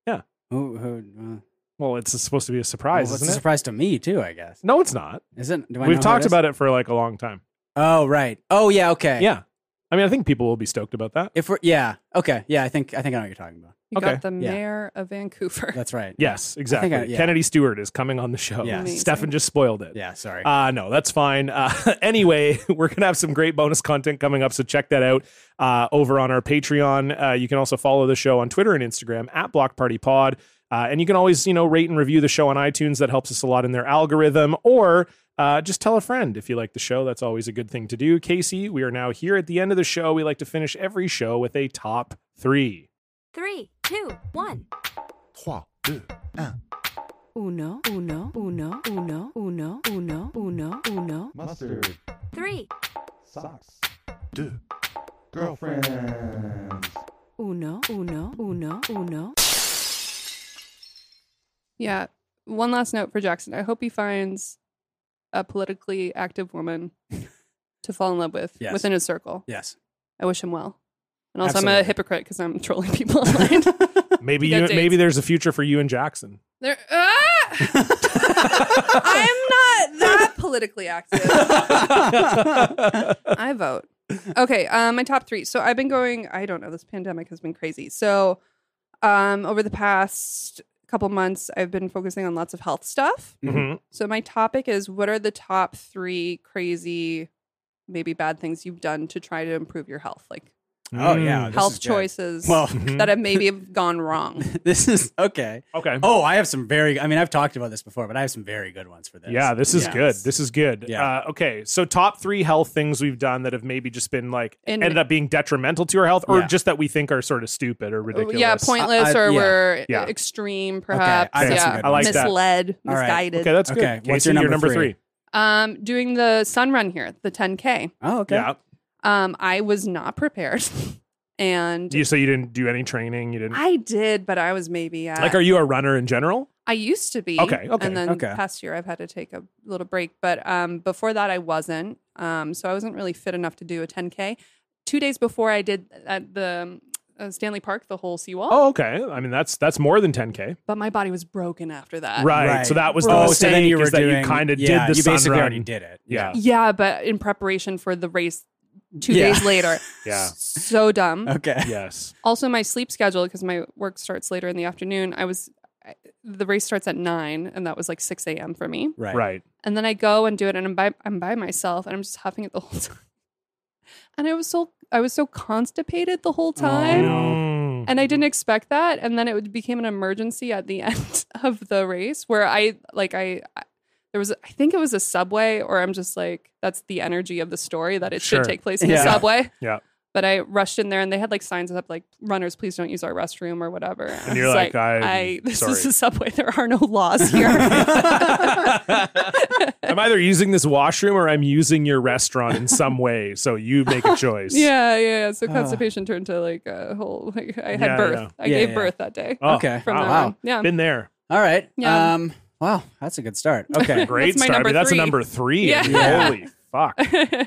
[SPEAKER 1] yeah.
[SPEAKER 3] Who, who, uh,
[SPEAKER 1] Well, it's supposed to be a
[SPEAKER 3] well,
[SPEAKER 1] surprise,
[SPEAKER 3] it's a
[SPEAKER 1] isn't it?
[SPEAKER 3] surprise to me too. I guess.
[SPEAKER 1] No, it's not.
[SPEAKER 3] Is it? Do I know
[SPEAKER 1] We've
[SPEAKER 3] who
[SPEAKER 1] talked
[SPEAKER 3] is?
[SPEAKER 1] about it for like a long time.
[SPEAKER 3] Oh right. Oh yeah. Okay.
[SPEAKER 1] Yeah, I mean, I think people will be stoked about that.
[SPEAKER 3] If we're yeah. Okay. Yeah. I think I think I know what you're talking about.
[SPEAKER 4] You
[SPEAKER 1] Okay.
[SPEAKER 4] got the
[SPEAKER 3] Yeah.
[SPEAKER 4] mayor of Vancouver.
[SPEAKER 3] That's right.
[SPEAKER 1] Yes, exactly.
[SPEAKER 3] I- yeah.
[SPEAKER 1] Kennedy Stewart is coming on the show.
[SPEAKER 3] Yeah.
[SPEAKER 4] Amazing.
[SPEAKER 1] Stefan just spoiled it.
[SPEAKER 3] Yeah. Sorry.
[SPEAKER 1] Uh, no, that's fine. Uh, anyway, we're going to have some great bonus content coming up, so check that out uh, over on our Patreon. Uh, you can also follow the show on Twitter and Instagram at Block Party Pod. Uh, and you can always, you know, rate and review the show on iTunes. That helps us a lot in their algorithm. Or uh, just tell a friend if you like the show. That's always a good thing to do. Casey, we are now here at the end of the show. We like to finish every show with a top three.
[SPEAKER 8] Three, two, one. Uno, uno, uno, uno, uno, uno, uno, uno.
[SPEAKER 9] Mustard.
[SPEAKER 8] Three,
[SPEAKER 9] Socks. Deux. Girlfriends.
[SPEAKER 8] uno, uno, uno, uno.
[SPEAKER 4] Yeah. One last note for Jackson. I hope he finds a politically active woman to fall in love with
[SPEAKER 3] Yes.
[SPEAKER 4] within his circle.
[SPEAKER 3] yes.
[SPEAKER 4] I wish him well. And also, I'm
[SPEAKER 3] Absolutely.
[SPEAKER 4] a hypocrite because I'm trolling people online.
[SPEAKER 1] Maybe
[SPEAKER 4] We got
[SPEAKER 1] you,
[SPEAKER 4] dates.
[SPEAKER 1] maybe there's a future for you and Jackson.
[SPEAKER 4] They're, ah! I'm not that politically active.
[SPEAKER 3] Oh,
[SPEAKER 4] I vote. Okay, um, my top three. So I've been going. I don't know. This pandemic has been crazy. So, um, over the past couple months, I've been focusing on lots of health stuff.
[SPEAKER 3] Mm-hmm.
[SPEAKER 1] Mhm.
[SPEAKER 4] So my topic is what are the top three crazy, maybe bad things you've done to try to improve your health, like
[SPEAKER 3] Oh
[SPEAKER 1] Mm. Uh,
[SPEAKER 3] yeah. this is
[SPEAKER 4] health
[SPEAKER 3] good.
[SPEAKER 4] choices
[SPEAKER 3] Well,
[SPEAKER 4] that have maybe have gone wrong.
[SPEAKER 3] this is okay.
[SPEAKER 1] Okay.
[SPEAKER 3] Oh, I have some very. I mean, I've talked about this before, but I have some very good ones for this.
[SPEAKER 1] Yeah, this is
[SPEAKER 4] Yes.
[SPEAKER 1] good. This is good.
[SPEAKER 3] Yeah.
[SPEAKER 1] Uh, okay, so top three health things we've done that have maybe just been like
[SPEAKER 4] In-
[SPEAKER 1] ended up being detrimental to our health, or
[SPEAKER 3] Yeah. Oh,
[SPEAKER 1] just that we think are sort of stupid or ridiculous.
[SPEAKER 4] Yeah, pointless
[SPEAKER 3] I- I-
[SPEAKER 4] or
[SPEAKER 3] yeah.
[SPEAKER 4] were
[SPEAKER 1] Yeah.
[SPEAKER 4] extreme, perhaps.
[SPEAKER 1] got
[SPEAKER 3] I
[SPEAKER 1] some
[SPEAKER 4] yeah,
[SPEAKER 1] good I like that.
[SPEAKER 4] misled,
[SPEAKER 3] All right.
[SPEAKER 4] misguided.
[SPEAKER 1] Okay, that's good.
[SPEAKER 3] Okay, what's
[SPEAKER 1] Casey,
[SPEAKER 3] your
[SPEAKER 1] you're
[SPEAKER 3] number
[SPEAKER 1] number three?
[SPEAKER 3] three?
[SPEAKER 4] Um, doing the sun run here, the 10K.
[SPEAKER 3] Oh, okay.
[SPEAKER 1] Yeah.
[SPEAKER 4] Um, I was not prepared, and
[SPEAKER 1] You, so you didn't do any training. You didn't.
[SPEAKER 4] I did, but I was maybe
[SPEAKER 3] uh,
[SPEAKER 4] at,
[SPEAKER 1] like, are you a runner in general?
[SPEAKER 4] I used to be.
[SPEAKER 1] Okay, okay,
[SPEAKER 4] And then
[SPEAKER 3] okay.
[SPEAKER 4] past year, I've had to take a little break. But um, before that, I wasn't. Um, so I wasn't really fit enough to do a 10K. Two days before, I did at the uh, Stanley Park, the whole seawall.
[SPEAKER 1] Oh, okay. I mean, that's that's more than 10k.
[SPEAKER 4] But my body was broken after that.
[SPEAKER 1] Right. So that was the
[SPEAKER 4] Right.
[SPEAKER 3] oh,
[SPEAKER 1] mistake.
[SPEAKER 3] Uh, so then you were
[SPEAKER 1] is that
[SPEAKER 3] doing
[SPEAKER 1] you kind of
[SPEAKER 3] yeah,
[SPEAKER 1] did the
[SPEAKER 3] you
[SPEAKER 1] sun
[SPEAKER 3] basically
[SPEAKER 1] run.
[SPEAKER 3] already did it.
[SPEAKER 1] Yeah.
[SPEAKER 4] Yeah, but in preparation for the race two
[SPEAKER 3] Yeah.
[SPEAKER 4] days later.
[SPEAKER 1] Yeah.
[SPEAKER 4] So dumb.
[SPEAKER 3] Okay.
[SPEAKER 1] Yes.
[SPEAKER 4] Also, my sleep schedule because my work starts later in the afternoon. I was I- the race starts at nine, and that was like six a.m. for me.
[SPEAKER 3] Right.
[SPEAKER 1] Right.
[SPEAKER 4] And then I go and do it, and I'm by I'm by myself, and I'm just huffing it the whole time. And I was so I was so constipated the whole time.
[SPEAKER 1] Mm.
[SPEAKER 4] And I didn't expect that. And then it became an emergency at the end of the race where I, like, I, I- there was, I think it was a subway, or I'm just like, that's the energy of the story that it
[SPEAKER 1] Sure.
[SPEAKER 4] should take place in
[SPEAKER 3] Yeah.
[SPEAKER 4] the subway.
[SPEAKER 1] Yeah.
[SPEAKER 4] But I rushed in there and they had like signs up, like, runners, please don't use our restroom or whatever. And,
[SPEAKER 1] you're
[SPEAKER 4] I
[SPEAKER 1] like,
[SPEAKER 4] was
[SPEAKER 1] "I'm
[SPEAKER 4] this
[SPEAKER 1] sorry."
[SPEAKER 4] is a subway. There are no laws here.
[SPEAKER 1] I'm either using this washroom or I'm using your restaurant in some way. So you make a choice.
[SPEAKER 4] Yeah, yeah, yeah. So constipation turned to like a whole. Like, I had
[SPEAKER 1] Yeah,
[SPEAKER 4] birth.
[SPEAKER 1] yeah.
[SPEAKER 4] I
[SPEAKER 3] Yeah,
[SPEAKER 4] gave
[SPEAKER 3] yeah.
[SPEAKER 4] birth that day.
[SPEAKER 1] Oh,
[SPEAKER 3] Okay.
[SPEAKER 4] From
[SPEAKER 1] wow.
[SPEAKER 4] that
[SPEAKER 3] wow.
[SPEAKER 4] one. Yeah.
[SPEAKER 1] Been there.
[SPEAKER 3] All right.
[SPEAKER 4] Yeah.
[SPEAKER 3] Um. Wow, that's a good start. Okay.
[SPEAKER 1] Great
[SPEAKER 4] my
[SPEAKER 1] start. I
[SPEAKER 4] number
[SPEAKER 1] mean, that's a
[SPEAKER 4] three.
[SPEAKER 1] number three.
[SPEAKER 4] Yeah.
[SPEAKER 1] Yeah. Holy fuck.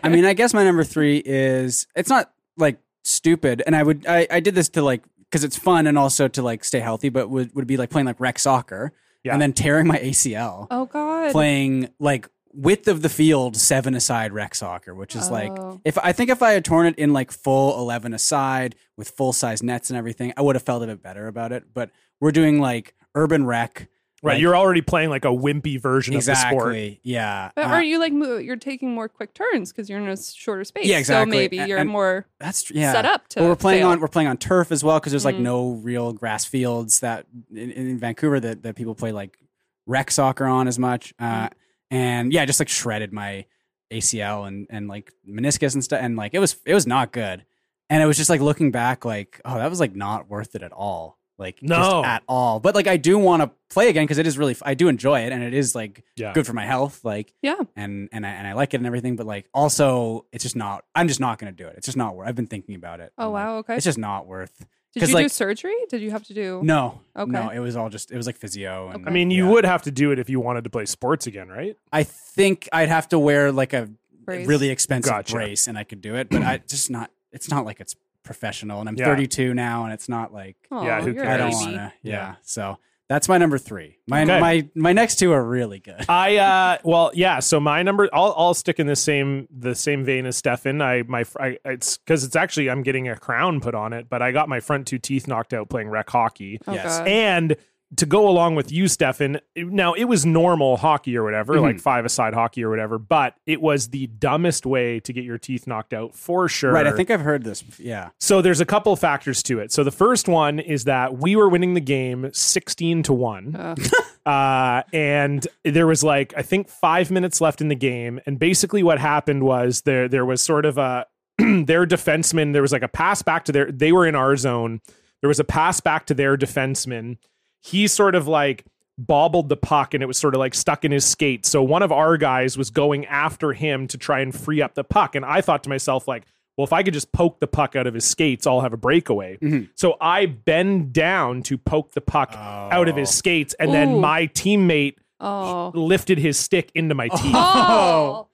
[SPEAKER 3] I mean, I guess my number three is it's not like stupid, and I would I, I did this to like because it's fun and also to like stay healthy, but would would be like playing like rec soccer
[SPEAKER 1] Yeah.
[SPEAKER 3] and then tearing my ACL
[SPEAKER 4] oh, God.
[SPEAKER 3] playing like width of the field seven aside rec soccer, which is like
[SPEAKER 4] Oh.
[SPEAKER 3] if I think if I had torn it in like full eleven aside with full size nets and everything, I would have felt a bit better about it. But we're doing like urban rec,
[SPEAKER 1] Right.
[SPEAKER 3] Like-
[SPEAKER 1] You're already playing like a wimpy version of the sport.
[SPEAKER 3] exactly, yeah.
[SPEAKER 4] But
[SPEAKER 3] Uh,
[SPEAKER 4] aren't you like mo- you're taking more quick turns because you're in a shorter space?
[SPEAKER 3] Yeah, exactly.
[SPEAKER 4] So maybe
[SPEAKER 3] A-
[SPEAKER 4] you're
[SPEAKER 3] and-
[SPEAKER 4] more.
[SPEAKER 3] That's tr- yeah.
[SPEAKER 4] set up to
[SPEAKER 3] Well, we're playing
[SPEAKER 4] fail.
[SPEAKER 3] on we're playing on turf as well because there's like no real grass fields that in, in Vancouver that, that people play like rec soccer on as much. Uh, And yeah, I just like shredded my ACL and and like meniscus and stuff, and like it was it was not good. And it was just like looking back, like oh, that was like not worth it at all. Like just
[SPEAKER 1] No.
[SPEAKER 3] at all. But like I do want to play again because it is really f- I do enjoy it and it is like
[SPEAKER 1] Yeah.
[SPEAKER 3] good for my health. Like
[SPEAKER 4] Yeah.
[SPEAKER 3] and and I, and I like it and everything, but like also it's just not. I'm just not gonna do it. It's just not worth. I've been thinking about it.
[SPEAKER 4] Oh
[SPEAKER 3] I'm like,
[SPEAKER 4] wow. Okay.
[SPEAKER 3] it's just not worth.
[SPEAKER 4] Did
[SPEAKER 3] 'cause,
[SPEAKER 4] you do
[SPEAKER 3] like-
[SPEAKER 4] surgery? Did you have to do?
[SPEAKER 3] No,
[SPEAKER 4] Okay.
[SPEAKER 3] no, it was all just it was like physio. And,
[SPEAKER 1] I mean, you
[SPEAKER 3] yeah.
[SPEAKER 1] would have to do it if you wanted to play sports again, right?
[SPEAKER 3] I think I'd have to wear like a
[SPEAKER 4] Brace.
[SPEAKER 3] really expensive
[SPEAKER 1] Gotcha.
[SPEAKER 3] brace, and I could do it, but I just not. It's not like it's professional, and I'm
[SPEAKER 1] Yeah.
[SPEAKER 3] 32 now, and it's not like
[SPEAKER 4] Aw,
[SPEAKER 1] Yeah, who
[SPEAKER 4] you're a
[SPEAKER 3] I don't
[SPEAKER 1] cares?
[SPEAKER 4] baby.
[SPEAKER 3] want to. Yeah.
[SPEAKER 1] Yeah.
[SPEAKER 3] so that's my number three. My
[SPEAKER 1] Okay.
[SPEAKER 3] my my next two are really good.
[SPEAKER 1] I uh well yeah so my number I'll I'll stick in the same the same vein as Stefan I my fr- I, it's because it's actually I'm getting a crown put on it but I got my front two teeth knocked out playing rec hockey
[SPEAKER 4] Oh
[SPEAKER 3] Yes.
[SPEAKER 4] god.
[SPEAKER 1] and to go along with you Stefan now it was normal hockey or whatever like
[SPEAKER 3] Mm-hmm.
[SPEAKER 1] five aside hockey or whatever but it was the dumbest way to get your teeth knocked out for sure
[SPEAKER 3] Right, I think I've heard this. Yeah,
[SPEAKER 1] so there's a couple factors to it so the first one is that we were winning the game 16 to 1
[SPEAKER 4] Ugh.
[SPEAKER 1] uh, and there was like I think five minutes left in the game, and basically what happened was there there was sort of a their defenseman. There was like a pass back to their. They were in our zone. There was a pass back to their defenseman. He sort of like bobbled the puck and it was sort of like stuck in his skate. So one of our guys was going after him to try and free up the puck. And I thought to myself, like, well, if I could just poke the puck out of his skates, I'll have a breakaway. So I bend down to poke the puck out of his skates. And then
[SPEAKER 4] Ooh.
[SPEAKER 1] my teammate
[SPEAKER 4] Oh.
[SPEAKER 1] lifted his stick into my teeth.
[SPEAKER 4] Oh.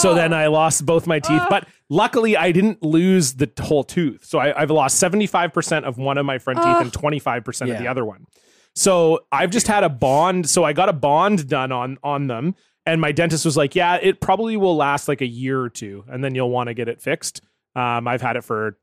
[SPEAKER 1] So then I lost both my teeth, but luckily I didn't lose the t- whole tooth. So I, I've lost 75% of one of my front teeth and 25% of the
[SPEAKER 3] Yeah.
[SPEAKER 1] other one. So I've just had a bond. So I got a bond done on, on them. And my dentist was like, yeah, it probably will last like a year or two. And then you'll want to get it fixed. Um, I've had it for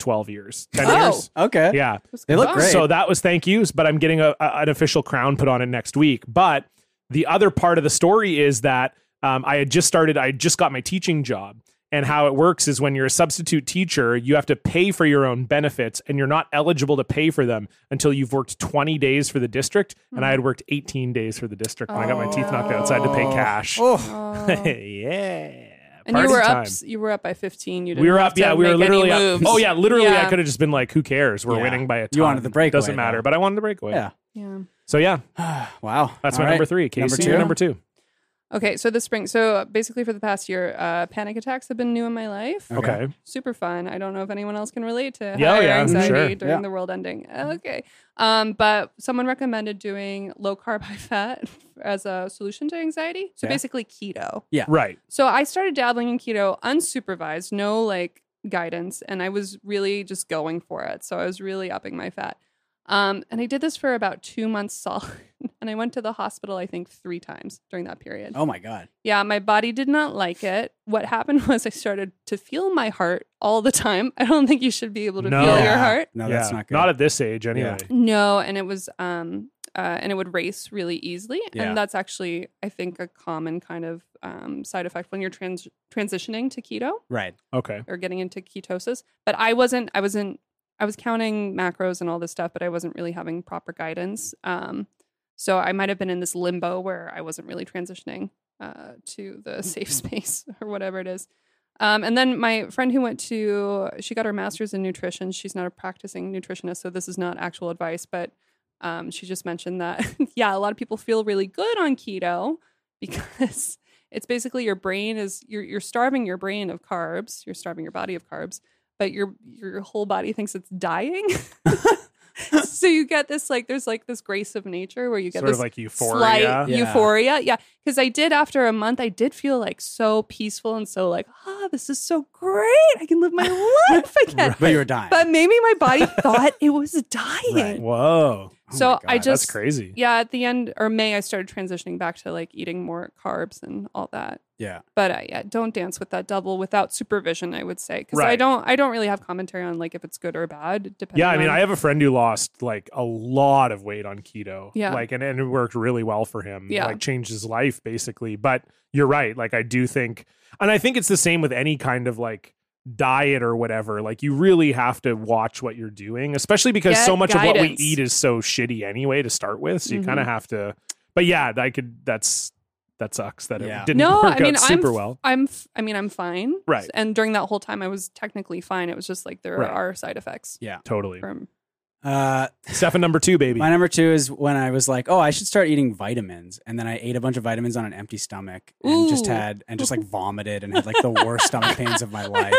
[SPEAKER 1] 12 years,
[SPEAKER 3] Oh.
[SPEAKER 4] Oh.
[SPEAKER 1] 10 years.
[SPEAKER 3] okay,
[SPEAKER 1] Yeah.
[SPEAKER 3] they look great.
[SPEAKER 1] So that was thank yous, but I'm getting a, a- an official crown put on it next week. But the other part of the story is that um, I had just started, I had just got my teaching job. And how it works is when you're a substitute teacher, you have to pay for your own benefits and you're not eligible to pay for them until you've worked 20 days for the district. And I had worked 18 days for the district when I got my teeth knocked out, so I had to pay cash.
[SPEAKER 3] oh,
[SPEAKER 1] yeah.
[SPEAKER 4] And you
[SPEAKER 1] Party
[SPEAKER 4] were
[SPEAKER 1] time.
[SPEAKER 4] up. You were up by 15. You didn't.
[SPEAKER 1] We were
[SPEAKER 4] have
[SPEAKER 1] up,
[SPEAKER 4] to
[SPEAKER 1] yeah. We were
[SPEAKER 4] make any
[SPEAKER 1] literally up.
[SPEAKER 4] moves.
[SPEAKER 1] Oh yeah, literally. I
[SPEAKER 4] Yeah.
[SPEAKER 1] could have just been like, "Who cares? We're
[SPEAKER 3] Yeah.
[SPEAKER 1] winning by a ton."
[SPEAKER 3] You wanted the breakaway,
[SPEAKER 1] Doesn't matter,
[SPEAKER 3] though.
[SPEAKER 1] but I wanted the breakaway.
[SPEAKER 3] yeah.
[SPEAKER 4] Yeah.
[SPEAKER 1] So yeah,
[SPEAKER 3] Wow,
[SPEAKER 1] that's my
[SPEAKER 3] All right.
[SPEAKER 1] number three. Casey,
[SPEAKER 3] Number
[SPEAKER 1] number
[SPEAKER 3] two?
[SPEAKER 1] two. number two.
[SPEAKER 4] Okay. So this spring. So uh, basically, for the past year, uh, panic attacks have been new in my life.
[SPEAKER 1] Okay.
[SPEAKER 4] super fun. I don't know if anyone else can relate to
[SPEAKER 1] Yeah, oh,
[SPEAKER 4] higher
[SPEAKER 1] yeah, I'm
[SPEAKER 4] anxiety
[SPEAKER 1] sure.
[SPEAKER 4] during
[SPEAKER 3] Yeah.
[SPEAKER 4] the world ending. Okay. Um, but someone recommended doing low carb, high fat as a solution to anxiety. So
[SPEAKER 3] Yeah.
[SPEAKER 4] basically keto.
[SPEAKER 1] Right.
[SPEAKER 4] So I started dabbling in keto unsupervised, no like guidance, and I was really just going for it. So I was really upping my fat. Um, and I did this for about two months solid. and I went to the hospital, I think, three times during that period.
[SPEAKER 3] Oh my god.
[SPEAKER 4] Yeah, my body did not like it. What happened was I started to feel my heart all the time. I don't think you should be able to
[SPEAKER 1] No.
[SPEAKER 4] feel
[SPEAKER 1] Yeah.
[SPEAKER 4] your heart.
[SPEAKER 3] No, that's
[SPEAKER 1] Yeah.
[SPEAKER 3] not good.
[SPEAKER 1] Not at this age, anyway.
[SPEAKER 4] No, and it was um uh, and it would race really easily,
[SPEAKER 3] Yeah.
[SPEAKER 4] and that's actually I think a common kind of um, side effect when you're trans- transitioning to keto
[SPEAKER 3] right.
[SPEAKER 1] Okay.
[SPEAKER 4] or getting into ketosis. But I wasn't. I wasn't. I was counting macros and all this stuff, but I wasn't really having proper guidance. Um, so I might have been in this limbo where I wasn't really transitioning uh, to the safe
[SPEAKER 1] Mm-hmm.
[SPEAKER 4] space or whatever it is. Um, and then my friend who went to, she got her master's in nutrition. She's not a practicing nutritionist, so this is not actual advice, but um, she just mentioned that, yeah, a lot of people feel really good on keto because it's basically your brain is you're you're starving your brain of carbs, you're starving your body of carbs, but your your whole body thinks it's dying. so you get this like there's like this grace of nature where you get
[SPEAKER 1] Sort of
[SPEAKER 4] this
[SPEAKER 1] like euphoria.
[SPEAKER 4] slight
[SPEAKER 3] Yeah.
[SPEAKER 4] euphoria. Yeah. Because I did, after a month, I did feel like so peaceful and so like, ah, this is so great. I can live my life again.
[SPEAKER 3] But you were dying.
[SPEAKER 4] But maybe my body thought it was dying.
[SPEAKER 3] Right.
[SPEAKER 1] Whoa.
[SPEAKER 3] Oh
[SPEAKER 4] so
[SPEAKER 3] my God,
[SPEAKER 4] I
[SPEAKER 3] that's
[SPEAKER 1] That's
[SPEAKER 4] just,
[SPEAKER 1] crazy.
[SPEAKER 4] yeah, at the end or May, I started transitioning back to like eating more carbs and all that.
[SPEAKER 3] yeah.
[SPEAKER 4] But uh, yeah, don't dance with that double without supervision. I would say because I
[SPEAKER 1] Right.
[SPEAKER 4] don't, I don't really have commentary on like if it's good or bad. Depending.
[SPEAKER 1] Yeah, I mean,
[SPEAKER 4] on-
[SPEAKER 1] I have a friend who lost like a lot of weight on keto.
[SPEAKER 4] Yeah.
[SPEAKER 1] Like, and, and it worked really well for him.
[SPEAKER 4] Yeah.
[SPEAKER 1] Like, changed his life basically. But you're right. Like, I do think, and I think it's the same with any kind of like diet or whatever. Like, you really have to watch what you're doing, especially because
[SPEAKER 4] Get
[SPEAKER 1] so much of what we
[SPEAKER 4] guidance.
[SPEAKER 1] eat is so shitty anyway to start with. So you
[SPEAKER 4] Mhm.
[SPEAKER 1] kind of have to, but yeah, I could, that's, that sucks that
[SPEAKER 3] Yeah.
[SPEAKER 1] it didn't
[SPEAKER 4] no,
[SPEAKER 1] work
[SPEAKER 4] I mean,
[SPEAKER 1] out super
[SPEAKER 4] I'm,
[SPEAKER 1] well.
[SPEAKER 4] I'm, f- I mean, I'm fine.
[SPEAKER 1] Right.
[SPEAKER 4] And during that whole time, I was technically fine. It was just like there
[SPEAKER 1] Right.
[SPEAKER 4] are side effects
[SPEAKER 1] Totally.
[SPEAKER 4] from.
[SPEAKER 3] Uh,
[SPEAKER 1] Stefan number two, baby.
[SPEAKER 3] my number two is when I was like, oh, I should start eating vitamins, and then I ate a bunch of vitamins on an empty stomach and just
[SPEAKER 4] Ooh.
[SPEAKER 3] had and just like vomited and had like the worst stomach pains of my life.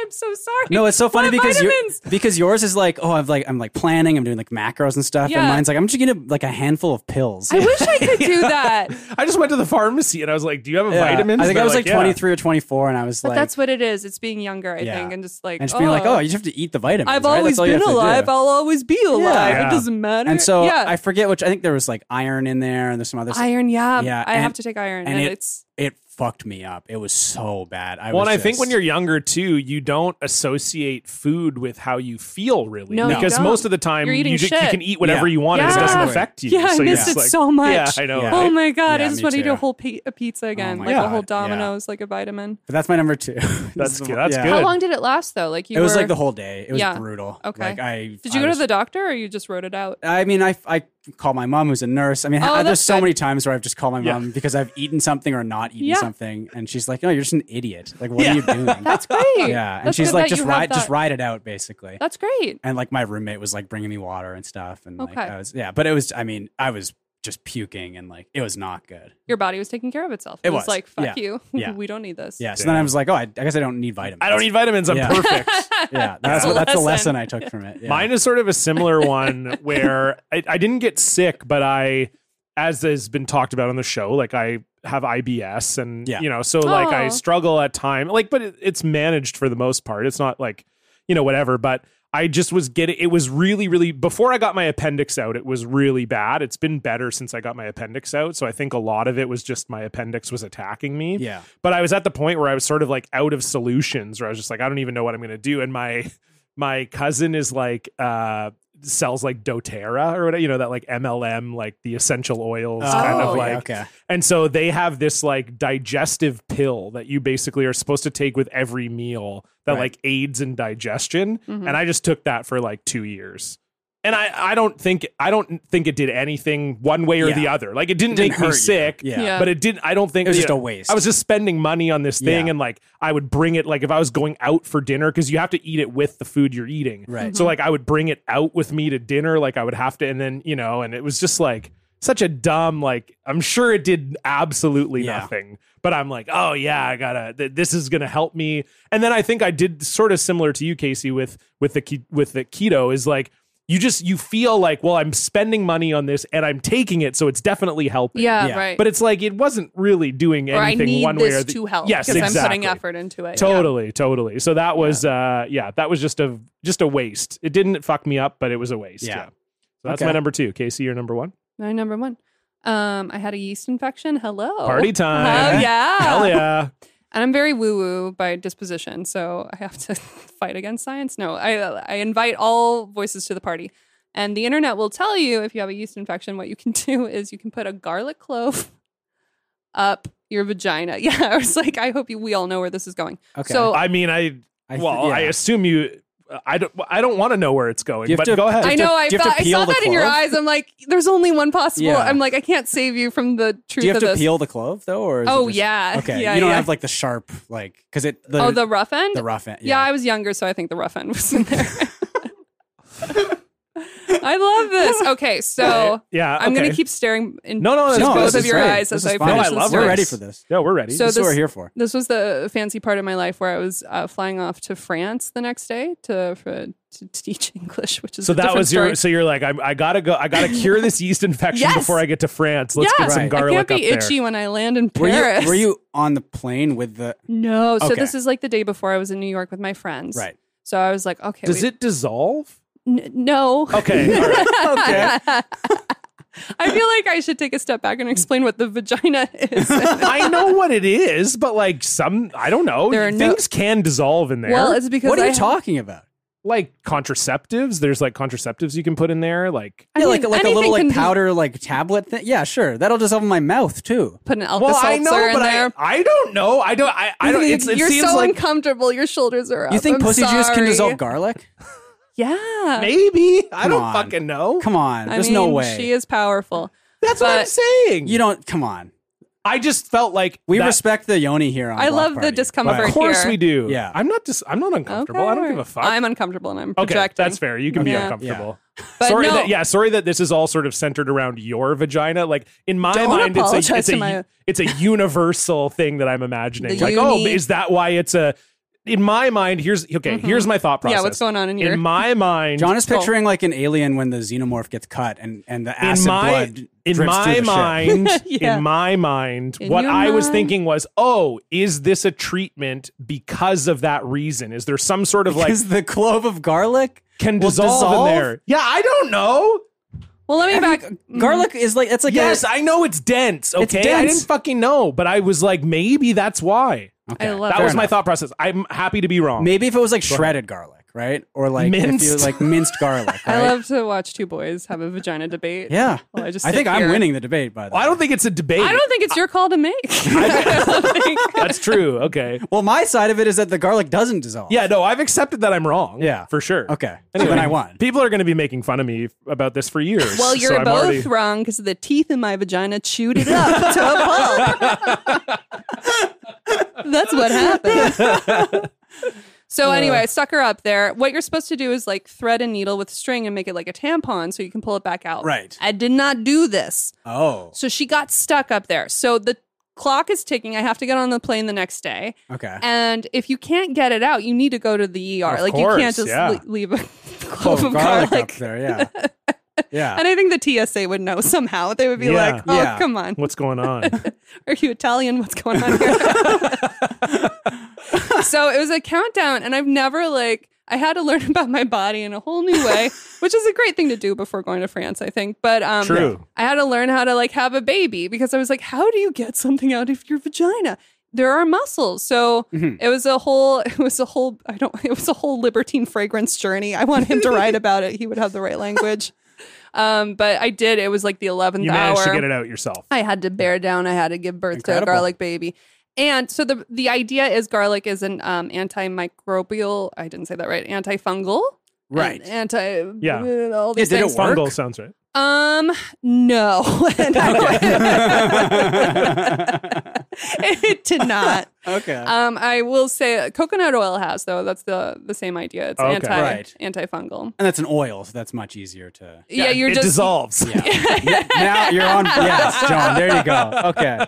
[SPEAKER 4] I'm so sorry.
[SPEAKER 3] No, it's so funny
[SPEAKER 4] What
[SPEAKER 3] because your-
[SPEAKER 4] vitamins?
[SPEAKER 3] because yours is like, oh, I'm like I'm like planning, I'm doing like macros and stuff,
[SPEAKER 4] Yeah.
[SPEAKER 3] and mine's like I'm just getting like a handful of pills.
[SPEAKER 4] I wish I could do that.
[SPEAKER 1] I just went to the pharmacy and I was like, "Do you have a
[SPEAKER 3] Yeah.
[SPEAKER 1] vitamin?"
[SPEAKER 3] I think I was like, 23 or 24, and I was
[SPEAKER 4] But
[SPEAKER 3] like,
[SPEAKER 4] that's what it is. It's being younger, I
[SPEAKER 3] Yeah.
[SPEAKER 4] think, and just like
[SPEAKER 3] and just being like, oh, you just have to eat the vitamins.
[SPEAKER 4] I've
[SPEAKER 3] right? That's
[SPEAKER 4] always
[SPEAKER 3] all you
[SPEAKER 4] been
[SPEAKER 3] have to do."
[SPEAKER 4] alive. I'll always be alive.
[SPEAKER 1] Yeah.
[SPEAKER 4] It doesn't matter.
[SPEAKER 3] And so
[SPEAKER 4] yeah.
[SPEAKER 3] I forget which I think there was like iron in there, and there's some other. stuff.
[SPEAKER 4] iron. Yeah,
[SPEAKER 3] Yeah,
[SPEAKER 4] I
[SPEAKER 3] and-
[SPEAKER 4] have to take iron,
[SPEAKER 3] and
[SPEAKER 4] and,
[SPEAKER 3] it-
[SPEAKER 4] it's
[SPEAKER 3] It fucked me up. It was so bad. I
[SPEAKER 1] Well,
[SPEAKER 3] was
[SPEAKER 1] and I think
[SPEAKER 3] just-
[SPEAKER 1] when you're younger too, you don't associate food with how you feel really,
[SPEAKER 4] No, you
[SPEAKER 1] because
[SPEAKER 4] don't.
[SPEAKER 1] most of the time
[SPEAKER 4] You're eating
[SPEAKER 1] you, ju- you
[SPEAKER 4] shit.
[SPEAKER 1] can eat whatever
[SPEAKER 3] Yeah.
[SPEAKER 1] you want and it
[SPEAKER 4] Yeah.
[SPEAKER 1] doesn't affect you.
[SPEAKER 4] Yeah, I
[SPEAKER 1] so you're
[SPEAKER 4] miss
[SPEAKER 1] just
[SPEAKER 4] it
[SPEAKER 1] like-
[SPEAKER 4] so much.
[SPEAKER 1] Yeah, I know.
[SPEAKER 3] Yeah.
[SPEAKER 1] right?
[SPEAKER 4] oh my god,
[SPEAKER 3] Yeah,
[SPEAKER 4] I just
[SPEAKER 3] me
[SPEAKER 4] want to eat
[SPEAKER 3] too. Oh
[SPEAKER 4] a whole pi- a pizza again,
[SPEAKER 3] my
[SPEAKER 4] like
[SPEAKER 3] God,
[SPEAKER 4] a whole
[SPEAKER 3] yeah.
[SPEAKER 4] Domino's, like a vitamin.
[SPEAKER 3] But that's my number two.
[SPEAKER 1] That's
[SPEAKER 3] This is
[SPEAKER 1] good.
[SPEAKER 3] the-
[SPEAKER 1] That's
[SPEAKER 3] yeah.
[SPEAKER 1] good.
[SPEAKER 4] How long did it last though? Like you
[SPEAKER 3] It was
[SPEAKER 4] were,
[SPEAKER 3] like the whole day. It was
[SPEAKER 4] Yeah.
[SPEAKER 3] brutal.
[SPEAKER 4] Okay.
[SPEAKER 3] Like I.
[SPEAKER 4] Did you
[SPEAKER 3] I
[SPEAKER 4] go
[SPEAKER 3] was-
[SPEAKER 4] to the doctor, or you just wrote it out?
[SPEAKER 3] I mean, I I call my mom who's a nurse. I mean,
[SPEAKER 4] Oh,
[SPEAKER 3] there's
[SPEAKER 4] that's
[SPEAKER 3] so
[SPEAKER 4] good.
[SPEAKER 3] many times where I've just called my
[SPEAKER 1] Yeah.
[SPEAKER 3] mom because I've eaten something or not eaten
[SPEAKER 4] Yeah.
[SPEAKER 3] something, and she's like, "No, you're just an idiot. Like, what are you doing?"
[SPEAKER 4] That's great.
[SPEAKER 3] yeah, and
[SPEAKER 4] That's
[SPEAKER 3] she's
[SPEAKER 4] good
[SPEAKER 3] like,
[SPEAKER 4] that
[SPEAKER 3] "Just
[SPEAKER 4] you have
[SPEAKER 3] ride, just
[SPEAKER 4] that.
[SPEAKER 3] ride it out, basically."
[SPEAKER 4] That's great.
[SPEAKER 3] and like my roommate was like bringing me water and stuff, and like
[SPEAKER 4] Okay.
[SPEAKER 3] I was yeah, but it was I mean I was just puking and like it was not good.
[SPEAKER 4] Your body was taking care of itself.
[SPEAKER 3] It
[SPEAKER 4] It was,
[SPEAKER 3] was.
[SPEAKER 4] like, fuck
[SPEAKER 3] Yeah.
[SPEAKER 4] you.
[SPEAKER 3] Yeah.
[SPEAKER 4] we don't need this.
[SPEAKER 3] Yeah, so then I was like, oh, I, I guess I don't need vitamins.
[SPEAKER 1] I don't e- need vitamins. I'm
[SPEAKER 3] Yeah.
[SPEAKER 1] perfect.
[SPEAKER 3] Yeah, that's
[SPEAKER 4] a
[SPEAKER 3] what, that's the lesson
[SPEAKER 4] lesson.
[SPEAKER 3] I took from it. Yeah.
[SPEAKER 1] Mine is sort of a similar one where I, I didn't get sick, but I, as has been talked about on the show, like I have IBS and,
[SPEAKER 3] Yeah.
[SPEAKER 1] you know, so like I
[SPEAKER 4] Oh.
[SPEAKER 1] struggle at time, like, but it, it's managed for the most part. It's not like, you know, whatever, but I just was getting, it was really, really, before I got my appendix out, it was really bad. It's been better since I got my appendix out. So I think a lot of it was just my appendix was attacking me
[SPEAKER 3] yeah,
[SPEAKER 1] but I was at the point where I was sort of like out of solutions where I was just like, I don't even know what I'm going to do. And my, my cousin is like, uh, sells like doTERRA or whatever, you know, that like MLM, like the essential oils kind
[SPEAKER 4] Oh,
[SPEAKER 1] of
[SPEAKER 4] yeah,
[SPEAKER 1] like,
[SPEAKER 3] okay.
[SPEAKER 1] and so they have this like digestive pill that you basically are supposed to take with every meal that
[SPEAKER 3] Right.
[SPEAKER 1] like aids in digestion. And I just took that for like two years. And I, I don't think I don't think it did anything one way or
[SPEAKER 3] Yeah.
[SPEAKER 1] the other. Like it didn't,
[SPEAKER 3] didn't
[SPEAKER 1] make me
[SPEAKER 3] hurt you.
[SPEAKER 1] sick.
[SPEAKER 3] Yeah.
[SPEAKER 4] Yeah.
[SPEAKER 1] But it didn't I don't think
[SPEAKER 3] It was
[SPEAKER 1] you
[SPEAKER 3] just a
[SPEAKER 1] know,
[SPEAKER 3] waste.
[SPEAKER 1] I was just spending money on this thing
[SPEAKER 3] Yeah.
[SPEAKER 1] and like I would bring it like if I was going out for dinner because you have to eat it with the food you're eating.
[SPEAKER 3] Right.
[SPEAKER 1] So like I would bring it out with me to dinner, like I would have to, and then you know, and it was just like such a dumb like I'm sure it did absolutely
[SPEAKER 3] Yeah.
[SPEAKER 1] nothing, but I'm like, oh yeah, I gotta th- this is gonna help me. And then I think I did sort of similar to you, Casey, with with the ke- with the keto is like. You just you feel like well I'm spending money on this and I'm taking it so it's definitely helping.
[SPEAKER 4] Yeah,
[SPEAKER 3] Yeah.
[SPEAKER 4] right.
[SPEAKER 1] But it's like it wasn't really doing
[SPEAKER 4] or I
[SPEAKER 1] anything
[SPEAKER 4] need
[SPEAKER 1] one way or
[SPEAKER 4] this
[SPEAKER 1] the
[SPEAKER 4] to help
[SPEAKER 1] Yes,
[SPEAKER 4] because
[SPEAKER 1] exactly.
[SPEAKER 4] I'm putting effort into it. Yeah.
[SPEAKER 1] Totally, totally. So that was uh yeah, that was just a just a waste. It didn't fuck me up, but it was a waste.
[SPEAKER 3] Yeah.
[SPEAKER 1] Yeah. So that's
[SPEAKER 3] Okay.
[SPEAKER 1] my number two. Casey, your number one.
[SPEAKER 4] My number one. Um, I had a yeast infection. Hello.
[SPEAKER 1] Party time.
[SPEAKER 4] Oh yeah.
[SPEAKER 1] Hell yeah.
[SPEAKER 4] And I'm very woo woo by disposition, so I have to fight against science. No, I I invite all voices to the party. And the internet will tell you if you have a yeast infection, what you can do is you can put a garlic clove up your vagina. Yeah, I was like, I hope you, we all know where this is going.
[SPEAKER 3] Okay.
[SPEAKER 4] So
[SPEAKER 1] I mean, I,
[SPEAKER 3] I
[SPEAKER 1] well,
[SPEAKER 3] yeah.
[SPEAKER 1] I assume you. I don't. I don't want to know where it's
[SPEAKER 3] Do
[SPEAKER 1] going.
[SPEAKER 3] you have
[SPEAKER 1] But
[SPEAKER 3] to-
[SPEAKER 1] go ahead.
[SPEAKER 3] do
[SPEAKER 4] I
[SPEAKER 3] you have
[SPEAKER 4] know.
[SPEAKER 3] to-
[SPEAKER 4] I,
[SPEAKER 3] do you have
[SPEAKER 4] felt,
[SPEAKER 3] to
[SPEAKER 4] I
[SPEAKER 3] peel
[SPEAKER 4] saw
[SPEAKER 3] the
[SPEAKER 4] that in your
[SPEAKER 3] clove?
[SPEAKER 4] eyes. I'm like, there's only one possible.
[SPEAKER 3] Yeah.
[SPEAKER 4] I'm like, I can't save you from the truth
[SPEAKER 3] Do you have
[SPEAKER 4] of
[SPEAKER 3] to
[SPEAKER 4] this.
[SPEAKER 3] peel the clove though, or is it
[SPEAKER 4] oh
[SPEAKER 3] just-
[SPEAKER 4] yeah.
[SPEAKER 3] Okay,
[SPEAKER 4] Yeah,
[SPEAKER 3] you don't
[SPEAKER 4] yeah.
[SPEAKER 3] have like the sharp like because it the,
[SPEAKER 4] oh the rough end.
[SPEAKER 3] the rough end.
[SPEAKER 4] yeah.
[SPEAKER 3] Yeah,
[SPEAKER 4] I was younger, so I think the rough end was in there. I love this. Okay, so
[SPEAKER 1] yeah.
[SPEAKER 4] Oh. I'm gonna
[SPEAKER 1] Uh, okay.
[SPEAKER 4] keep staring in
[SPEAKER 1] No, no, that's
[SPEAKER 4] just
[SPEAKER 1] good.
[SPEAKER 4] both
[SPEAKER 1] This
[SPEAKER 4] of
[SPEAKER 1] is
[SPEAKER 4] your
[SPEAKER 3] great.
[SPEAKER 4] eyes
[SPEAKER 3] This is
[SPEAKER 4] as I
[SPEAKER 3] fine.
[SPEAKER 4] finish
[SPEAKER 1] No, I
[SPEAKER 4] this
[SPEAKER 1] love
[SPEAKER 3] we're
[SPEAKER 4] list.
[SPEAKER 3] ready for this.
[SPEAKER 1] No, we're ready.
[SPEAKER 4] So
[SPEAKER 3] this is what
[SPEAKER 4] this-
[SPEAKER 3] we're here for.
[SPEAKER 4] This was the fancy part of my life where I was uh, flying off to France the next day to for, to teach English, which is
[SPEAKER 1] So
[SPEAKER 4] a
[SPEAKER 1] that
[SPEAKER 4] different
[SPEAKER 1] was your.
[SPEAKER 4] story.
[SPEAKER 1] So you're like, I, I gotta go. I gotta cure this yeast infection
[SPEAKER 4] Yes.
[SPEAKER 1] before I get to France. Let's
[SPEAKER 4] yeah,
[SPEAKER 1] get some
[SPEAKER 3] Right.
[SPEAKER 1] garlic
[SPEAKER 4] I can't be
[SPEAKER 1] up
[SPEAKER 4] itchy when I land in
[SPEAKER 3] Were
[SPEAKER 4] Paris.
[SPEAKER 3] you, were you on the plane with the
[SPEAKER 4] No, so
[SPEAKER 3] Okay.
[SPEAKER 4] this is like the day before I was in New York with my friends.
[SPEAKER 3] right?
[SPEAKER 4] So I was like, okay,
[SPEAKER 1] there. Does
[SPEAKER 4] wait,
[SPEAKER 1] it dissolve?
[SPEAKER 4] n- no.
[SPEAKER 1] Okay. all right.
[SPEAKER 4] I feel like I should take a step back and explain what the vagina is.
[SPEAKER 1] I know what it is, but like some, I don't know.
[SPEAKER 4] There are no-
[SPEAKER 1] Things can dissolve in there.
[SPEAKER 4] well, it's because
[SPEAKER 3] What are
[SPEAKER 4] I
[SPEAKER 3] you
[SPEAKER 4] have-
[SPEAKER 3] talking about?
[SPEAKER 1] like contraceptives. There's like contraceptives you can put in there. Like
[SPEAKER 4] I
[SPEAKER 3] yeah,
[SPEAKER 4] mean,
[SPEAKER 3] like like a
[SPEAKER 4] anything
[SPEAKER 3] little
[SPEAKER 4] can
[SPEAKER 3] like
[SPEAKER 4] be-
[SPEAKER 3] powder like tablet thing. Yeah, sure. That'll dissolve in my mouth too.
[SPEAKER 4] Put an Alka
[SPEAKER 1] well, I know,
[SPEAKER 4] Seltzer in
[SPEAKER 1] but
[SPEAKER 4] there.
[SPEAKER 1] I, I don't know. I don't. I, I don't. It's, it
[SPEAKER 4] You're
[SPEAKER 1] seems
[SPEAKER 4] so
[SPEAKER 1] like
[SPEAKER 4] uncomfortable. Your shoulders are up.
[SPEAKER 3] You think
[SPEAKER 4] I'm
[SPEAKER 3] pussy juice can
[SPEAKER 4] sorry.
[SPEAKER 3] dissolve garlic?
[SPEAKER 4] Yeah.
[SPEAKER 1] maybe. I
[SPEAKER 3] Come
[SPEAKER 1] don't
[SPEAKER 3] on.
[SPEAKER 1] fucking know.
[SPEAKER 3] Come on,
[SPEAKER 4] I
[SPEAKER 3] there's
[SPEAKER 4] mean,
[SPEAKER 3] no way.
[SPEAKER 4] She is powerful.
[SPEAKER 1] That's what I'm
[SPEAKER 4] but-
[SPEAKER 1] saying.
[SPEAKER 3] you don't. Come on.
[SPEAKER 1] I just felt like
[SPEAKER 3] We
[SPEAKER 1] that-
[SPEAKER 3] respect the yoni here. On
[SPEAKER 4] I
[SPEAKER 3] Block
[SPEAKER 4] love the
[SPEAKER 3] Party.
[SPEAKER 4] discomfort
[SPEAKER 1] Of course
[SPEAKER 4] here.
[SPEAKER 1] we do.
[SPEAKER 3] Yeah.
[SPEAKER 1] I'm not. Dis- I'm not uncomfortable. I don't
[SPEAKER 4] Okay.
[SPEAKER 1] give a fuck.
[SPEAKER 4] I'm uncomfortable and I'm
[SPEAKER 1] okay.
[SPEAKER 4] projecting.
[SPEAKER 1] That's fair. You can be
[SPEAKER 4] Yeah.
[SPEAKER 1] uncomfortable.
[SPEAKER 4] But
[SPEAKER 1] sorry
[SPEAKER 4] no.
[SPEAKER 1] that yeah, sorry that this is all sort of centered around your vagina. Like in my
[SPEAKER 4] Don't
[SPEAKER 1] mind, it's a
[SPEAKER 4] apologize
[SPEAKER 1] it's
[SPEAKER 4] to
[SPEAKER 1] a
[SPEAKER 4] my-
[SPEAKER 1] it's a universal thing that I'm imagining.
[SPEAKER 4] The
[SPEAKER 1] like, oh,
[SPEAKER 4] uni-
[SPEAKER 1] is that why it's a? In my mind, here's okay. Here's my thought process.
[SPEAKER 4] Mm-hmm. Yeah, what's going on in your
[SPEAKER 1] In my mind,
[SPEAKER 3] John is
[SPEAKER 4] Cool.
[SPEAKER 3] picturing like an alien when the xenomorph gets cut and and the
[SPEAKER 1] in
[SPEAKER 3] acid
[SPEAKER 1] my
[SPEAKER 3] blood
[SPEAKER 1] in
[SPEAKER 3] drips through
[SPEAKER 1] my
[SPEAKER 3] the ship.
[SPEAKER 1] mind,
[SPEAKER 4] Yeah.
[SPEAKER 1] in my mind,
[SPEAKER 4] In
[SPEAKER 1] what
[SPEAKER 4] your
[SPEAKER 1] I was
[SPEAKER 4] mind.
[SPEAKER 1] thinking was, oh, is this a treatment because of that reason? Is there some sort of like
[SPEAKER 3] Because the clove of garlic
[SPEAKER 1] can
[SPEAKER 3] will
[SPEAKER 1] dissolve, in there? Yeah, I don't know.
[SPEAKER 4] Well, let me back. Mm,
[SPEAKER 3] Garlic is like that's like
[SPEAKER 1] Mm-hmm. yes,
[SPEAKER 3] A,
[SPEAKER 1] I know it's dense. Okay, I
[SPEAKER 3] dense.
[SPEAKER 1] didn't fucking know, but I was like, maybe that's why.
[SPEAKER 4] I love
[SPEAKER 1] That
[SPEAKER 4] Oh, Fair
[SPEAKER 1] was my
[SPEAKER 3] enough.
[SPEAKER 1] thought process. I'm happy to be wrong.
[SPEAKER 3] Maybe if it was like shredded garlic, right? Or like if you
[SPEAKER 1] Minced.
[SPEAKER 3] like minced garlic. Right?
[SPEAKER 4] I love to watch two boys have a vagina debate.
[SPEAKER 3] Yeah,
[SPEAKER 4] Well, I just
[SPEAKER 3] I
[SPEAKER 4] sit
[SPEAKER 3] think I'm
[SPEAKER 4] here.
[SPEAKER 3] winning the debate. By the
[SPEAKER 1] Well, I
[SPEAKER 3] way,
[SPEAKER 1] don't think it's a debate.
[SPEAKER 4] I don't think it's your call to make. I don't think-
[SPEAKER 1] that's true. Okay.
[SPEAKER 3] well, my side of it is that the garlic doesn't dissolve.
[SPEAKER 1] Yeah, no, I've accepted that I'm wrong.
[SPEAKER 3] Yeah.
[SPEAKER 1] for sure.
[SPEAKER 3] Okay. So then I won.
[SPEAKER 1] People are going to be making fun of me about this for years.
[SPEAKER 4] well, you're
[SPEAKER 1] so I'm
[SPEAKER 4] both
[SPEAKER 1] already-
[SPEAKER 4] wrong because the teeth in my vagina chewed it up to a pulp. That's what happened. So anyway, I stuck her up there. What you're supposed to do is like thread a needle with string and make it like a tampon so you can pull it back out.
[SPEAKER 3] Right.
[SPEAKER 4] I did not do this.
[SPEAKER 3] Oh.
[SPEAKER 4] So she got stuck up there. So the clock is ticking. I have to get on the plane the next day.
[SPEAKER 3] Okay.
[SPEAKER 4] And if you can't get it out, you need to go to the ER.
[SPEAKER 1] Of
[SPEAKER 4] like you
[SPEAKER 1] course,
[SPEAKER 4] can't just
[SPEAKER 1] yeah. Oh,
[SPEAKER 4] le- leave a
[SPEAKER 3] Clove
[SPEAKER 4] clove
[SPEAKER 3] of
[SPEAKER 4] of
[SPEAKER 3] garlic,
[SPEAKER 4] garlic.
[SPEAKER 3] up there. Yeah. Yeah.
[SPEAKER 4] And I think the TSA would know somehow. They would be
[SPEAKER 1] Yeah.
[SPEAKER 4] like, "Oh,
[SPEAKER 3] Yeah.
[SPEAKER 4] come on,
[SPEAKER 1] What's going on?
[SPEAKER 4] are you Italian? What's going on here?" so it was a countdown, and I've never like I had to learn about my body in a whole new way, which is a great thing to do before going to France, I think. But um,
[SPEAKER 1] True.
[SPEAKER 4] I had to learn how to like have a baby because I was like, how do you get something out of your vagina? There are muscles. So
[SPEAKER 1] Mm-hmm.
[SPEAKER 4] it was a whole it was a whole I don't it was a whole libertine fragrance journey. I want him to write about it. He would have the right language. Um, but I did. It was like the eleventh
[SPEAKER 1] you
[SPEAKER 4] hour.
[SPEAKER 1] managed to get it out yourself.
[SPEAKER 4] I had to bear down. I had to give birth
[SPEAKER 3] Incredible.
[SPEAKER 4] to a garlic baby. And so the the idea is garlic is an um, antimicrobial. I didn't say that right. Antifungal.
[SPEAKER 3] Right.
[SPEAKER 4] And anti.
[SPEAKER 1] Yeah.
[SPEAKER 4] uh, All these
[SPEAKER 3] Yeah, did it
[SPEAKER 4] things.
[SPEAKER 3] work?
[SPEAKER 1] Fungal sounds right.
[SPEAKER 4] Um. No. And I- it did not.
[SPEAKER 3] okay.
[SPEAKER 1] Uh,
[SPEAKER 4] Um. I will say uh, coconut oil has though. That's the the same idea. It's
[SPEAKER 1] Okay.
[SPEAKER 4] anti
[SPEAKER 3] Right.
[SPEAKER 4] antifungal.
[SPEAKER 3] and that's an oil, so that's much easier to.
[SPEAKER 4] Yeah, you're
[SPEAKER 1] it
[SPEAKER 4] just
[SPEAKER 1] dissolves.
[SPEAKER 3] now you're on. Yes, John. There you go. Okay.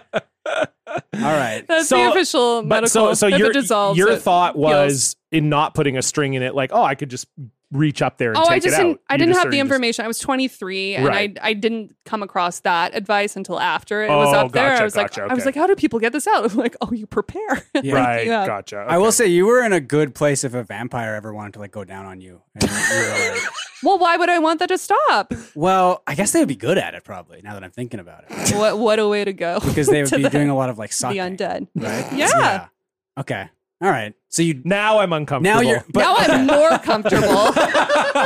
[SPEAKER 3] All right.
[SPEAKER 4] That's
[SPEAKER 1] So-
[SPEAKER 4] the official
[SPEAKER 1] But
[SPEAKER 4] medical.
[SPEAKER 1] so, so
[SPEAKER 4] if
[SPEAKER 1] your
[SPEAKER 4] it dissolves,
[SPEAKER 1] your
[SPEAKER 4] it
[SPEAKER 1] thought
[SPEAKER 4] heals.
[SPEAKER 1] was in not putting a string in it, like, oh, I could just reach up there and
[SPEAKER 4] Oh,
[SPEAKER 1] take
[SPEAKER 4] I
[SPEAKER 1] it
[SPEAKER 4] just
[SPEAKER 1] out.
[SPEAKER 4] didn't. I
[SPEAKER 1] You
[SPEAKER 4] didn't
[SPEAKER 1] just
[SPEAKER 4] have the
[SPEAKER 1] sort of just-
[SPEAKER 4] information. I was 23,
[SPEAKER 1] Right.
[SPEAKER 4] and I I didn't come across that advice until after it was
[SPEAKER 1] Oh,
[SPEAKER 4] up there.
[SPEAKER 1] gotcha,
[SPEAKER 4] I was
[SPEAKER 1] gotcha,
[SPEAKER 4] like, I was
[SPEAKER 1] okay.
[SPEAKER 4] like, how do people get this out? I'm like, oh, you prepare.
[SPEAKER 3] Yeah.
[SPEAKER 1] Right,
[SPEAKER 4] Yeah.
[SPEAKER 1] gotcha.
[SPEAKER 3] I
[SPEAKER 1] okay.
[SPEAKER 3] will say you were in a good place if a vampire ever wanted to like go down on you. And you were like-
[SPEAKER 4] well, why would I want that to stop?
[SPEAKER 3] well, I guess they would be good at it probably. Now that I'm thinking about it,
[SPEAKER 4] what what a way to go.
[SPEAKER 3] because they would
[SPEAKER 4] to
[SPEAKER 3] be
[SPEAKER 4] the,
[SPEAKER 3] doing a lot of like
[SPEAKER 4] the
[SPEAKER 3] sucking.
[SPEAKER 4] undead.
[SPEAKER 3] right?
[SPEAKER 4] Yeah.
[SPEAKER 3] Okay. All right. So you
[SPEAKER 1] now I'm uncomfortable.
[SPEAKER 3] now you're but,
[SPEAKER 4] now I'm more comfortable.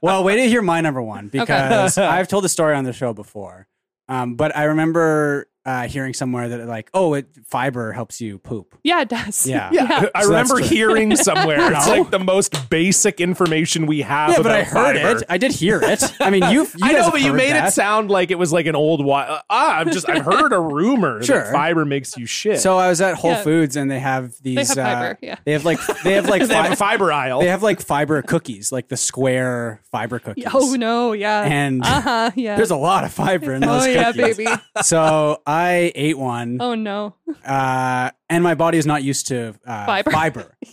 [SPEAKER 3] well, wait to hear my number one because I've told the story on the show before. Um, but I remember uh, hearing somewhere that like, oh, it fiber helps you poop.
[SPEAKER 4] yeah, it does.
[SPEAKER 3] Yeah.
[SPEAKER 1] yeah, I
[SPEAKER 3] So that's
[SPEAKER 1] remember
[SPEAKER 3] true.
[SPEAKER 1] hearing somewhere. It's
[SPEAKER 3] No.
[SPEAKER 1] like the most basic information we have.
[SPEAKER 3] yeah, but
[SPEAKER 1] about
[SPEAKER 3] I heard
[SPEAKER 1] fiber.
[SPEAKER 3] it. I did hear it. I mean, you. you
[SPEAKER 1] I
[SPEAKER 3] guys
[SPEAKER 1] know,
[SPEAKER 3] have
[SPEAKER 1] but you
[SPEAKER 3] heard
[SPEAKER 1] made
[SPEAKER 3] that.
[SPEAKER 1] it sound like it was like an old wi- uh, Ah, I've just I've heard a rumor
[SPEAKER 3] Sure.
[SPEAKER 1] that fiber makes you shit.
[SPEAKER 3] So I was at Whole
[SPEAKER 4] Yeah.
[SPEAKER 3] Foods and they have these.
[SPEAKER 4] have
[SPEAKER 3] uh,
[SPEAKER 4] fiber, yeah.
[SPEAKER 3] They have like they have like
[SPEAKER 1] they have a
[SPEAKER 3] fi-
[SPEAKER 1] fiber aisle.
[SPEAKER 3] they have like fiber cookies, like the square fiber cookies.
[SPEAKER 4] Oh no. Yeah.
[SPEAKER 3] And
[SPEAKER 4] uh huh. Yeah.
[SPEAKER 3] there's a lot of fiber in
[SPEAKER 4] oh
[SPEAKER 3] those
[SPEAKER 4] yeah,
[SPEAKER 3] cookies.
[SPEAKER 4] baby.
[SPEAKER 3] So I ate one.
[SPEAKER 4] Oh no.
[SPEAKER 3] uh, and my body is not used to uh, fiber.
[SPEAKER 4] Fiber.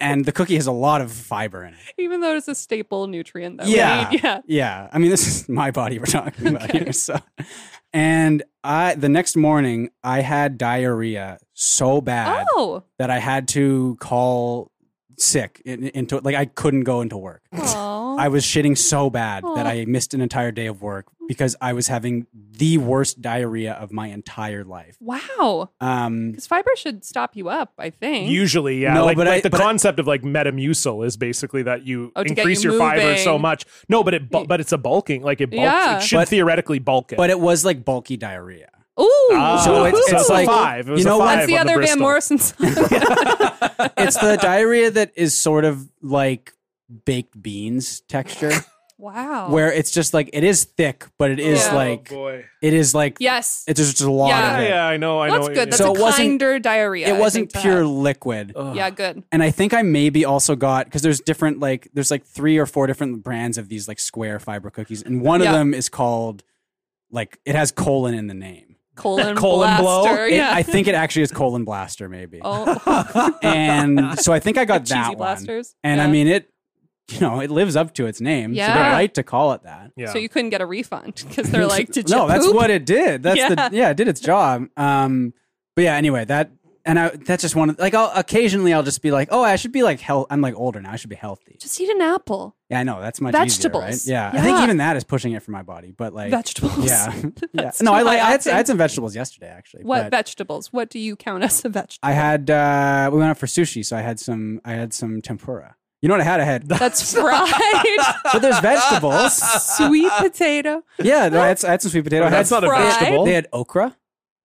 [SPEAKER 3] And the cookie has a lot of fiber in it.
[SPEAKER 4] Even though it's a staple nutrient that
[SPEAKER 3] Yeah.
[SPEAKER 4] we need. Yeah.
[SPEAKER 3] Yeah. I mean, this is my body we're talking about here. So, and I, the next morning, I had diarrhea so bad
[SPEAKER 4] Oh.
[SPEAKER 3] that I had to call sick in- into Like, I couldn't go into work.
[SPEAKER 4] Aw.
[SPEAKER 3] I was shitting so bad that
[SPEAKER 4] Aw.
[SPEAKER 3] I missed an entire day of work because I was having the worst diarrhea of my entire life.
[SPEAKER 4] Wow.
[SPEAKER 3] Um,
[SPEAKER 4] Because fiber should stop you up, I think.
[SPEAKER 1] Usually, yeah.
[SPEAKER 3] No,
[SPEAKER 1] like,
[SPEAKER 3] but
[SPEAKER 1] like
[SPEAKER 3] I-
[SPEAKER 1] the
[SPEAKER 3] but I-
[SPEAKER 1] concept of like metamucil is basically that you
[SPEAKER 4] Oh, to get
[SPEAKER 1] increase
[SPEAKER 4] you
[SPEAKER 1] your fiber so
[SPEAKER 4] moving.
[SPEAKER 1] much. No, but it bu- but it's a bulking. Like it bulks.
[SPEAKER 4] Yeah.
[SPEAKER 1] It should
[SPEAKER 3] But-
[SPEAKER 1] theoretically bulk it.
[SPEAKER 3] but it was like bulky diarrhea.
[SPEAKER 4] Ooh.
[SPEAKER 1] Ah,
[SPEAKER 3] So it's-
[SPEAKER 1] so
[SPEAKER 3] it's
[SPEAKER 1] a
[SPEAKER 3] like-
[SPEAKER 1] five. It was
[SPEAKER 3] you know
[SPEAKER 1] a
[SPEAKER 3] what?
[SPEAKER 1] five
[SPEAKER 4] That's the
[SPEAKER 1] on
[SPEAKER 4] other Van
[SPEAKER 1] Bristol.
[SPEAKER 4] Morrison song.
[SPEAKER 3] it's the diarrhea that is sort of like baked beans texture
[SPEAKER 4] wow.
[SPEAKER 3] where it's just like it is thick but it is
[SPEAKER 4] Oh. Yeah.
[SPEAKER 3] like
[SPEAKER 1] boy.
[SPEAKER 3] it is like
[SPEAKER 4] yes.
[SPEAKER 3] it's just a lot
[SPEAKER 4] Yeah.
[SPEAKER 3] of it
[SPEAKER 1] Ah, Yeah, I know. I know.
[SPEAKER 4] That's
[SPEAKER 1] what you
[SPEAKER 4] good.
[SPEAKER 1] mean.
[SPEAKER 4] That's
[SPEAKER 3] So
[SPEAKER 4] a
[SPEAKER 3] it wasn't-
[SPEAKER 4] kinder diarrhea. I
[SPEAKER 3] it wasn't
[SPEAKER 4] think, Oh. to
[SPEAKER 3] pure
[SPEAKER 4] have.
[SPEAKER 3] liquid
[SPEAKER 4] Yeah, good.
[SPEAKER 3] and i think i maybe also got because there's different like there's like three or four different brands of these like square fiber cookies and one of
[SPEAKER 4] Yeah.
[SPEAKER 3] them is called like it has colon in the name
[SPEAKER 4] Colon,
[SPEAKER 1] Colon blow?
[SPEAKER 4] blaster.
[SPEAKER 3] It-
[SPEAKER 4] Yeah.
[SPEAKER 3] i think it actually is colon blaster maybe
[SPEAKER 4] oh,
[SPEAKER 3] and so i think i got
[SPEAKER 4] cheesy
[SPEAKER 3] that one
[SPEAKER 4] blasters.
[SPEAKER 3] and i
[SPEAKER 4] Yeah.
[SPEAKER 3] mean it you know it lives up to its name so they're
[SPEAKER 4] Yeah.
[SPEAKER 3] right to call it that
[SPEAKER 1] Yeah.
[SPEAKER 4] so you couldn't get a refund because they're like, did you
[SPEAKER 3] no that's
[SPEAKER 4] poop?
[SPEAKER 3] what it did that's the
[SPEAKER 4] Yeah.
[SPEAKER 3] yeah it did its job um but yeah anyway that and i that's just one of like i'll occasionally i'll just be like oh i should be like health i'm like older now i should be healthy
[SPEAKER 4] Just eat an apple.
[SPEAKER 3] yeah i know that's much
[SPEAKER 4] Vegetables.
[SPEAKER 3] easier, right? yeah i think
[SPEAKER 4] Yeah.
[SPEAKER 3] even that is pushing it for my body but like
[SPEAKER 4] Vegetables.
[SPEAKER 3] yeah yeah
[SPEAKER 4] That's
[SPEAKER 3] no i
[SPEAKER 4] too
[SPEAKER 3] like
[SPEAKER 4] high
[SPEAKER 3] I had, I
[SPEAKER 4] octane.
[SPEAKER 3] had some vegetables yesterday actually
[SPEAKER 4] What
[SPEAKER 3] but
[SPEAKER 4] vegetables? What do you count as a vegetable?
[SPEAKER 3] i had uh we went out for sushi so i had some i had some tempura you know what i had i had
[SPEAKER 4] That's fried
[SPEAKER 3] but there's vegetables
[SPEAKER 4] sweet potato.
[SPEAKER 3] yeah no, I, had, I had some sweet potato I had
[SPEAKER 1] That's not a
[SPEAKER 4] fried.
[SPEAKER 1] vegetable.
[SPEAKER 3] They had okra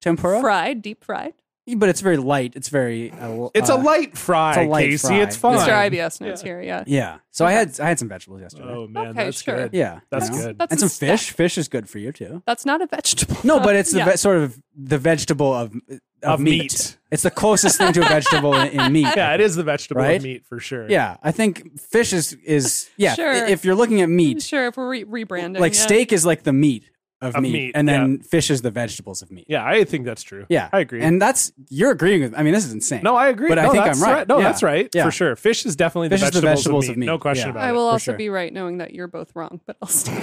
[SPEAKER 3] tempura,
[SPEAKER 4] Fried, deep fried.
[SPEAKER 3] but it's very light. It's very uh,
[SPEAKER 1] It's a
[SPEAKER 3] uh,
[SPEAKER 1] light fry,
[SPEAKER 3] it's a light
[SPEAKER 1] Casey.
[SPEAKER 3] fry.
[SPEAKER 1] It's fine.
[SPEAKER 4] Mr. IBS knows here, yeah.
[SPEAKER 3] Yeah. So I had I had some vegetables yesterday.
[SPEAKER 1] Oh man,
[SPEAKER 4] Okay,
[SPEAKER 1] that's
[SPEAKER 4] sure.
[SPEAKER 1] good.
[SPEAKER 3] yeah,
[SPEAKER 1] That's
[SPEAKER 3] you know?
[SPEAKER 1] good.
[SPEAKER 4] That's
[SPEAKER 3] and
[SPEAKER 4] a
[SPEAKER 3] some
[SPEAKER 4] step.
[SPEAKER 3] fish. Fish is good for you too.
[SPEAKER 4] That's not a vegetable.
[SPEAKER 3] No, but it's the
[SPEAKER 4] Yeah.
[SPEAKER 3] ve- sort of the vegetable of of,
[SPEAKER 1] Of
[SPEAKER 3] meat.
[SPEAKER 1] meat.
[SPEAKER 3] It's the closest thing to a vegetable in, in meat.
[SPEAKER 1] Yeah, it is the vegetable
[SPEAKER 3] Right?
[SPEAKER 1] and meat for sure.
[SPEAKER 3] Yeah, I think fish is is yeah.
[SPEAKER 4] Sure.
[SPEAKER 3] i- If you're looking at meat,
[SPEAKER 4] Sure, if we're re- rebranding,
[SPEAKER 3] like
[SPEAKER 4] yeah.
[SPEAKER 3] steak is like the meat of,
[SPEAKER 1] Of
[SPEAKER 3] meat,
[SPEAKER 1] meat,
[SPEAKER 3] and then fish is the vegetables of meat.
[SPEAKER 1] Yeah, I think that's true.
[SPEAKER 3] Yeah,
[SPEAKER 1] I agree.
[SPEAKER 3] And that's you're agreeing with. I mean, this is insane.
[SPEAKER 1] No, I agree.
[SPEAKER 3] But
[SPEAKER 1] No,
[SPEAKER 3] I think
[SPEAKER 1] that's
[SPEAKER 3] I'm right.
[SPEAKER 1] No,
[SPEAKER 3] Yeah.
[SPEAKER 1] that's right
[SPEAKER 3] Yeah.
[SPEAKER 1] for sure. Fish is definitely the
[SPEAKER 3] Fish is the
[SPEAKER 1] vegetables, of,
[SPEAKER 3] vegetables
[SPEAKER 1] meat.
[SPEAKER 3] of meat.
[SPEAKER 1] No question
[SPEAKER 3] Yeah.
[SPEAKER 1] about
[SPEAKER 4] I
[SPEAKER 1] it.
[SPEAKER 4] will
[SPEAKER 3] for
[SPEAKER 4] also
[SPEAKER 3] sure.
[SPEAKER 4] be right knowing that you're both wrong, but I'll stay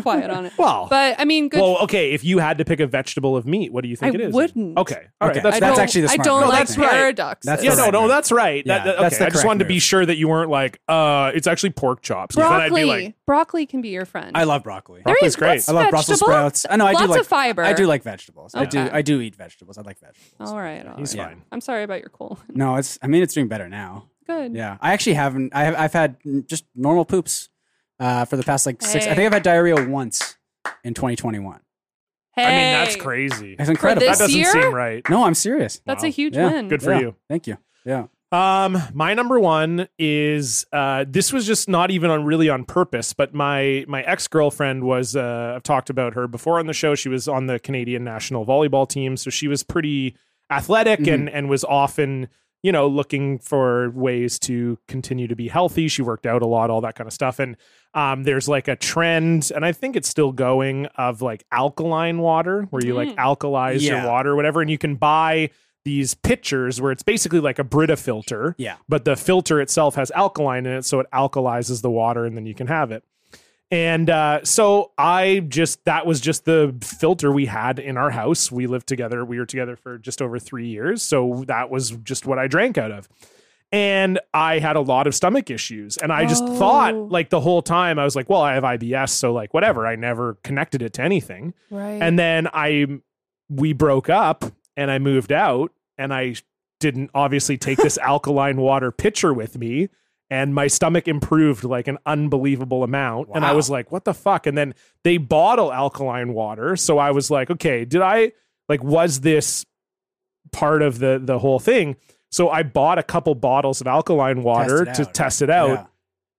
[SPEAKER 4] quiet on it.
[SPEAKER 3] Well,
[SPEAKER 4] but I mean, good.
[SPEAKER 1] Well, okay. If you had to pick a vegetable of meat, what do you think it
[SPEAKER 4] I
[SPEAKER 1] is?
[SPEAKER 4] wouldn't.
[SPEAKER 1] Okay. All right.
[SPEAKER 3] Okay.
[SPEAKER 1] That's
[SPEAKER 4] I
[SPEAKER 3] that's
[SPEAKER 4] don't-
[SPEAKER 3] actually the
[SPEAKER 4] I
[SPEAKER 3] smart
[SPEAKER 4] don't
[SPEAKER 3] move, I
[SPEAKER 4] like
[SPEAKER 3] think.
[SPEAKER 4] paradoxes.
[SPEAKER 3] That's the
[SPEAKER 1] yeah.
[SPEAKER 3] right
[SPEAKER 1] No. No.
[SPEAKER 3] move.
[SPEAKER 1] That's right.
[SPEAKER 3] Yeah,
[SPEAKER 1] That, that-
[SPEAKER 3] that's
[SPEAKER 1] okay.
[SPEAKER 3] the
[SPEAKER 1] I just
[SPEAKER 3] correct
[SPEAKER 1] wanted to be
[SPEAKER 3] move.
[SPEAKER 1] sure that you weren't like, uh, it's actually pork chops. 'cause Then I'd
[SPEAKER 4] broccoli.
[SPEAKER 1] be like,
[SPEAKER 4] broccoli can be your friend.
[SPEAKER 3] I love broccoli.
[SPEAKER 4] There
[SPEAKER 1] broccoli's
[SPEAKER 4] is-
[SPEAKER 1] great.
[SPEAKER 4] what's
[SPEAKER 3] I love Brussels
[SPEAKER 4] vegetable?
[SPEAKER 3] sprouts. I know I
[SPEAKER 4] Lots
[SPEAKER 3] do like
[SPEAKER 4] of fiber.
[SPEAKER 3] I do like vegetables. I do
[SPEAKER 4] Okay.
[SPEAKER 3] I do eat vegetables. I like vegetables.
[SPEAKER 4] All right, all
[SPEAKER 1] he's
[SPEAKER 4] right.
[SPEAKER 3] Yeah.
[SPEAKER 1] fine.
[SPEAKER 4] I'm sorry about your colon.
[SPEAKER 3] No, it's I mean it's doing better now.
[SPEAKER 4] Good.
[SPEAKER 3] Yeah. I actually haven't I have I've had mm, just normal poops uh, for the past like six I
[SPEAKER 4] Hey.
[SPEAKER 3] think I've had diarrhea once in 2021.
[SPEAKER 4] Hey,
[SPEAKER 1] I mean, that's crazy.
[SPEAKER 3] It's incredible.
[SPEAKER 1] That
[SPEAKER 4] this-
[SPEAKER 1] doesn't
[SPEAKER 4] year?
[SPEAKER 1] seem right.
[SPEAKER 3] no, I'm serious.
[SPEAKER 4] That's
[SPEAKER 1] Wow.
[SPEAKER 4] a huge
[SPEAKER 3] Yeah.
[SPEAKER 4] win.
[SPEAKER 1] Good for
[SPEAKER 3] Yeah.
[SPEAKER 1] you.
[SPEAKER 3] Thank you. Yeah.
[SPEAKER 1] Um, my number one is uh, this was just not even on really on purpose, but my my ex girlfriend was uh, I've talked about her before on the show. She was on the Canadian national volleyball team, so she was pretty athletic and and was often you know looking for ways to continue to be healthy. She worked out a lot, all that kind of stuff, and um, there's like a trend, and I think it's still going of like alkaline water, where you like alkalize
[SPEAKER 3] Yeah.
[SPEAKER 1] your water, or whatever, and you can buy these pitchers where it's basically like a Brita filter.
[SPEAKER 3] Yeah.
[SPEAKER 1] But the filter itself has alkaline in it, so it alkalizes the water, and then you can have it. And uh, so I just that was just the filter we had in our house. We lived together. We were together for just over three years, so that was just what I drank out of. And I had a lot of stomach issues, and I just
[SPEAKER 4] Oh.
[SPEAKER 1] thought like the whole time I was like, well, I have IBS, so like whatever. I never connected it to anything.
[SPEAKER 4] Right.
[SPEAKER 1] And then I we broke up and I moved out and I didn't obviously take this alkaline water pitcher with me and my stomach improved like an unbelievable amount and I was like what the fuck and then they bottle alkaline water so I was like okay did I like was this part of the the whole thing so I bought a couple bottles of alkaline water
[SPEAKER 3] it
[SPEAKER 1] to
[SPEAKER 3] out.
[SPEAKER 1] test it out
[SPEAKER 3] Yeah.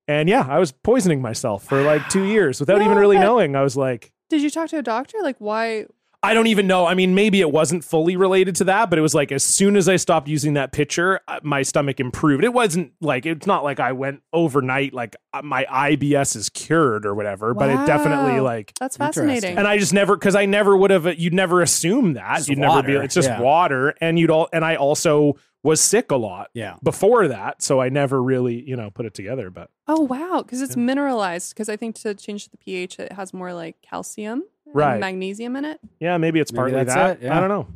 [SPEAKER 1] and yeah I was poisoning myself for like 2 years without
[SPEAKER 4] No,
[SPEAKER 1] even really
[SPEAKER 4] but-
[SPEAKER 1] knowing I was like
[SPEAKER 4] Did you talk to a doctor? Like, why?
[SPEAKER 1] I don't even know. I mean, maybe it wasn't fully related to that, but it was like as soon as I stopped using that pitcher, uh, my stomach improved. It wasn't like it's not like I went overnight like uh, my IBS is cured or whatever, but it definitely
[SPEAKER 4] Wow.
[SPEAKER 1] like
[SPEAKER 4] That's
[SPEAKER 3] Interesting.
[SPEAKER 4] fascinating.
[SPEAKER 1] and I just never because I never would have uh, you'd never assume that
[SPEAKER 3] Just
[SPEAKER 1] you'd never
[SPEAKER 3] water,
[SPEAKER 1] be it's just
[SPEAKER 3] yeah.
[SPEAKER 1] water and you'd all and I also was sick a lot
[SPEAKER 3] Yeah.
[SPEAKER 1] before that, so I never really you know put it together. But
[SPEAKER 4] oh wow, because it's mineralized. Because I think to change the pH, it has more like calcium, and
[SPEAKER 1] Right.
[SPEAKER 4] magnesium in it.
[SPEAKER 1] yeah, maybe it's
[SPEAKER 3] Hmm, Maybe
[SPEAKER 1] partly
[SPEAKER 3] that's
[SPEAKER 1] that.
[SPEAKER 3] it, yeah.
[SPEAKER 1] I don't know,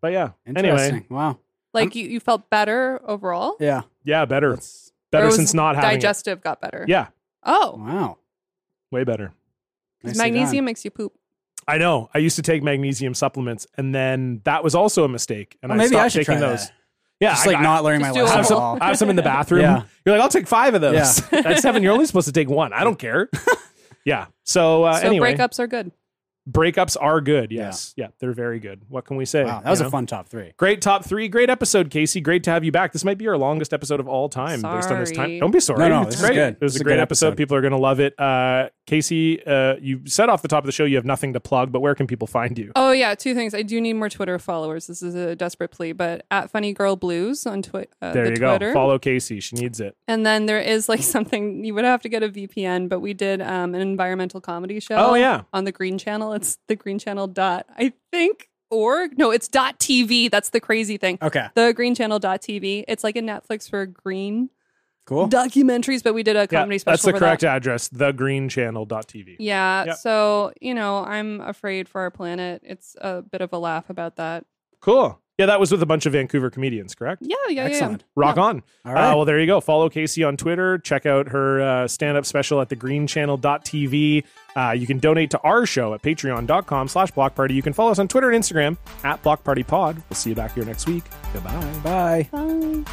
[SPEAKER 1] but yeah.
[SPEAKER 3] Interesting.
[SPEAKER 1] Anyway,
[SPEAKER 3] Wow.
[SPEAKER 4] Like you, you felt better overall.
[SPEAKER 3] Yeah.
[SPEAKER 1] yeah, better,
[SPEAKER 3] That's-
[SPEAKER 4] Or
[SPEAKER 1] better
[SPEAKER 4] was
[SPEAKER 1] since not having it.
[SPEAKER 4] digestive got better.
[SPEAKER 1] Yeah,
[SPEAKER 4] Oh,
[SPEAKER 3] Wow.
[SPEAKER 1] way better.
[SPEAKER 4] 'cause
[SPEAKER 3] Nicely done.
[SPEAKER 4] magnesium makes you poop.
[SPEAKER 1] I know. I used to take magnesium supplements, and then that was also a mistake. And
[SPEAKER 3] Well,
[SPEAKER 1] I
[SPEAKER 3] maybe
[SPEAKER 1] stopped
[SPEAKER 3] I should
[SPEAKER 1] taking
[SPEAKER 3] try
[SPEAKER 1] those.
[SPEAKER 3] that.
[SPEAKER 1] Yeah,
[SPEAKER 3] Just
[SPEAKER 1] I-
[SPEAKER 3] like
[SPEAKER 1] I,
[SPEAKER 3] not learning my
[SPEAKER 4] Just do a
[SPEAKER 3] lesson
[SPEAKER 1] have
[SPEAKER 3] at
[SPEAKER 4] whole-
[SPEAKER 1] some.
[SPEAKER 3] all.
[SPEAKER 1] I have some in the bathroom.
[SPEAKER 3] Yeah.
[SPEAKER 1] You're like, I'll take five of those.
[SPEAKER 3] Yeah.
[SPEAKER 1] At seven, you're only supposed to take one. I don't care. yeah. So, uh,
[SPEAKER 4] so
[SPEAKER 1] anyway,
[SPEAKER 4] breakups are good.
[SPEAKER 1] breakups are good. Yes. Yeah. they're very good. What can we say?
[SPEAKER 3] Wow, that was
[SPEAKER 1] You
[SPEAKER 3] a
[SPEAKER 1] know?
[SPEAKER 3] fun top three.
[SPEAKER 1] Great top three. Great episode, Casey. Great to have you back. This might be our longest episode of all time based on this time.
[SPEAKER 4] Sorry.
[SPEAKER 1] Don't be sorry.
[SPEAKER 3] No, no,
[SPEAKER 1] it's
[SPEAKER 3] this is
[SPEAKER 1] great.
[SPEAKER 3] good.
[SPEAKER 1] It was
[SPEAKER 3] This is
[SPEAKER 1] a great
[SPEAKER 3] good
[SPEAKER 1] episode.
[SPEAKER 3] episode.
[SPEAKER 1] People are going to love it. Uh, Casey, uh, you said off the top of the show you have nothing to plug, but where can people find you?
[SPEAKER 4] Oh yeah, two things. I do need more Twitter followers. This is a desperate plea, but at Funny Girl Blues on twi- uh,
[SPEAKER 1] there
[SPEAKER 4] the
[SPEAKER 1] you
[SPEAKER 4] Twitter.
[SPEAKER 1] go. Follow Casey. She needs it.
[SPEAKER 4] And then there is like something you would have to get a VPN, but we did um, an environmental comedy show.
[SPEAKER 1] Oh, yeah.
[SPEAKER 4] on the Green Channel. It's the Green Channel dot I think org. No, it's dot TV. That's the crazy thing.
[SPEAKER 1] Uh,
[SPEAKER 3] Okay.
[SPEAKER 4] The Green Channel dot TV. It's like a Netflix for green
[SPEAKER 3] Cool.
[SPEAKER 4] documentaries, but we did a
[SPEAKER 1] Oh. Yeah,
[SPEAKER 4] comedy special.
[SPEAKER 1] that's the
[SPEAKER 4] for
[SPEAKER 1] correct
[SPEAKER 4] That.
[SPEAKER 1] address, thegreenchannel.tv.
[SPEAKER 4] Yeah.
[SPEAKER 1] Yep.
[SPEAKER 4] So you know, I'm afraid for our planet. It's a bit of a laugh about that.
[SPEAKER 1] Cool. Yeah, that was with a bunch of Vancouver comedians, correct?
[SPEAKER 4] Yeah. Yeah. yeah, Yeah.
[SPEAKER 3] Excellent.
[SPEAKER 1] Rock on.
[SPEAKER 3] All right.
[SPEAKER 1] Uh, well, there you go. Follow Casey on Twitter. Check out her uh, stand-up special at thegreenchannel.tv. Uh, you can donate to our show at patreon.com slash blockparty. You can follow us on Twitter and Instagram at blockpartypod. We'll see you back here next week. Goodbye.
[SPEAKER 3] Bye.
[SPEAKER 4] Bye.